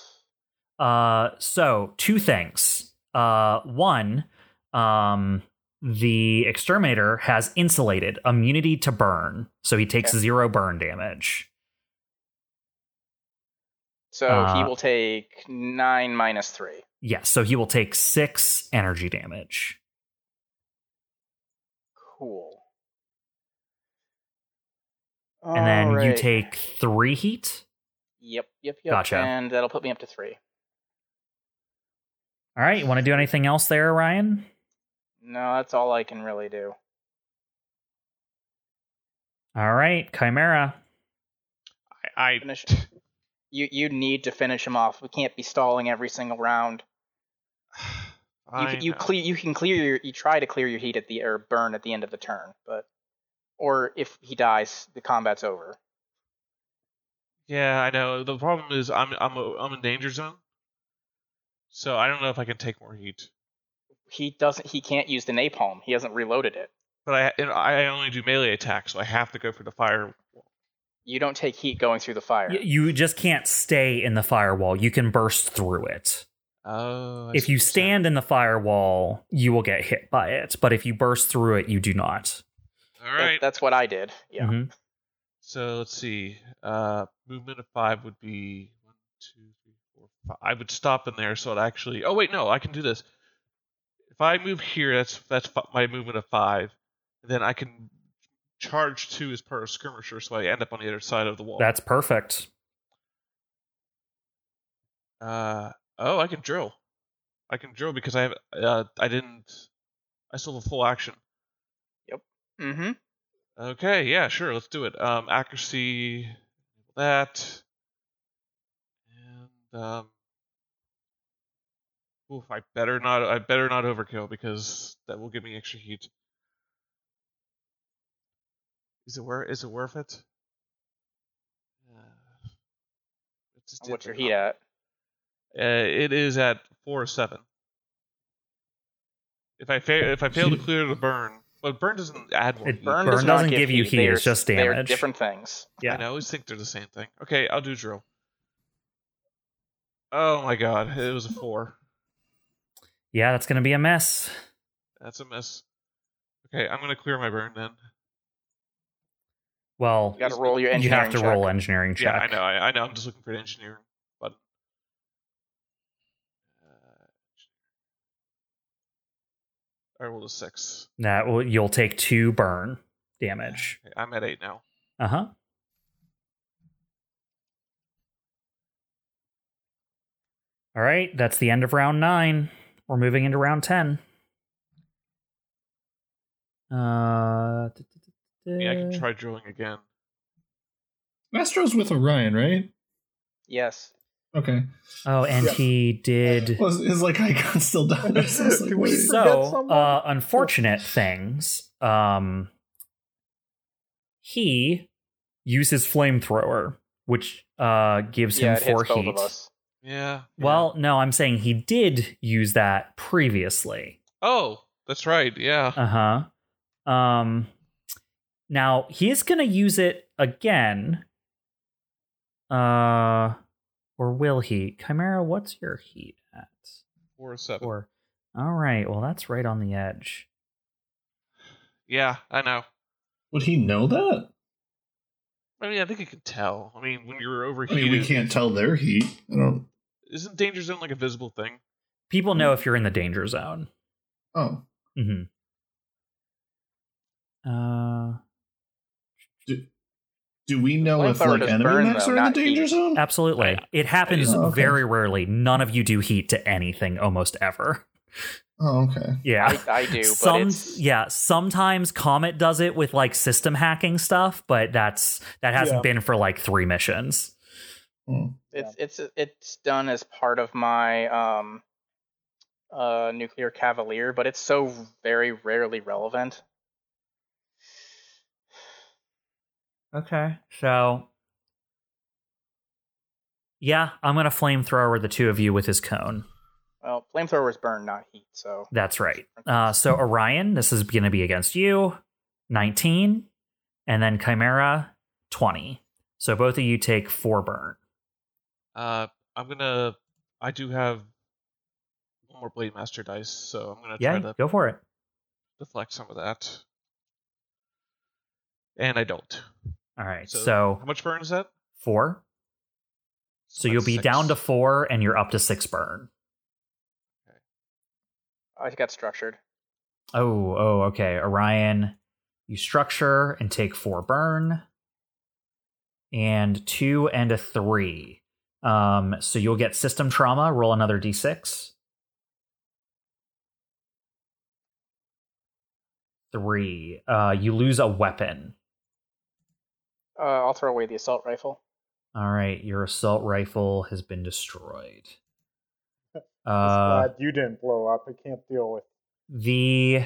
S1: Uh, so two things. Uh, one, um, the exterminator has insulated immunity to burn, so he takes
S3: Okay.
S1: zero burn damage.
S3: So he
S1: Uh,
S3: will take nine minus three.
S1: Yes, so he will take six energy damage.
S3: Cool.
S1: and then you
S3: Alright.
S1: take three heat.
S3: Yep, yep, yep.
S1: Gotcha.
S3: And that'll put me up to three.
S1: All right, you want to do anything else there, Ryan?
S3: No, that's all I can really do.
S1: All right, Chimera.
S4: I, I
S3: finish you you need to finish him off we can't be stalling every single round you,
S4: I
S3: c- you
S4: know.
S3: clear you can clear your you try to clear your heat at the or burn at the end of the turn but or if he dies the combat's over
S4: Yeah, I know. The problem is I'm I'm a, I'm in danger zone. So I don't know if I can take more heat.
S3: he doesn't he can't use the napalm he hasn't reloaded it
S4: But I and I only do melee attacks, so I have to go for the fire.
S3: you don't take heat going through the fire
S1: Y- you just can't stay in the firewall. You can burst through it.
S4: Oh.
S1: if you
S4: I see what you're saying.
S1: stand in the firewall, you will get hit by it. But if you burst through it, you do not.
S4: All
S3: That-
S4: right.
S3: that's what i did yeah
S1: Mhm.
S4: So let's see. Uh, movement of five would be one, two, three, four, five. I would stop in there, so it actually. Oh wait, no, I can do this. If I move here, that's that's fi- my movement of five. Then I can charge two as part of skirmisher, so I end up on the other side of the wall.
S1: That's perfect.
S4: Uh oh, I can drill. I can drill because I have. Uh, I didn't. I still have a full action.
S3: mm-hmm
S4: Okay, yeah, sure, let's do it. Um, accuracy, that, and um, oof, I better not, I better not overkill because that will give me extra heat. Is it worth? Is it worth it? Uh, it's just
S3: What's your
S4: different.
S3: heat at?
S4: Uh, it is at four or seven. If I fail, if I fail to clear the burn, but burn doesn't add one.
S1: It
S4: heat.
S1: Burn
S3: does not
S1: doesn't give you heat,
S3: They are-
S1: it's just
S3: they are
S1: damage.
S3: different things.
S1: Yeah.
S4: And I always think they're the same thing. Okay, I'll do drill. Oh my god, it was a four.
S1: Yeah, that's gonna be a mess.
S4: That's a miss. Okay, I'm gonna clear my burn then.
S1: Well,
S3: You got to roll your
S1: you
S3: engineering
S1: have to
S3: check.
S1: roll engineering check.
S4: Yeah, I know. I, I know. I'm just looking for an engineering button. Uh, I rolled a six.
S1: That will, you'll take two burn damage.
S4: Okay, I'm at eight now.
S1: Uh huh. All right, that's the end of round nine. We're moving into round ten. Uh, d- d- d-
S4: Yeah, I can
S1: d-
S4: try drilling again.
S5: Mastro's with Orion, right?
S3: Yes.
S5: Okay.
S1: Oh, and
S2: Yeah.
S1: he did.
S5: Well, his- his like icon still down there. So it's like,
S2: Do we
S5: wait.
S2: forget
S1: so
S2: someone?
S1: uh, unfortunate things um he uses flamethrower which uh gives him
S3: Yeah, it
S1: four
S3: hits both
S1: heat
S3: of us.
S4: Yeah. yeah.
S1: well no i'm saying he did use that previously
S4: Oh, that's right. Yeah.
S1: uh-huh um now he is gonna use it again uh or will he chimera what's your heat at
S4: Four or seven.
S1: Four. All right. Well, that's right on the edge.
S4: Yeah, I know.
S5: Would he know that?
S4: I mean, I think you can tell. I mean, when you're
S5: I
S4: overheated,
S5: mean, we can't tell their heat. I don't.
S4: isn't danger zone like a visible thing?
S1: People
S3: Hmm.
S1: know if you're in the danger zone.
S5: Oh,
S1: hmm Uh,
S5: do we know if
S3: Flamethrower
S5: like
S3: does
S5: enemy
S3: burn,
S5: mechs
S3: though,
S5: are in the
S3: not
S5: danger
S3: heat.
S5: zone?
S1: absolutely. It happens
S5: Oh, okay.
S1: very rarely. None of you do heat to anything almost ever.
S5: Oh, okay.
S1: Yeah.
S3: I, I do, but
S1: Some
S3: it's
S1: yeah, sometimes Comet does it with like system hacking stuff, but that's that hasn't
S2: Yeah.
S1: been for like 3 missions.
S5: Hmm.
S3: it's it's it's done as part of my um uh nuclear cavalier, but it's so very rarely relevant.
S1: Okay. So Yeah, I'm going to flamethrower the two of you with his cone.
S3: Well, flamethrowers burn, not heat, so
S1: That's right. Uh, so Orion, this is going to be against you, nineteen, and then Chimera, twenty. So both of you take four burn.
S4: Uh, I'm gonna. I do have one more blade master dice, so I'm gonna try
S1: Yeah,
S4: to
S1: go for it.
S4: deflect some of that. And I don't.
S1: All right, so,
S4: how much burn is that?
S1: four. So you'll
S4: that's
S1: be
S4: six.
S1: down to four, and you're up to six burn.
S3: I got structured.
S1: Oh, oh, okay. Orion, you structure and take four burn, and two and a three. Um, so you'll get system trauma. Roll another d6. Three. Uh, you lose a weapon.
S3: Uh, I'll throw away the assault rifle.
S1: All right, your assault rifle has been destroyed.
S2: Just
S1: Uh,
S2: glad you didn't blow up. I can't deal with.
S1: the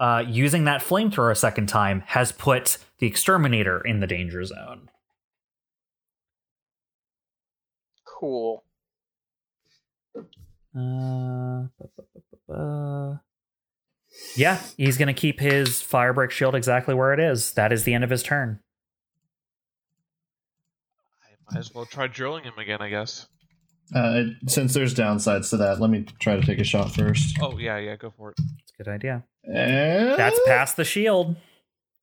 S1: uh, using that flamethrower a second time has put the exterminator in the danger zone.
S3: Cool.
S1: Uh, ba, ba, ba, ba, ba. Yeah, he's gonna keep his firebrick shield exactly where it is. That is the end of his turn.
S4: I might as well try drilling him again, I guess.
S5: Uh, since there's downsides to that, let me try to take a shot first.
S4: Oh yeah, yeah, go for it.
S1: It's a good idea.
S5: And-
S1: That's past the shield.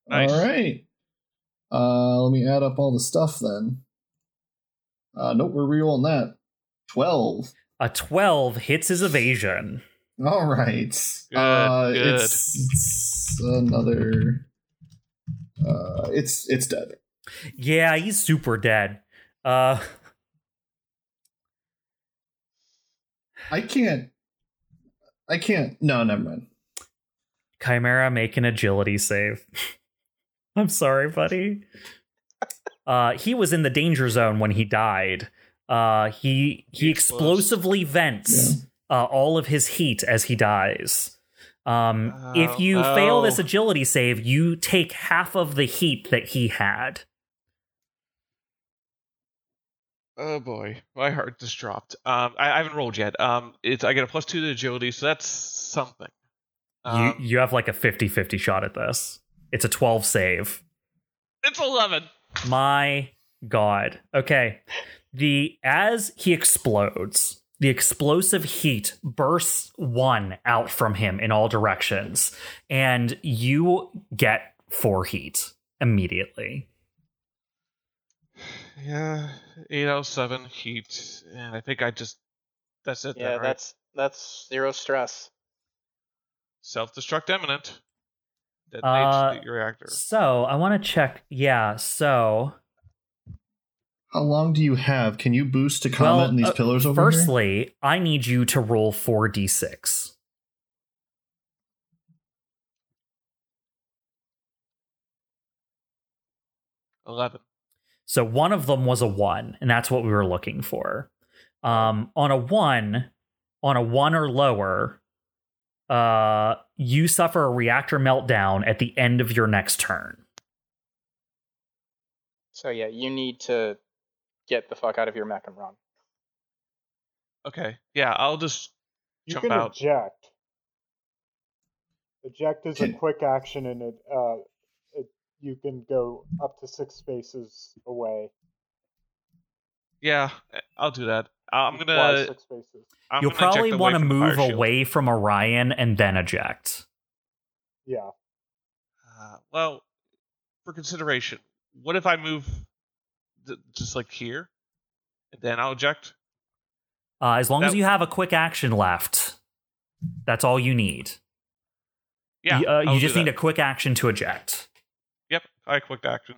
S4: Nice.
S5: All right. Uh, let me add up all the stuff then. Uh, nope, we're rerolling that. Twelve.
S1: A twelve hits his evasion.
S5: All right.
S4: Good,
S5: uh,
S4: good.
S5: It's, it's another. Uh, it's it's dead.
S1: Yeah, he's super dead. Uh,
S5: I can't. I can't. No, never mind.
S1: Chimera, make an agility save. I'm sorry, buddy. Uh, he was in the danger zone when he died. Uh, he he
S4: He explodes.
S1: explosively vents uh, all of his heat as he dies. Um,
S4: Oh,
S1: if you fail this
S4: oh.
S1: agility save, you take half of the heat that he had.
S4: Oh boy, my heart just dropped. Um, I, I haven't rolled yet. Um, it's I get a plus two to agility, so that's something. Um,
S1: you you have like a 50-50 shot at this. It's a 12 save.
S4: it's eleven.
S1: My God. Okay. The as he explodes, the explosive heat bursts one out from him in all directions, and you get four heat immediately.
S4: Yeah, eight out of seven heat, and I think I just that's it.
S3: Yeah,
S4: then, right?
S3: that's that's zero stress.
S4: self-destruct imminent. Detonates
S1: Uh,
S4: the reactor.
S1: So I want to check. Yeah. So
S5: How long do you have? Can you boost to combat
S1: well,
S5: in these
S1: uh,
S5: pillars over here?
S1: firstly, I need you to roll four d six.
S4: Eleven.
S1: So one of them was a one, and that's what we were looking for. Um, on a one, on a one or lower, uh, you suffer a reactor meltdown at the end of your next turn.
S3: So yeah, you need to get the fuck out of your mech and run.
S4: Okay. Yeah, I'll just
S2: You
S4: Jump
S2: can
S4: out.
S2: eject. Eject is a
S5: Can-
S2: quick action, and it, uh, it you can go up to six spaces away.
S4: yeah, eh, I'll do that. I'm
S2: You
S4: gonna.
S2: fly six spaces.
S4: I'm
S1: You'll
S4: gonna eject
S1: probably
S4: away
S1: want to
S4: from the fire
S1: move
S4: shield.
S1: away from Orion and then eject.
S2: Yeah,
S4: Uh, well, for consideration, what if I move th- just like here, and then I'll eject?
S1: Uh, as long as
S4: That-
S1: you have a quick action left, that's all you need.
S4: Yeah,
S1: You- uh,
S4: I'll
S1: you just
S4: do
S1: need a
S4: that.
S1: quick action to eject.
S4: Yep, I quick action.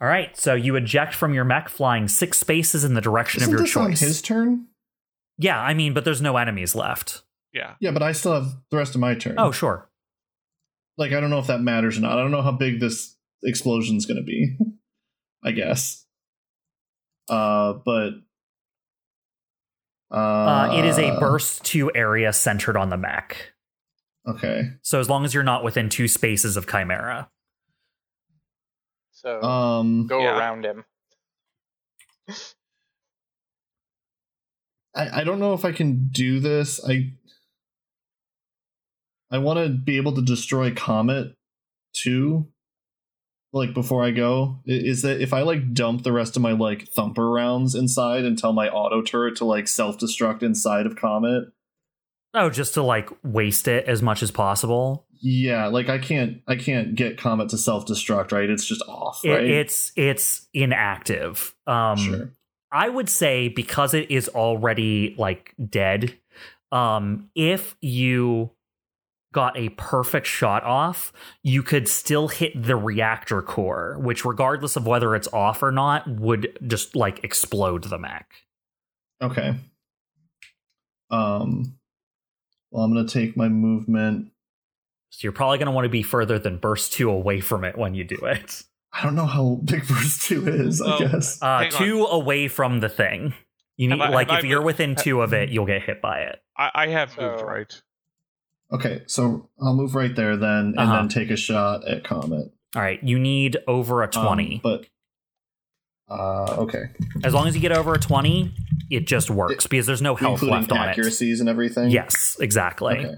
S1: All right, so you eject from your mech, flying six spaces in the direction
S5: Isn't
S1: of your
S5: this on
S1: choice.
S5: his turn?
S1: Yeah, I mean, but there's no enemies left.
S4: Yeah,
S5: Yeah, but I still have the rest of my turn.
S1: Oh, sure.
S5: like I don't know if that matters or not. I don't know how big this explosion's going to be. I guess. Uh, but uh,
S1: Uh, it is a burst to area centered on the mech.
S5: Okay.
S1: So as long as you're not within two spaces of Chimera.
S3: So
S5: Um,
S3: go
S4: Yeah.
S3: around him.
S5: I, I don't know if I can do this. I I want to be able to destroy Comet too. Like before I go, I- is that if I like dump the rest of my like thumper rounds inside and tell my auto turret to like self destruct inside of Comet?
S1: Oh, just to like waste it as much as possible.
S5: Yeah, like I can't I can't get Comet to self destruct. Right, it's just off.
S1: It-
S5: Right,
S1: it's it's inactive. Um,
S5: sure.
S1: I would say because it is already like dead. Um, if you got a perfect shot off, you could still hit the reactor core, which, regardless of whether it's off or not, would just like explode the mech.
S5: Okay. Um. Well, I'm gonna take my movement.
S1: So you're probably going to want to be further than burst two away from it when you do it.
S5: I don't know how big verse two is. I
S4: Well,
S5: guess.
S1: Uh,
S4: Hang on.
S1: two away from the thing. You need
S4: Have I-
S1: like
S4: have
S1: if
S4: I
S1: you're
S4: been-
S1: within two of it, you'll get hit by it.
S4: I, I have moved
S3: So-
S4: right.
S5: Okay, so I'll move right there then, and
S1: Uh-huh.
S5: then take a shot at Comet.
S1: All right, you need over a
S5: Um,
S1: twenty.
S5: but uh, okay,
S1: as long as you get over a twenty, it just works because there's no health
S5: including
S1: left on it.
S5: accuracies and everything.
S1: Yes, exactly.
S5: Okay.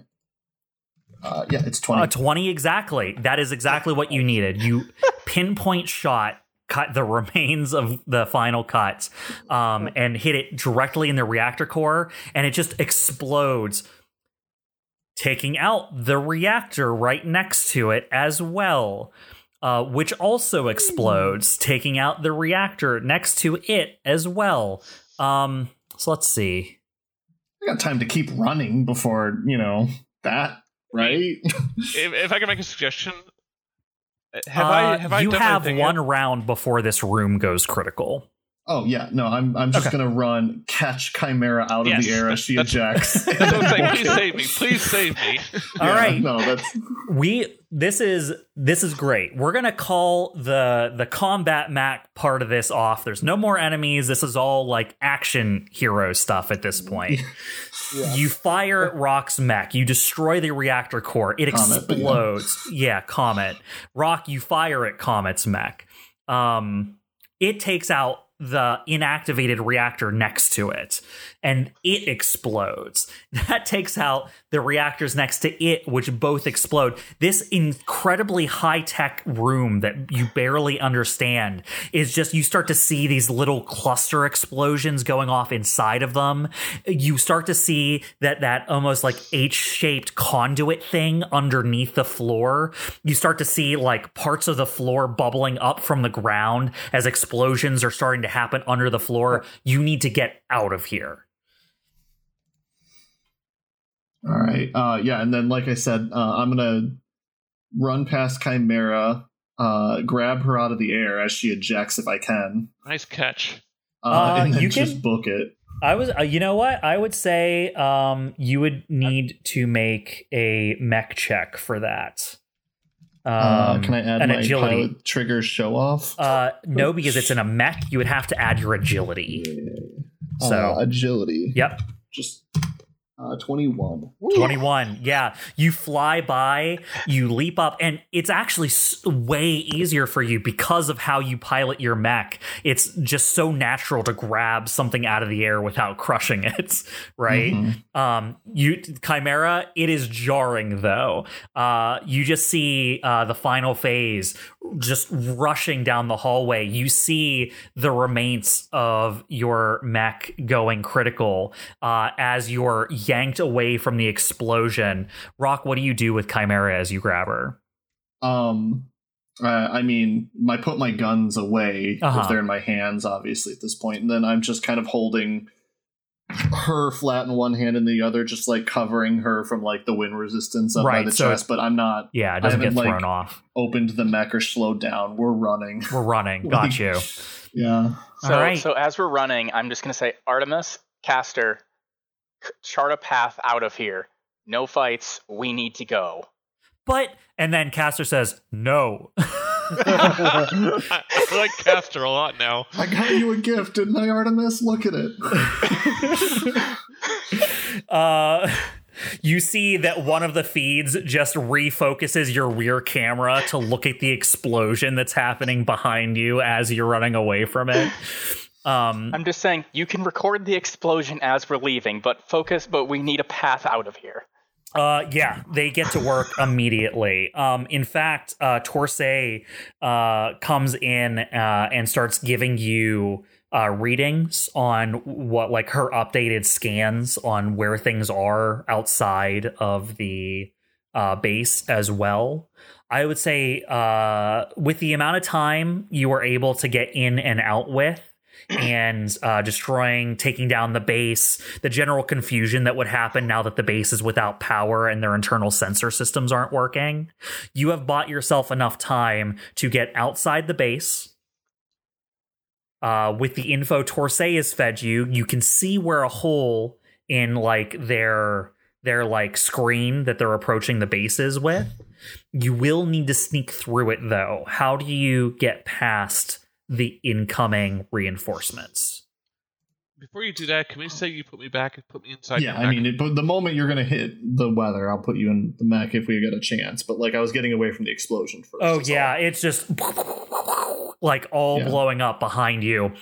S5: Uh, yeah, it's twenty.
S1: A 20 exactly. That is exactly what you needed. You pinpoint shot cut the remains of the final cut um, and hit it directly in the reactor core, and it just explodes, taking out the reactor right next to it as well, uh, which also explodes, taking out the reactor next to it as well. Um, so let's see.
S5: I got time to keep running before you know that, right?
S4: If, if I can make a suggestion, uh, have I
S1: Uh,
S4: have I
S1: you
S4: done
S1: have
S4: anything
S1: one
S4: yet?
S1: round before this room goes critical.
S5: oh yeah, no, I'm I'm just
S1: Okay.
S5: gonna run, catch Chimera out
S4: Yes,
S5: of the air as she
S4: that's-
S5: ejects.
S4: That's what I'm saying. Please save me. Please save me.
S1: All
S5: Yeah,
S1: right.
S5: no, that's
S1: we this is this is great. We're gonna call the the combat Mac part of this off. There's no more enemies. This is all like action hero stuff at this point.
S2: Yeah.
S1: You fire Rock's mech. You destroy the reactor core. It
S5: Comet, but yeah.
S1: explodes. yeah, Comet. Rock, you fire at Comet's mech. Um, it takes out the inactivated reactor next to it and it explodes. That takes out the reactors next to it, which both explode. This incredibly high tech room that you barely understand is just you start to see these little cluster explosions going off inside of them. You start to see that that almost like H shaped conduit thing underneath the floor. You start to see like parts of the floor bubbling up from the ground as explosions are starting to happen under the floor. You need to get out of here.
S5: All right. Uh, yeah, and then like I said, uh, I'm gonna run past Chimera, uh, grab her out of the air as she ejects if I can,
S4: Nice catch.
S5: uh,
S1: Uh,
S5: and then
S1: you
S5: just
S1: can-
S5: book it.
S1: I was, uh, you know what? I would say um, you would need to make a mech check for that. Um,
S5: uh, can I add
S1: an
S5: my
S1: agility?
S5: pilot trigger show off?
S1: Uh, no, because it's in a mech. You would have to add your agility.
S5: Uh,
S1: So,
S5: agility.
S1: yep,
S5: Just uh, 21.
S1: twenty-one. Yeah, you fly by, you leap up, and it's actually s- way easier for you because of how you pilot your mech. It's just so natural to grab something out of the air without crushing it, right?
S5: Mhm.
S1: Um, you Chimera, it is jarring though. Uh, you just see uh, the final phase just rushing down the hallway. You see the remains of your mech going critical uh, as you're yanked away from the explosion. Rock, what do you do with Chimera as you grab her?
S5: Um, uh, I mean, I put my guns away
S1: Uh-huh.
S5: if they're in my hands, obviously at this point, and then I'm just kind of holding her flat in one hand and the other, just like covering her from like the wind resistance up by
S1: Right,
S5: the
S1: so-
S5: chest. But I'm not
S1: Yeah, it doesn't get
S5: haven't, like-
S1: thrown off.
S5: opened the mech or slowed down. We're running.
S1: We're running. Got you.
S5: Yeah.
S1: All
S3: So,
S1: right.
S3: so as we're running, I'm just gonna say, Artemis, Caster, c- chart a path out of here. No fights. We need to go.
S1: But and then Caster says, "No."
S4: I, I like Caster a lot now.
S5: I got you a gift, didn't I, Artemis? Look at it.
S1: uh you see that one of the feeds just refocuses your rear camera to look at the explosion that's happening behind you as you're running away from it um
S3: I'm just saying, you can record the explosion as we're leaving, but focus. But we need a path out of here.
S1: Uh, yeah, they get to work immediately. Um, in fact, uh, Torsay uh, comes in uh, and starts giving you uh, readings on what, like her updated scans on where things are outside of the uh, base as well. I would say, uh, with the amount of time you were able to get in and out with, and uh, destroying, taking down the base, the general confusion that would happen now that the base is without power and their internal sensor systems aren't working. You have bought yourself enough time to get outside the base. Uh, with the info Torsay has fed you, you can see where a hole in like their their like screen that they're approaching the bases with. You will need to sneak through it though. How do you get past the incoming reinforcements.
S4: Before you do that, can we say you put me back and put me inside?
S5: yeah,
S4: your
S5: I
S4: mech?
S5: mean, it, but the moment you're going to hit the weather, I'll put you in the mech if we get a chance. But like, I was getting away from the explosion first.
S1: Oh
S5: is all.
S1: yeah, it's just like all
S5: Yeah.
S1: blowing up behind you.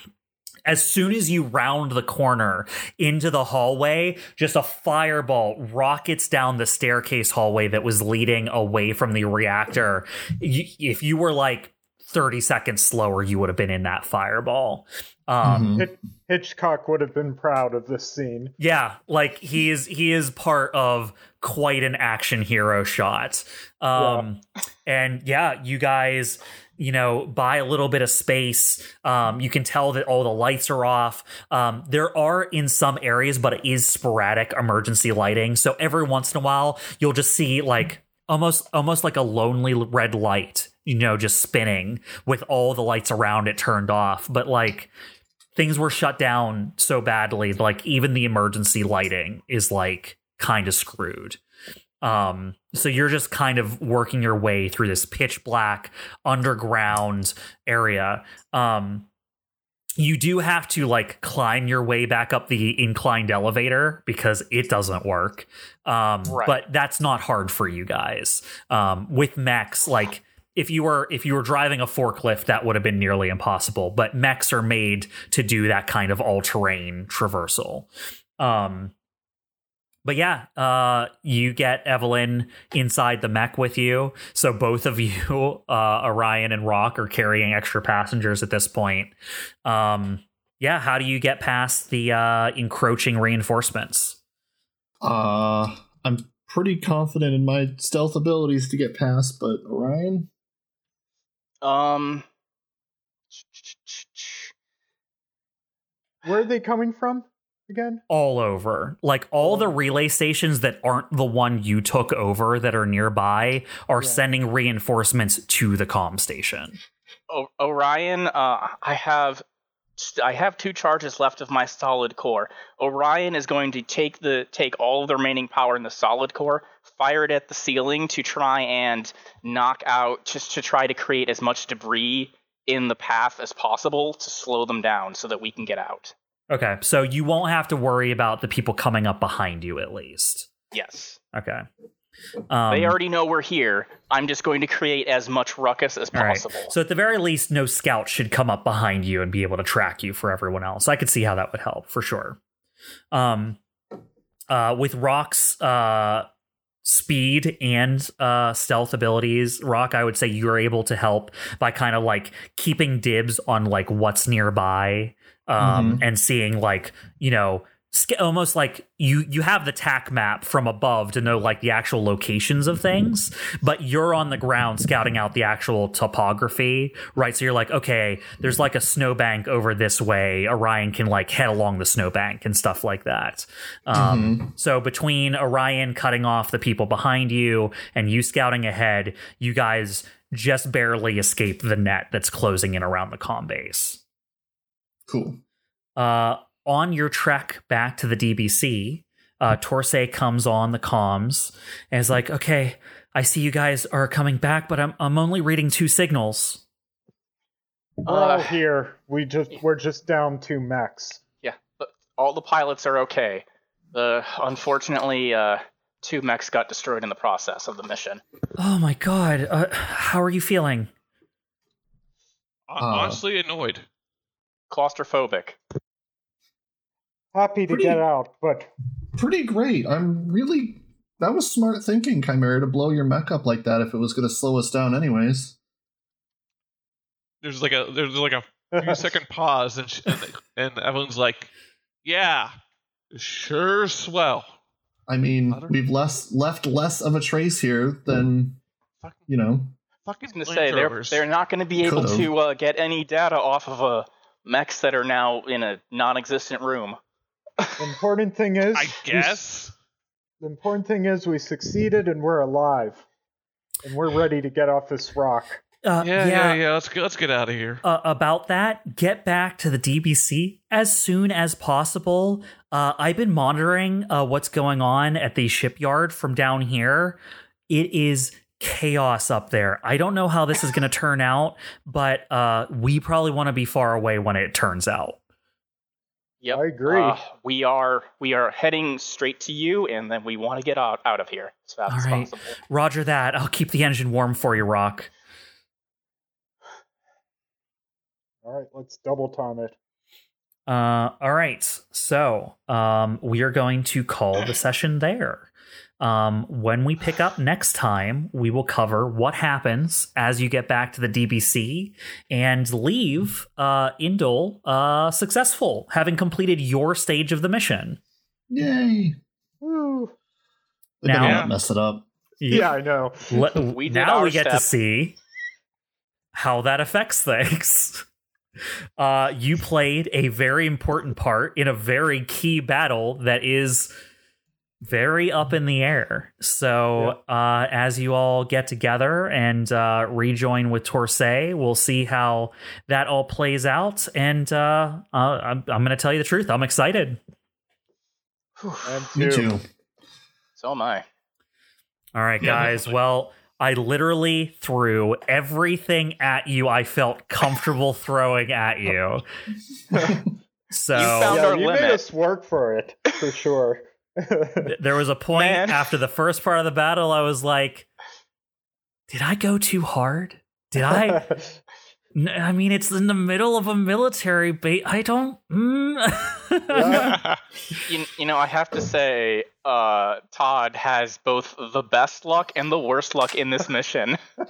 S1: As soon as you round the corner into the hallway, just a fireball rockets down the staircase hallway that was leading away from the reactor. You, if you were like 30 seconds slower, you would have been in that fireball. Um,
S5: Mhm.
S2: Hit- Hitchcock would have been proud of this scene.
S1: Yeah, like he is he is part of quite an action hero shot. Um and yeah, you guys, you know, buy a little bit of space. Um you can tell that all the lights are off. Um there are in some areas but it is sporadic emergency lighting. So every once in a while you'll just see like almost almost like a lonely red light, you know, just spinning with all the lights around it turned off. But like things were shut down so badly like even the emergency lighting is like kind of screwed Um, so you're just kind of working your way through this pitch black underground area. Um, you do have to like climb your way back up the inclined elevator because it doesn't work. Um,
S3: Right.
S1: But that's not hard for you guys. Um, with mechs, like if you were if you were driving a forklift, that would have been nearly impossible. But mechs are made to do that kind of all terrain traversal. Um, but yeah, uh, you get Evelyn inside the mech with you. So both of you, uh, Orion and Rock, are carrying extra passengers at this point. Um, yeah, how do you get past the uh, encroaching reinforcements?
S5: Uh, I'm pretty confident in my stealth abilities to get past, but Orion,
S3: Um.
S2: Where are they coming from again?
S1: All over. Like all the relay stations that aren't the one you took over that are nearby are
S2: Yeah.
S1: sending reinforcements to the comm station.
S3: O- Orion, uh, I have, I have two charges left of my solid core. Orion is going to take the take all of the remaining power in the solid core, fire it at the ceiling to try and knock out, just to try to create as much debris in the path as possible to slow them down, so that we can get out.
S1: Okay, so you won't have to worry about the people coming up behind you at least.
S3: Yes,
S1: Okay. Um,
S3: they already know we're here. I'm just going to create as much ruckus as
S1: All right.
S3: possible.
S1: So at the very least, no scout should come up behind you and be able to track you for everyone else. I could see how that would help for sure. Um, uh, with Rock's uh speed and uh stealth abilities, Rock, I would say you're able to help by kind of like keeping dibs on like what's nearby, um, and seeing like you know sca- almost like you you have the tack map from above to know like the actual locations of things but you're on the ground scouting out the actual topography right so you're like okay there's like a snowbank over this way orion can like head along the snowbank and stuff like that
S5: Mm-hmm.
S1: um, so between orion cutting off the people behind you and you scouting ahead you guys just barely escape the net that's closing in around the comm base
S5: cool.
S1: uh, on your trek back to the DBC, uh, Torsay comes on the comms and is like, "Okay, I see you guys are coming back, but I'm I'm only reading two signals."
S2: We're all
S3: Uh,
S2: here. We just we're just down to Max.
S3: Yeah, but all the pilots are okay. The unfortunately, uh, two mechs got destroyed in the process of the mission.
S1: Oh my god, uh, how are you feeling?
S4: Hon-
S5: Uh.
S4: Honestly, annoyed.
S3: Claustrophobic.
S2: Happy to
S5: Pretty-
S2: get out, but
S5: Pretty great. I'm really. That was smart thinking, Chimera, to blow your mech up like that if it was going to slow us down, anyways.
S4: There's like a there's like a few second pause, and, she, and and Evelyn's like, "Yeah, sure, swell."
S5: I mean,
S4: Otter?
S5: we've less left less of a trace here than
S4: Fucking
S5: you know.
S4: fucking
S3: I was gonna say
S4: Land
S3: they're
S4: Rovers.
S3: they're not gonna be able
S5: Could've.
S3: to uh, get any data off of uh, mechs that are now in a non-existent room.
S2: the important thing is
S4: I
S2: we-
S4: guess.
S2: the important thing is we succeeded and we're alive. And we're ready to get off this rock.
S1: Uh,
S4: yeah, yeah, yeah, Let's get let's get out of here.
S1: uh, about that, get back to the DBC as soon as possible. Uh, I've been monitoring uh, what's going on at the shipyard from down here. It is chaos up there. I don't know how this is going to turn out, but uh, we probably want to be far away when it turns out.
S3: Yep.
S2: I agree.
S3: Uh, we are we are heading straight to you, and then we want to get out out of here as fast
S1: All
S3: as
S1: right.
S3: possible.
S1: Roger that. I'll keep the engine warm for you, Rock.
S2: All right, let's double time it.
S1: Uh, all right. So um, we are going to call the session there. Um, when we pick up next time, we will cover what happens as you get back to the DBC and leave uh, Indol uh, successful, having completed your stage of the mission.
S5: Yay!
S2: Woo.
S5: They better
S1: Now-
S5: not mess it up.
S2: Yeah, I know.
S1: Let-
S3: We did
S1: now
S3: our
S1: we get to
S3: step.
S1: see how that affects things. Uh, you played a very important part in a very key battle that is very up in the air. So, uh, as you all get together and uh, rejoin with Torsay, we'll see how that all plays out. And uh, uh, I'm, I'm going to tell you the truth. I'm excited.
S3: Whew.
S2: And
S5: Me
S2: two.
S5: too.
S3: So am I.
S1: All right,
S5: Yeah,
S1: guys. Well, I literally threw everything at you I felt comfortable throwing at you. So
S3: found
S2: yeah,
S3: our
S2: you made
S3: limit.
S2: us work for it for sure.
S1: th- there was a point
S3: Man.
S1: after the first part of the battle I was like, did I go too hard? Did I? N- I mean, it's in the middle of a military base. I don't. Mm.
S2: Yeah.
S3: You, you know, I have to say, uh, Todd has both the best luck and the worst luck in this mission.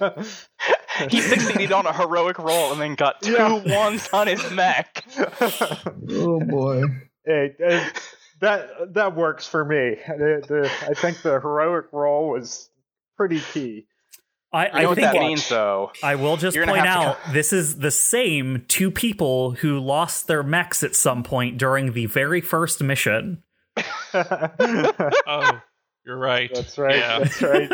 S3: he succeeded on a heroic roll and then got two ones
S2: Yeah.
S3: on his mech.
S5: Oh boy.
S2: Hey, uh, that that works for me. The- the- I think the heroic role was pretty key.
S1: I,
S3: You know
S1: I
S3: what
S1: think
S3: that means, though.
S1: I will just
S3: You're gonna
S1: point
S3: have
S1: out
S3: to
S1: this is the same two people who lost their mechs at some point during the very first mission.
S2: that's
S4: Oh, you're right.
S2: right.
S4: Yeah.
S2: That's right.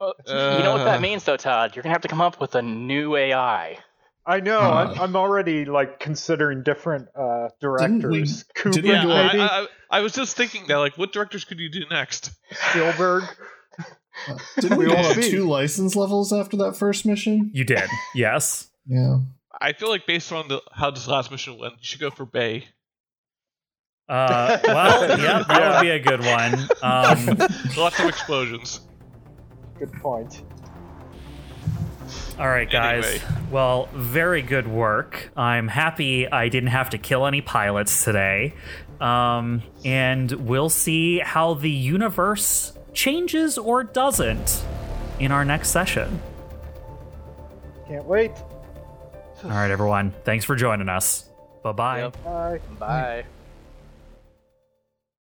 S3: Well, you know what
S4: Uh.
S3: that means, though, Todd. You're gonna have to come up with a new AI.
S2: I know. I'm,
S5: Huh.
S2: I'm already like considering different uh,
S5: Uh. Didn't we-
S2: directors. Cooper,
S5: didn't we
S4: Yeah,
S5: do
S2: maybe
S4: I, I, I was just thinking that, like, what directors could you do next?
S2: Spielberg.
S5: Didn't we
S2: We
S5: all
S2: will
S5: have
S2: see.
S5: two license levels after that first mission?
S1: You did, yes.
S5: Yeah.
S4: I feel like based on the, how this last mission went, you should go for Bay.
S1: Uh, well, yeah, that
S2: Yeah.
S1: would be a good one. Um,
S4: Lots of explosions.
S2: Good point.
S1: All right, guys.
S4: Anyway.
S1: Well, very good work. I'm happy I didn't have to kill any pilots today. Um, and we'll see how the universe changes or doesn't in our next session.
S2: Can't wait.
S1: All right, everyone. Thanks for joining us. Bye bye.
S3: Yep.
S2: Bye.
S3: Bye.